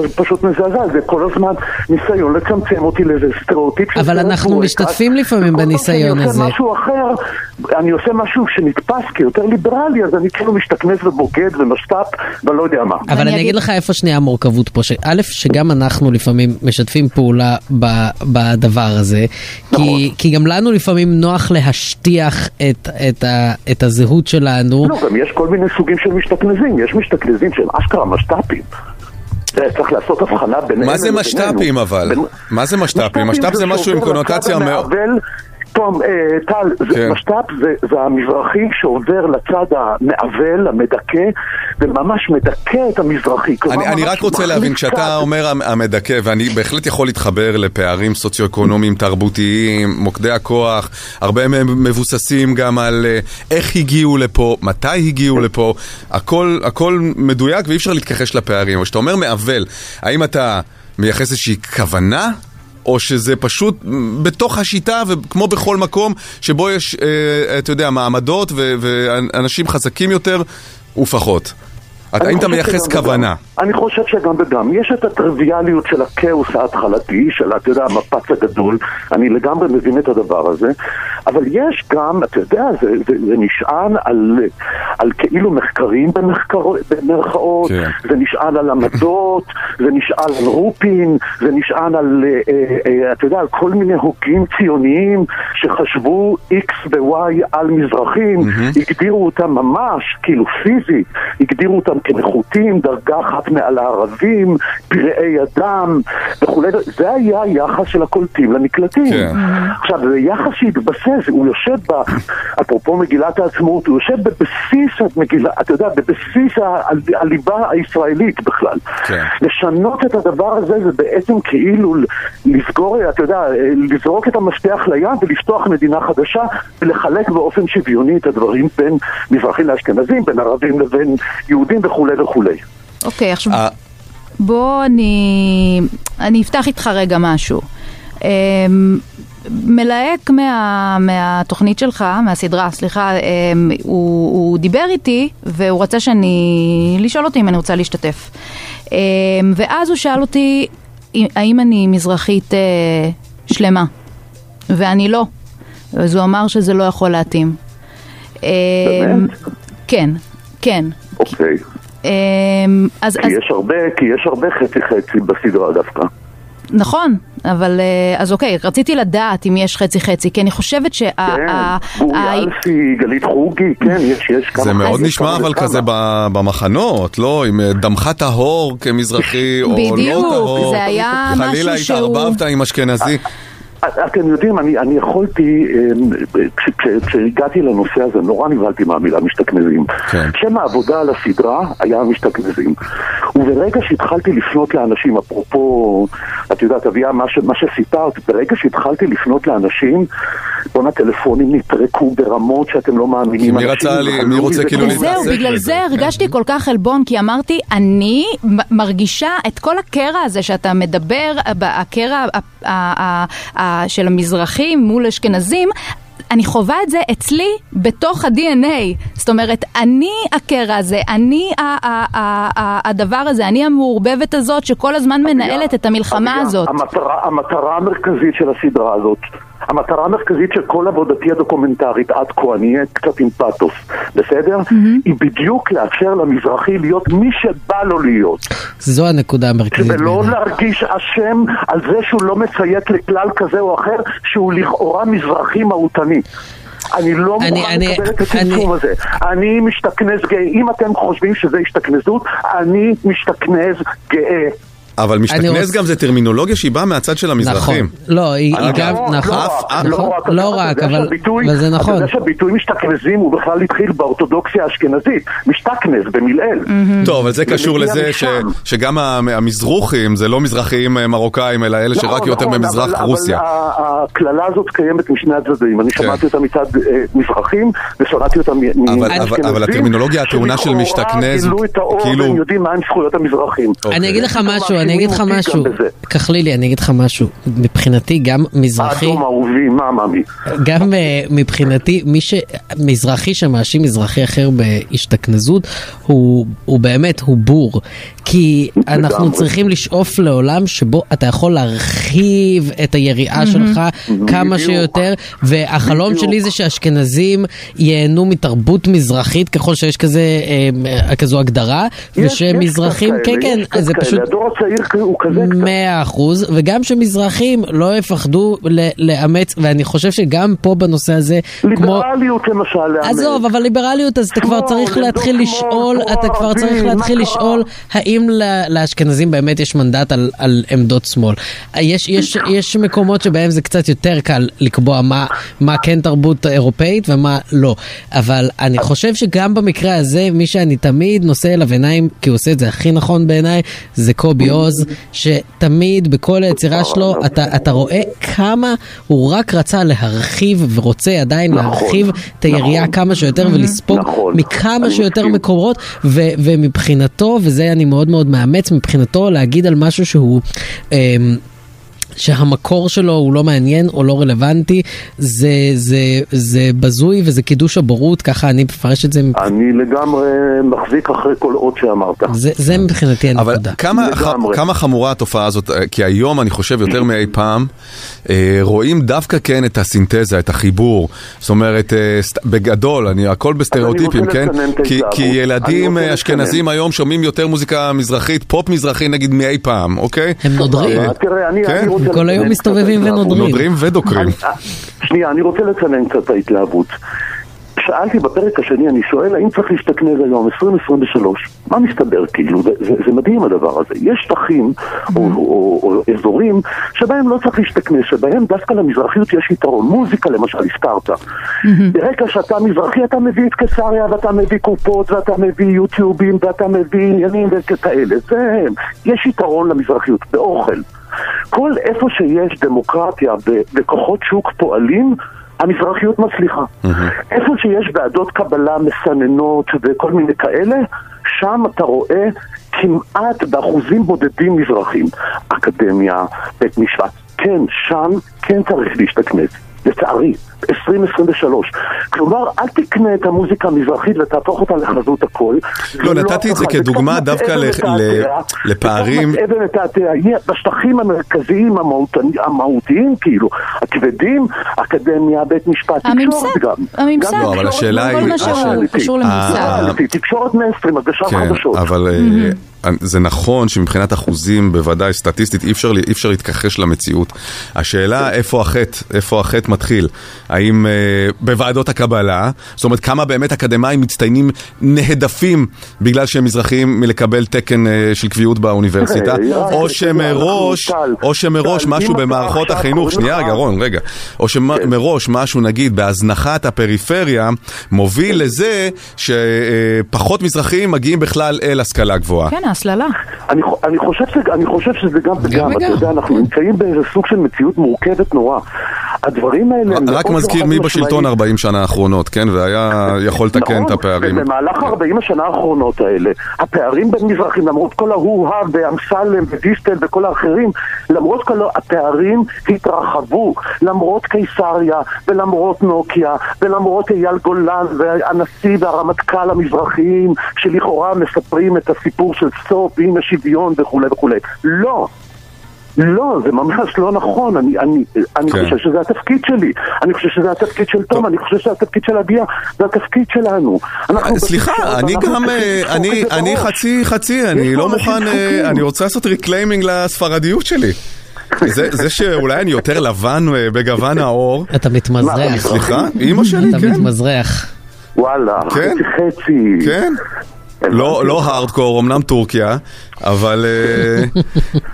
זה פשוט מזעזע, זה כל הזמן ניסיון לצמצם אותי לאיזה סטריאוטיפ. של אבל סרט אנחנו בורקס. משתתפים לפעמים בניסיון אני הזה. עושה כן, משהו אחר, אני עושה משהו שנתפס כיותר ליברלי, אז אני כאילו משתכנז ובוגד ומשת"פ ולא יודע מה. אבל אני אגיד לך איפה שנייה המורכבות פה, שא', שגם אנחנו לפעמים משתפים פעולה ב- בדבר הזה, נכון. כי, כי גם לנו לפעמים נוח להשטיח את, את, ה, את הזהות שלנו. לא, גם יש כל מיני סוגים של משתכנזים, יש משתכנזים שהם אשכרה משת"פים. זה, צריך לעשות הבחנה ביניהם. מה זה לבינינו. משת"פים אבל? מה זה משת"פים? משת"פ זה לא משהו עם שעובר קונוטציה לצד מאוד... המעוול. תום, אה, טל, כן. זה- משת"פ זה- זה המזרחי שעובר לצד המעוול, המדכא, וממש מדכא את המזרחי. כלומר, אני, אני ממש רק רוצה מחליט להבין, צד. כשאתה אומר המ- המדכא, ואני בהחלט יכול להתחבר לפערים סוציו-אקונומיים, תרבותיים, מוקדי הכוח, הרבה מהם מבוססים גם על אה, איך הגיעו לפה, מתי הגיעו לפה, הכל, הכל מדויק ואי אפשר להתכחש לפערים. אבל כשאתה אומר מעוול, האם אתה מייחס איזושהי כוונה? או שזה פשוט בתוך השיטה, וכמו בכל מקום שבו יש, אה, אתה יודע, מעמדות ו- ואנשים חזקים יותר ופחות. אתה- אני האם אתה חושב מייחס שגם כוונה? וגם. אני חושב שגם וגם. יש את הטריוויאליות של הכאוס ההתחלתי, של, אתה יודע, המפץ הגדול. אני לגמרי מבין את הדבר הזה. אבל יש גם, אתה יודע, זה, זה, זה נשען על, על כאילו מחקרים במחקר, במרכאות, כן. זה נשען על עמדות, זה נשען על רופין, זה נשען על, אה, אה, אה, אתה יודע, על כל מיני הוגים ציוניים שחשבו X ו-Y על מזרחים, הגדירו אותם ממש, כאילו פיזית, הגדירו אותם כנחותים, דרגה אחת מעל הערבים, פראי אדם וכולי, זה היה היחס של הקולטים לנקלטים. כן. עכשיו, זה יחס שהתבסס, הוא יושב ב... אפרופו מגילת העצמאות, הוא יושב בבסיס המגילה, אתה יודע, בבסיס ה- ה- הליבה הישראלית בכלל. כן. לשנות את הדבר הזה זה בעצם כאילו ל- לסגור, אתה יודע, אה, לזרוק את המפתח לים ולפתוח מדינה חדשה ולחלק באופן שוויוני את הדברים בין מזרחים לאשכנזים, בין ערבים לבין יהודים וכולי וכולי. אוקיי, עכשיו בוא אני... אני אפתח איתך רגע משהו. אמ, מלהק מה, מהתוכנית שלך, מהסדרה, סליחה, אמ, הוא, הוא דיבר איתי והוא רצה שאני... לשאול אותי אם אני רוצה להשתתף. אמ, ואז הוא שאל אותי אם- האם אני מזרחית אה, שלמה, ואני לא. אז הוא אמר שזה לא יכול להתאים. אמ, כן, כן. אוקיי. אמ, אז... כי אז- יש הרבה, כי יש הרבה חצי חצי בסדרה דווקא. נכון, אבל אה, אז אוקיי, רציתי לדעת אם יש חצי-חצי, כי אני חושבת שה... כן, ה- ה- גורי אלפי, גלית חוגי, כן, יש, יש כמה. זה מאוד יש נשמע כמה אבל וכמה. כזה ב- במחנות, לא? עם אה, דמך טהור כמזרחי, או לא בדיוק, טהור. זה היה חלילה משהו שהוא- התערבבת עם אשכנזי. אה, אתם יודעים, אני, אני יכולתי, אה, כש- כש- כשהגעתי לנושא הזה, נורא נבהלתי מהמילה משתכנזים. כן. שם העבודה על הסדרה היה משתכנזים. וברגע שהתחלתי לפנות לאנשים, אפרופו, את יודעת, אביה, מה, ש, מה שסיפרת, ברגע שהתחלתי לפנות לאנשים, בואנה, טלפונים נטרקו ברמות שאתם לא מאמינים. מי אנשים רצה לי- התחלו מי רוצה מזה- כאילו להתעסק זהו, בגלל זה הרגשתי כל כך עלבון, כי אמרתי, אני מ- מרגישה את כל הקרע הזה שאתה מדבר, ב- הקרע ה- ה- ה- ה- של המזרחים מול אשכנזים. אני חווה את זה אצלי בתוך ה-DNA. זאת אומרת, אני הקרע הזה, אני ה- ה- ה- ה- הדבר הזה, אני המעורבבת הזאת שכל הזמן מנהלת את המלחמה אביה, הזאת. המטרה, המטרה המרכזית של הסדרה הזאת, המטרה המרכזית של כל עבודתי הדוקומנטרית עד כה, אני אהיה קצת עם פאתוס, בסדר? היא בדיוק לאפשר למזרחי להיות מי שבא לו להיות. זו הנקודה המרכזית. ולא להרגיש אשם על זה שהוא לא מציית לכלל כזה או אחר, שהוא לכאורה מזרחי מהותני. אני לא אני- מוכן אני- לקבל את הצמצום הזה. אני משתכנז גאה. אם אתם חושבים שזה השתכנזות, אני משתכנז גאה. אבל משתכנז רוצה- גם זה טרמינולוגיה שהיא באה מהצד של המזרחים. לא, היא היא אני- גם, לא, נכון, לא רק, נכון, לא רק, לא רק, אבל אבל זה אתה נכון. יודע שהביטוי משתכנזים הוא בכלל התחיל באורתודוקסיה האשכנזית. משתכנז, במילאל. Mm-hmm. טוב, אבל זה קשור מגיע לזה ש- משם. שגם המ- המזרוחים זה לא מזרחיים אה, מרוקאים, אלא אלה שרק נכון, יותר נכון, אבל- ממזרח רוסיה. כן. אבל ה- הקללה הזאת קיימת משני הצדדים. אני שמעתי אותה מצד אה, מזרחים, ושמעתי אותה מ- אבל- מאשכנזים, אבל הטרמינולוגיה הטעונה של שלכאורה כאילו משתכנז, גילו את האור כאילו- והם יודעים מהם זכויות המזרחים. אוקיי. אני אגיד לך משהו, מאשימים אני אגיד לך אותי גם משהו, בזה. כחלילי, אני אגיד לך משהו, מבחינתי גם מזרחי, האדום אהובי, מה מאמי? גם אה, מבחינתי, מי ש... מזרחי שמאשים מזרחי אחר בהשתכנזות, הוא, הוא באמת, הוא בור. כי אנחנו לגמרי. צריכים לשאוף לעולם שבו אתה יכול להרחיב את היריעה שלך כמה שיותר, והחלום שלי זה שאשכנזים ייהנו מתרבות מזרחית ככל שיש כזה, אה, כזו הגדרה, יש- יש ושמזרחים, קצת כן כאלה, כן, יש קצת אז זה כאלה. פשוט... הדור הצעיר הוא כזה קצת. מאה אחוז, וגם שמזרחים לא יפחדו ל- לאמץ, ואני חושב שגם פה בנושא הזה, כמו... ליברליות למשל, לאמץ. עזוב, אבל ליברליות, אז אתה כבר צריך להתחיל לשאול, אתה כבר צריך להתחיל לשאול האם ל- לאשכנזים באמת יש מנדט על- על עמדות שמאל. יש- יש- יש מקומות שבהם זה קצת יותר קל לקבוע מה- מה כן תרבות אירופאית ומה לא, אבל אני חושב שגם במקרה הזה, מי שאני תמיד נושא אליו עיניים, כי הוא עושה את זה הכי נכון בעיניי, זה קובי עוז, שתמיד בכל היצירה שלו, אתה, אתה רואה כמה הוא רק רצה להרחיב ורוצה עדיין נכון, להרחיב את היריעה נכון, כמה שיותר ולספוג נכון, מכמה שיותר מקומות, ו, ומבחינתו, וזה אני מאוד מאוד מאמץ, מבחינתו להגיד על משהו שהוא... אמ, שהמקור שלו הוא לא מעניין או לא רלוונטי, זה, זה, זה בזוי וזה קידוש הבורות, ככה אני מפרש את זה מבחינתי. אני לגמרי מחזיק אחרי כל אות שאמרת. זה, זה מבחינתי אבל הנקודה. כמה, ח, כמה חמורה התופעה הזאת, אה, כי היום אני חושב יותר מאי פעם, אה, רואים דווקא כן את הסינתזה, את החיבור. זאת אומרת, אה, סט, בגדול, אני, הכל בסטריאוטיפים, רוצה כן? לצנן את כי, ההתלהבות. כי אני ילדים רוצה אה, אשכנזים היום שומעים יותר מוזיקה מזרחית, פופ מזרחי נגיד מאי פעם, אוקיי? הם אה, תראה, אני כן? אני רוצה... כל היום לצנן מסתובבים קצת את ההתלהבות. נודרים ודוקרים. שנייה, אני רוצה לצנן קצת את ההתלהבות. שאלתי בפרק השני, אני שואל, האם צריך להשתכנז היום, 2023? מה מסתבר כאילו? זה, זה, זה מדהים הדבר הזה. יש שטחים או, או, או אזורים שבהם לא צריך להשתכנז, שבהם דווקא למזרחיות יש יתרון. מוזיקה למשל, הזכרת. ברגע שאתה מזרחי, אתה מביא את קיסריה, ואתה מביא קופות, ואתה מביא יוטיובים, ואתה מביא עניינים וכאלה. זה, יש יתרון למזרחיות, באוכל. כל איפה שיש דמוקרטיה ו- וכוחות שוק פועלים, המזרחיות מצליחה. איפה שיש ועדות קבלה מסננות וכל מיני כאלה, שם אתה רואה כמעט באחוזים בודדים מזרחים. אקדמיה, בית משפט. כן, שם כן צריך להשתכנז, לצערי. 2023. כלומר, אל תקנה את המוזיקה המזרחית ותהפוך אותה לחזות הכל. לא, נתתי את זה הצלחה. כדוגמה קצת דווקא ל- מתעתע. ל- קצת לפערים. אבן את התאה, יהיה בשטחים המרכזיים המהותני- המהותיים, כאילו, הכבדים, אקדמיה, בית משפט, הממסד, תקשורת גם. הממסד. גם אה, לא, אבל תקשורת השאלה מאוד היא- מאוד השאלה- אמיתית. קשור לממסד. אמיתית, תקשורת מיינסטרים, הגשת כן, חדשות. אבל אה, זה נכון שמבחינת אחוזים, בוודאי סטטיסטית, אי אפשר, אי אפשר להתכחש למציאות. כן. השאלה איפה החטא, איפה החטא מתחיל. האם אה, בוועדות הקבלה, זאת אומרת כמה באמת אקדמאים מצטיינים נהדפים בגלל שהם מזרחים מלקבל תקן אה, של קביעות באוניברסיטה, תראה, או יואב, שמראש, אנחנו- טל, או שמראש טל, משהו אם אתה במערכות עכשיו החינוך, קוראים שנייה לך- רגע רון, רגע, או כן. שמראש משהו נגיד בהזנחת הפריפריה כן. מוביל לזה שפחות מזרחים מגיעים בכלל אל השכלה גבוהה. כן, ההסללה. אני, חו- אני, חושב שזה, אני חושב שזה גם וגם, אתה וגם. יודע, אנחנו כן. נמצאים באיזה סוג של מציאות מורכבת נורא. הדברים האלה הם מאוד רק לא מזכיר מי חד-משמעיים. בשלטון 40 שנה האחרונות, כן? והיה יכול לתקן את הפערים. נכון, ובמהלך 40 השנה האחרונות האלה, הפערים בין מזרחים, למרות כל ההוא-הא ואמסלם ודיסטל וכל האחרים, למרות כל ה- הפערים התרחבו, למרות קיסריה ולמרות נוקיה ולמרות אייל גולן והנשיא והרמטכ"ל המזרחיים, שלכאורה מספרים את הסיפור של סוף עם השוויון וכולי וכולי. לא! לא, זה ממש לא נכון, אני, אני, אני כן. חושב שזה התפקיד שלי, אני חושב שזה התפקיד של תום, אני חושב שזה התפקיד של אביה, זה התפקיד שלנו. אנחנו אה, סליחה, בתקשורת, אני אנחנו גם, צריכים אה, לדפוק אני- את זה אני בראש. חצי חצי, אני פה לא אנשים מוכן, אה, דפוקים. אני רוצה לעשות ריקליימינג לספרדיות שלי. זה זה שאולי אני יותר לבן אה, בגוון העור. אתה מתמזרח. סליחה? אימא שלי, אתה כן. מתמזרח. וואלה, כן. חצי חצי. כן. לא לא הארדקור, אמנם טורקיה, אבל אה,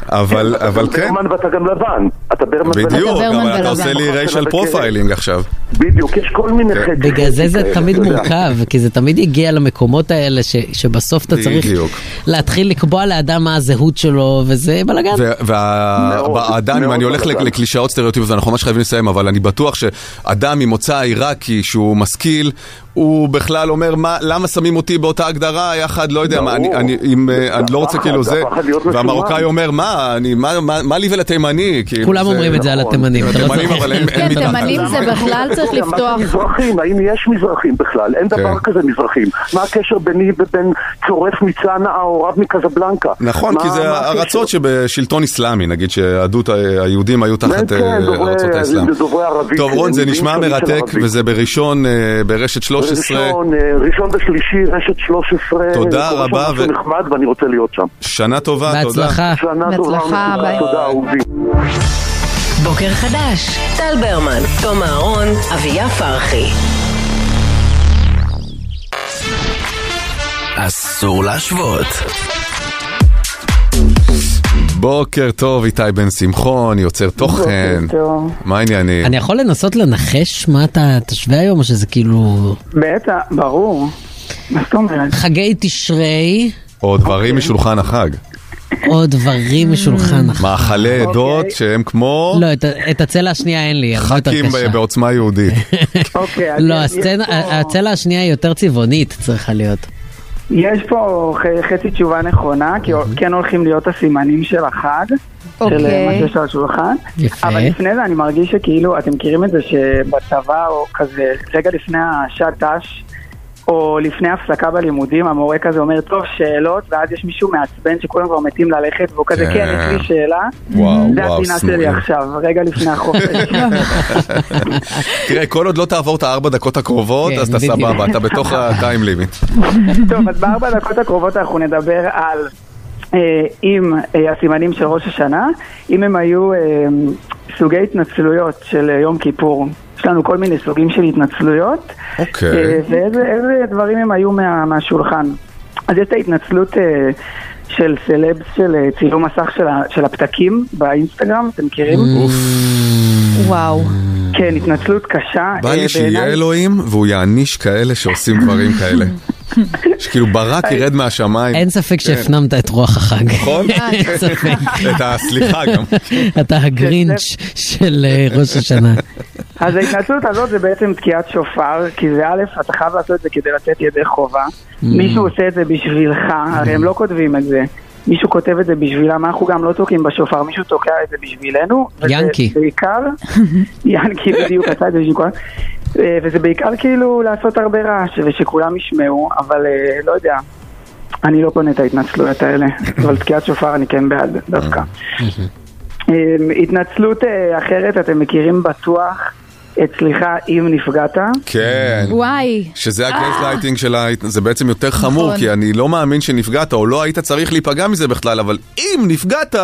אבל אבל אתה כן. ברמן ואתה גם לבן, אתה ברמן ולבן. בדיוק, אבל אתה עושה לי ריישל פרופיילינג עכשיו. כן, כן. בדיוק, יש כל מיני חצי. בגלל זה זה כאלה, תמיד אתה יודע. מורכב, כי זה תמיד יגיע למקומות האלה ש- שבסוף אתה צריך בדיוק. להתחיל לקבוע לאדם מה הזהות שלו, וזה בלאגן. והאדם, אם מאוד אני הולך בלאגן. לקלישאות סטריאוטיפיות, ואנחנו ממש חייבים לסיים, אבל אני בטוח שאדם ממוצא עיראקי שהוא משכיל, הוא בכלל אומר, "מה- למה שמים אותי באותה הגדרה יחד, לא יודע, מה, אני- אני אם, אה, אני לא רוצה הפחד, כאילו זה, הפחד להיות מסומן. והמרוקאי אומר, מה, אני- מה- מה מה לי ולתימני? כאילו, כולם אומרים את זה על התימנים, אתה לא התימנים, צריך. אבל אין- אין כן, מתחת. תימנים זה בכלל צריך מה זה לפתוח. מזרחים, האם יש מזרחים בכלל? כן. אין דבר כזה מזרחים. מה הקשר ביני ובין צורף מצנעא או רב מקזבלנקה? נכון, מה- כי מה זה הקשר? ארצות שבשלטון איסלאמי, נגיד שהיהדות, אה, היהודים היו תחת כן, אה, דוברי- ארצות האסלאם. דוברי ערבית, טוב, רון, זה מבינים נשמע תמיד של מרתק, ערבית. וזה בראשון, אה, ברשת 13. ראשון, אה, ראשון ושלישי, רשת 13. תודה קורה שם רבה, משהו ו- נחמד ואני רוצה להיות שם. שנה טובה, תודה. בהצלחה. שנה טובה, ומתוקה. בהצלחה, ביי. תודה, אהובי. בוקר חדש, טל ברמן, תום אהרון, אביה פרחי. אסור להשוות. בוקר טוב, איתי בן שמחון, יוצר תוכן. טוב. מה העניינים? אני יכול לנסות לנחש מה אתה תשווה היום, או שזה כאילו... בטח, ברור. מה זאת אומרת? חגי תשרי, או דברים משולחן החג. או דברים משולחן החג. מאכלי אוקיי. עדות שהם כמו לא, את ה- את הצלע השנייה אין לי, הרבה יותר ח"כים קשה. ב- בעוצמה יהודית. אוקיי, אז לא, יש- הסצנה- יש פה- ה- הצלע השנייה היא יותר צבעונית צריכה להיות. יש פה ח- חצי תשובה נכונה, כי כן הולכים להיות הסימנים של החג, של אה, מה אוקיי. שיש על השולחן. יפה. אבל לפני זה אני מרגיש שכאילו, אתם מכירים את זה שבצבא או כזה, רגע לפני השעת ת"ש, או לפני הפסקה בלימודים, המורה כזה אומר, טוב, שאלות, ואז יש מישהו מעצבן שכולם כבר מתים ללכת, והוא כזה, כן. כן, יש לי שאלה. וואו, זה וואו, הפינה שלי שנואים. עכשיו, רגע לפני החופש. תראה, כל עוד לא תעבור את הארבע דקות הקרובות, כן, אז אתה בדיוק. סבבה, אתה בתוך ה-time limit. טוב, אז בארבע הדקות הקרובות אנחנו נדבר על אה, אם אה, הסימנים של ראש השנה, אם הם היו אה, סוגי התנצלויות של אה, יום כיפור. יש לנו כל מיני סוגים של התנצלויות, אוקיי. אה, ואיזה איזה דברים הם היו מה, מהשולחן. אז יש את ההתנצלות אה, של סלבס של אה, צילום מסך של, ה, של הפתקים באינסטגרם, אתם מכירים? וואו. כן, התנצלות קשה. בא אה, לי שיהיה בעיניי- אלוהים והוא יעניש כאלה שעושים דברים כאלה. שכאילו ברק ירד מהשמיים. אין ספק כן. שהפנמת את רוח החג. נכון? אין ספק. את הסליחה גם. אתה הגרינץ' של אה, ראש השנה. אז ההתנצלות הזאת זה בעצם תקיעת שופר, כי זה א', אתה חייב לעשות את זה כדי לתת ידי חובה. מישהו עושה את זה בשבילך, הרי הם לא כותבים את זה. מישהו כותב את זה בשבילם, אנחנו גם לא תוקעים בשופר, מישהו תוקע את זה בשבילנו. וזה ינקי. בעיקר, ינקי בדיוק עשה את זה בשביל כולם. אה, וזה בעיקר כאילו לעשות הרבה רעש, ושכולם ישמעו, אבל אה, לא יודע. אני לא קונה את ההתנצלויות האלה, אבל תקיעת שופר אני כן בעד דווקא. אמ, התנצלות אה, אחרת, אתם מכירים בטוח, את סליחה אם נפגעת. כן. וואי. שזה אה. הגייט לייטינג של ה... זה בעצם יותר חמור, נכון. כי אני לא מאמין שנפגעת, או לא היית צריך להיפגע מזה בכלל, אבל אם נפגעת,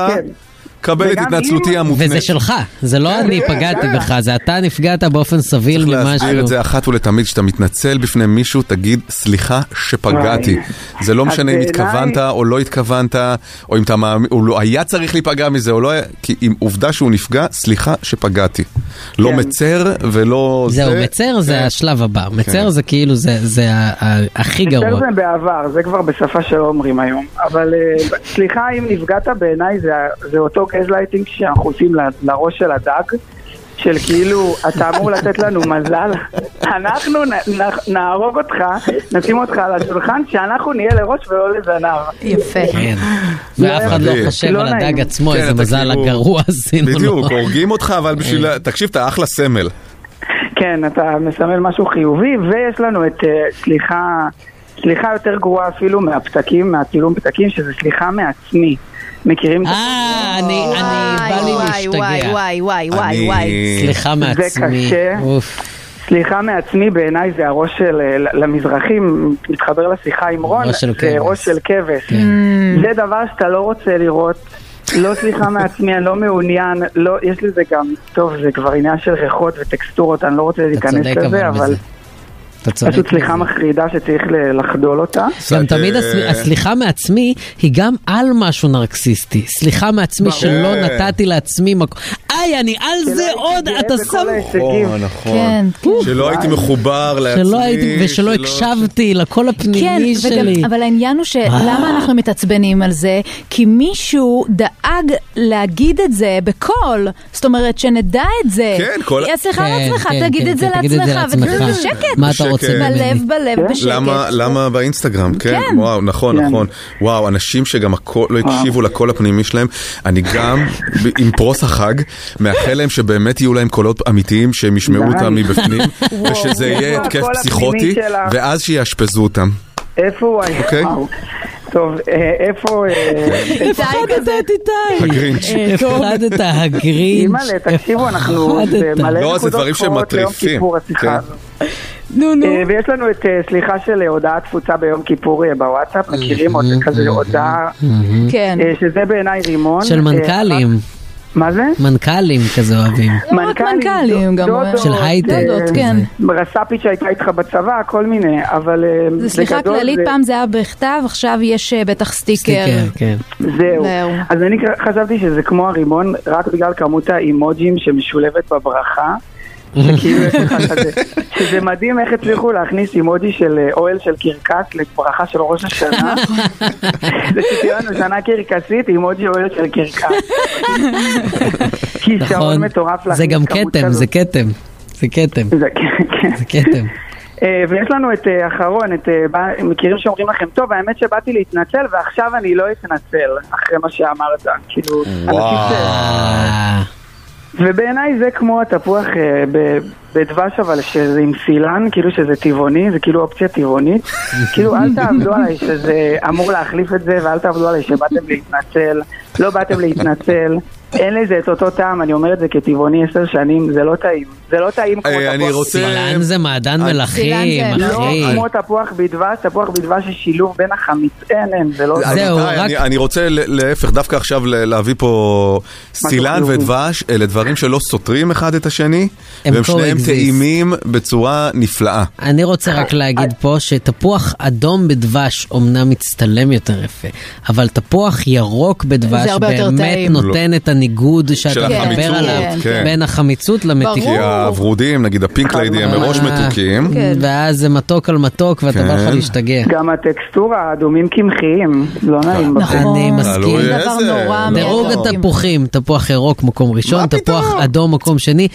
קבל את וגם התנצלותי המותנית. וזה שלך, זה לא אני פגעתי בך, זה אתה נפגעת באופן סביל צריך להסביר ממשהו. את זה אחת ולתמיד, כשאתה מתנצל בפני מישהו, תגיד סליחה שפגעתי. זה לא אז משנה אם בעיניי- התכוונת או לא התכוונת, או אם אתה מאמין, הוא לא היה צריך להיפגע מזה או לא היה, כי עם עובדה שהוא נפגע, סליחה שפגעתי. לא מצר ולא... כן. זהו, מצר כן. זה השלב הבא, מצר זה כאילו זה- זה ה- ה- הכי יותר גרוע. זה בעבר, זה כבר בשפה שלא אומרים היום. אבל אה, ב- סליחה אם נפגעת, בעיניי זה ה- זה אותו גזלייטינג שאנחנו עושים ל- לראש של הדג, של כאילו, אתה אמור לתת לנו מזל, אנחנו נ- נ- נהרוג אותך, נשים אותך על השולחן, שאנחנו נהיה לראש ולא לזנב. יפה. ואף אחד לא חושב לא על נעים. הדג עצמו, כן, איזה אתה מזל כאילו- הגרוע עשינו לו. אה. בדיוק, הורגים אותך, אבל בשביל... ה- תקשיב, אתה אחלה סמל. כן, אתה מסמל משהו חיובי, ויש לנו את אה, סליחה, סליחה יותר גרועה אפילו מהפתקים, מהצילום פתקים, שזה סליחה מעצמי. מכירים את זה? אה, אני, אני, בא לי להשתגע. וואי, אני- וואי, וואי, וואי. סליחה מעצמי, זה קשה. סליחה מעצמי בעיניי זה הראש של, אה, למזרחים, מתחבר לשיחה עם רון, ראש של זה כבש. כן. ראש של כבש. זה דבר שאתה לא רוצה לראות. לא סליחה מעצמי, אני לא מעוניין, לא, יש לזה גם, טוב, זה כבר עניין של ריחות וטקסטורות, אני לא רוצה להיכנס צודק אבל לזה, אבל בזה. אתה צודק. פשוט סליחה מחרידה שצריך ל- לחדול אותה. גם אה, תמיד הסל- הסליחה מעצמי היא גם על משהו נרקסיסטי. סליחה מעצמי ברור. שלא כן. נתתי לעצמי מקום. איי, אני על זה עוד, אתה שם... נכון, נכון. כן, כן. שלא הייתי מחובר לעצמי. שלא הייתי, ושלא הקשבתי לקול כן, הפנימי שלי. וגם, אבל העניין הוא שלמה אנחנו מתעצבנים על זה? כי מישהו דאג להגיד את זה בקול. זאת אומרת, שנדע את זה. כן, כל- אז סליחה כן, לעצמך, כן, תגיד כן, את זה כן, תגיד את זה לעצמך, לעצמך. ותגיד בשקט. מה אתה רוצה ממני? בלב, כן. בלב, בשקט. כן. למה, למה באינסטגרם, כן, כן. וואו, נכון, כן. נכון. וואו, אנשים שגם הכל, לא הקשיבו לקול הפנימי שלהם. אני גם, ב- עם פרוס החג, מאחל להם שבאמת יהיו להם קולות אמיתיים, שהם ישמעו די. אותם מבפנים, וואו. ושזה יהיה איפה התקף הקול פסיכוטי, הפנימי שלה? ואז שיאשפזו אותם. איפה הוא היה? אוקיי. וואו. טוב, אה, איפה... אה, הפחדת את איתי. הגרינץ'. אה, הפחדת הגרינץ'. אימא'לה, תקשיבו, אנחנו... זה מלא לא, זה נקודות דברים שחורות ליום שמטריפים. כיפור, השיחה כן. הזאת. אה, ויש לנו את אה, סליחה של אה, הודעת תפוצה ביום כיפור אה, בוואטסאפ, מכירים עוד כזה הודעה, כן. אה, שזה בעיניי רימון. של אה, מנכ"לים. מה זה? מנכ"לים כזה אוהבים. לא, מנכ"לים, גם דודות, של הייטק. דודות, אה, כן. רס"פית שהייתה איתך בצבא, כל מיני, אבל... אה, זה סליחה בגדול כללית, זה- פעם זה היה בכתב, עכשיו יש אה, בטח סטיקר. כן. זהו. אז אני חשבתי שזה כמו הרימון, רק בגלל כמות האימוג'ים שמשולבת בברכה. שכאילו יש לך כזה, שזה מדהים איך הצליחו להכניס אימוג'י של אה, אוהל של קרקס לברכה של ראש השנה. זה שתהיה לנו שנה קרקסית, אימוג'י אוהל של קרקס. כישרון מטורף נכון. זה להכניס גם כמות כתם, כזאת. זה כתם. זה כתם. זה כתם. אה, ויש לנו את אה, אחרון, את אה, בא- מכירים שאומרים לכם, טוב, האמת שבאתי להתנצל ועכשיו אני לא אתנצל אחרי מה שאמרת. כאילו, אנשים ש... ובעיניי זה כמו התפוח אה, ב- בדבש, אבל שזה עם סילן, כאילו שזה טבעוני, זה כאילו אופציה טבעונית. כאילו, אל תעבדו עליי שזה אמור להחליף את זה, ואל תעבדו עליי שבאתם להתנצל, לא באתם להתנצל. אין לזה את אותו טעם, אני אומר את זה כטבעוני עשר שנים, זה לא טעים. זה לא טעים כמו אה, תפוח. אני רוצה- סילן זה מעדן אה, מלחים, סילן זה- אחי. לא כמו תפוח בדבש, תפוח בדבש זה שילוב בין החמיץ, אין, אין, זה לא... אה, רבותיי, אני, אני רוצה ל- להפך, דווקא עכשיו ל- להביא פה סילן ודבש, אלה דברים שלא סותרים אחד את השני, הם והם שניהם coexist. טעימים בצורה נפלאה. אני רוצה רק להגיד פה שתפוח אדום בדבש אומנם מצטלם יותר יפה, אבל תפוח ירוק בדבש זה הרבה יותר באמת טעים. נותן את הניגוד של שאתה מדבר החמיצות, עליו, כן. בין החמיצות כי למתיקות. הוורודים, נגיד הפינק ליידי, הם מראש אה, מתוקים. ואז זה מתוק על מתוק ואתה בא לך כן. להשתגע. גם הטקסטורה, האדומים קמחיים, לא נכון. נעים. אני מסכים. תלוי דבר איזה, נורא לא. דירוג מאוד. התפוחים, תפוח ירוק מקום ראשון, תפוח אדום מקום שני.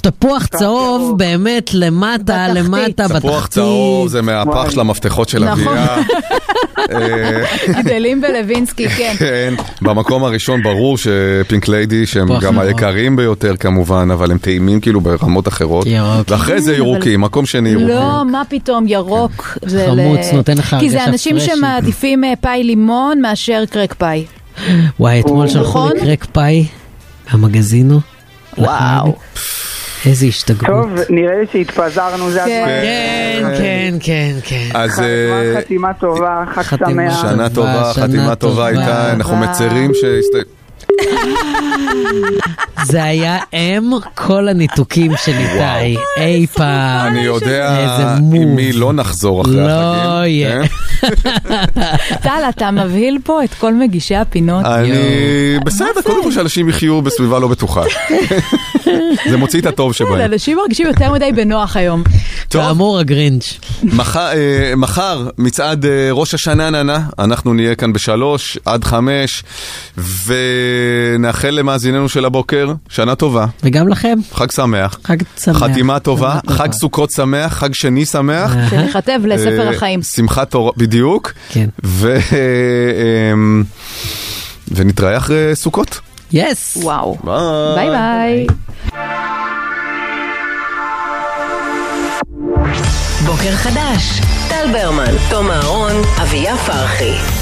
תפוח צהוב באמת למטה, למטה, בתחתית. תפוח צהוב זה מהפח של המפתחות של נכון. אביה. אה, גדלים בלווינסקי, כן. כן, במקום הראשון ברור שפינק ליידי, שהם תפוח גם ירוק. היקרים ביותר כמובן, אבל הם טעימים כאילו ברמות אחרות. ואחרי זה כן, אבל- ירוקים, מקום שני ירוקים. לא, מה פתאום, ירוק. כן. זה חמוץ, ל- נותן לך כי זה הרגשה אנשים פרשית. שמעדיפים אה, פאי לימון מאשר קרק פאי. וואי, אתמול שלחו נכון? לי קרק פאי, המגזינו. וואו. איזה השתגרות. טוב, נראה לי שהתפזרנו, זה הזמן. כן, כן, כן, כן. אז אה, חתימה טובה, חג חתימה. שמח. שנה טובה, שנה חתימה טובה. טובה איתי, אנחנו וואו. מצרים שהסת... זה היה אם כל הניתוקים של איתי, אי פעם. אני יודע אה, איזה עם מי לא נחזור אחרי לא החגים. יהיה. כן? טל, אתה מבהיל פה את כל מגישי הפינות. אני... בסדר, קודם כל שאנשים יחיו בסביבה לא בטוחה. זה מוציא את הטוב שבהם. אנשים מרגישים יותר מדי בנוח היום. כאמור הגרינץ'. מחר, אה, מחר מצעד אה, ראש השנה ננה, אנחנו נהיה כאן בשלוש עד חמש, ונאחל למאזיננו של הבוקר שנה טובה, וגם לכם, חג שמח, חג שמח. חתימה טובה, חג סוכות שמח, חג שני שמח. שניכתב לספר אה, החיים. שמחת תורה, בדיוק. כן. ו... אה, אמ, ונתראה אחרי סוכות. יס. וואו. ביי. ביי ביי. בוקר חדש, טל ברמן, תום אהרון, אביה פרחי.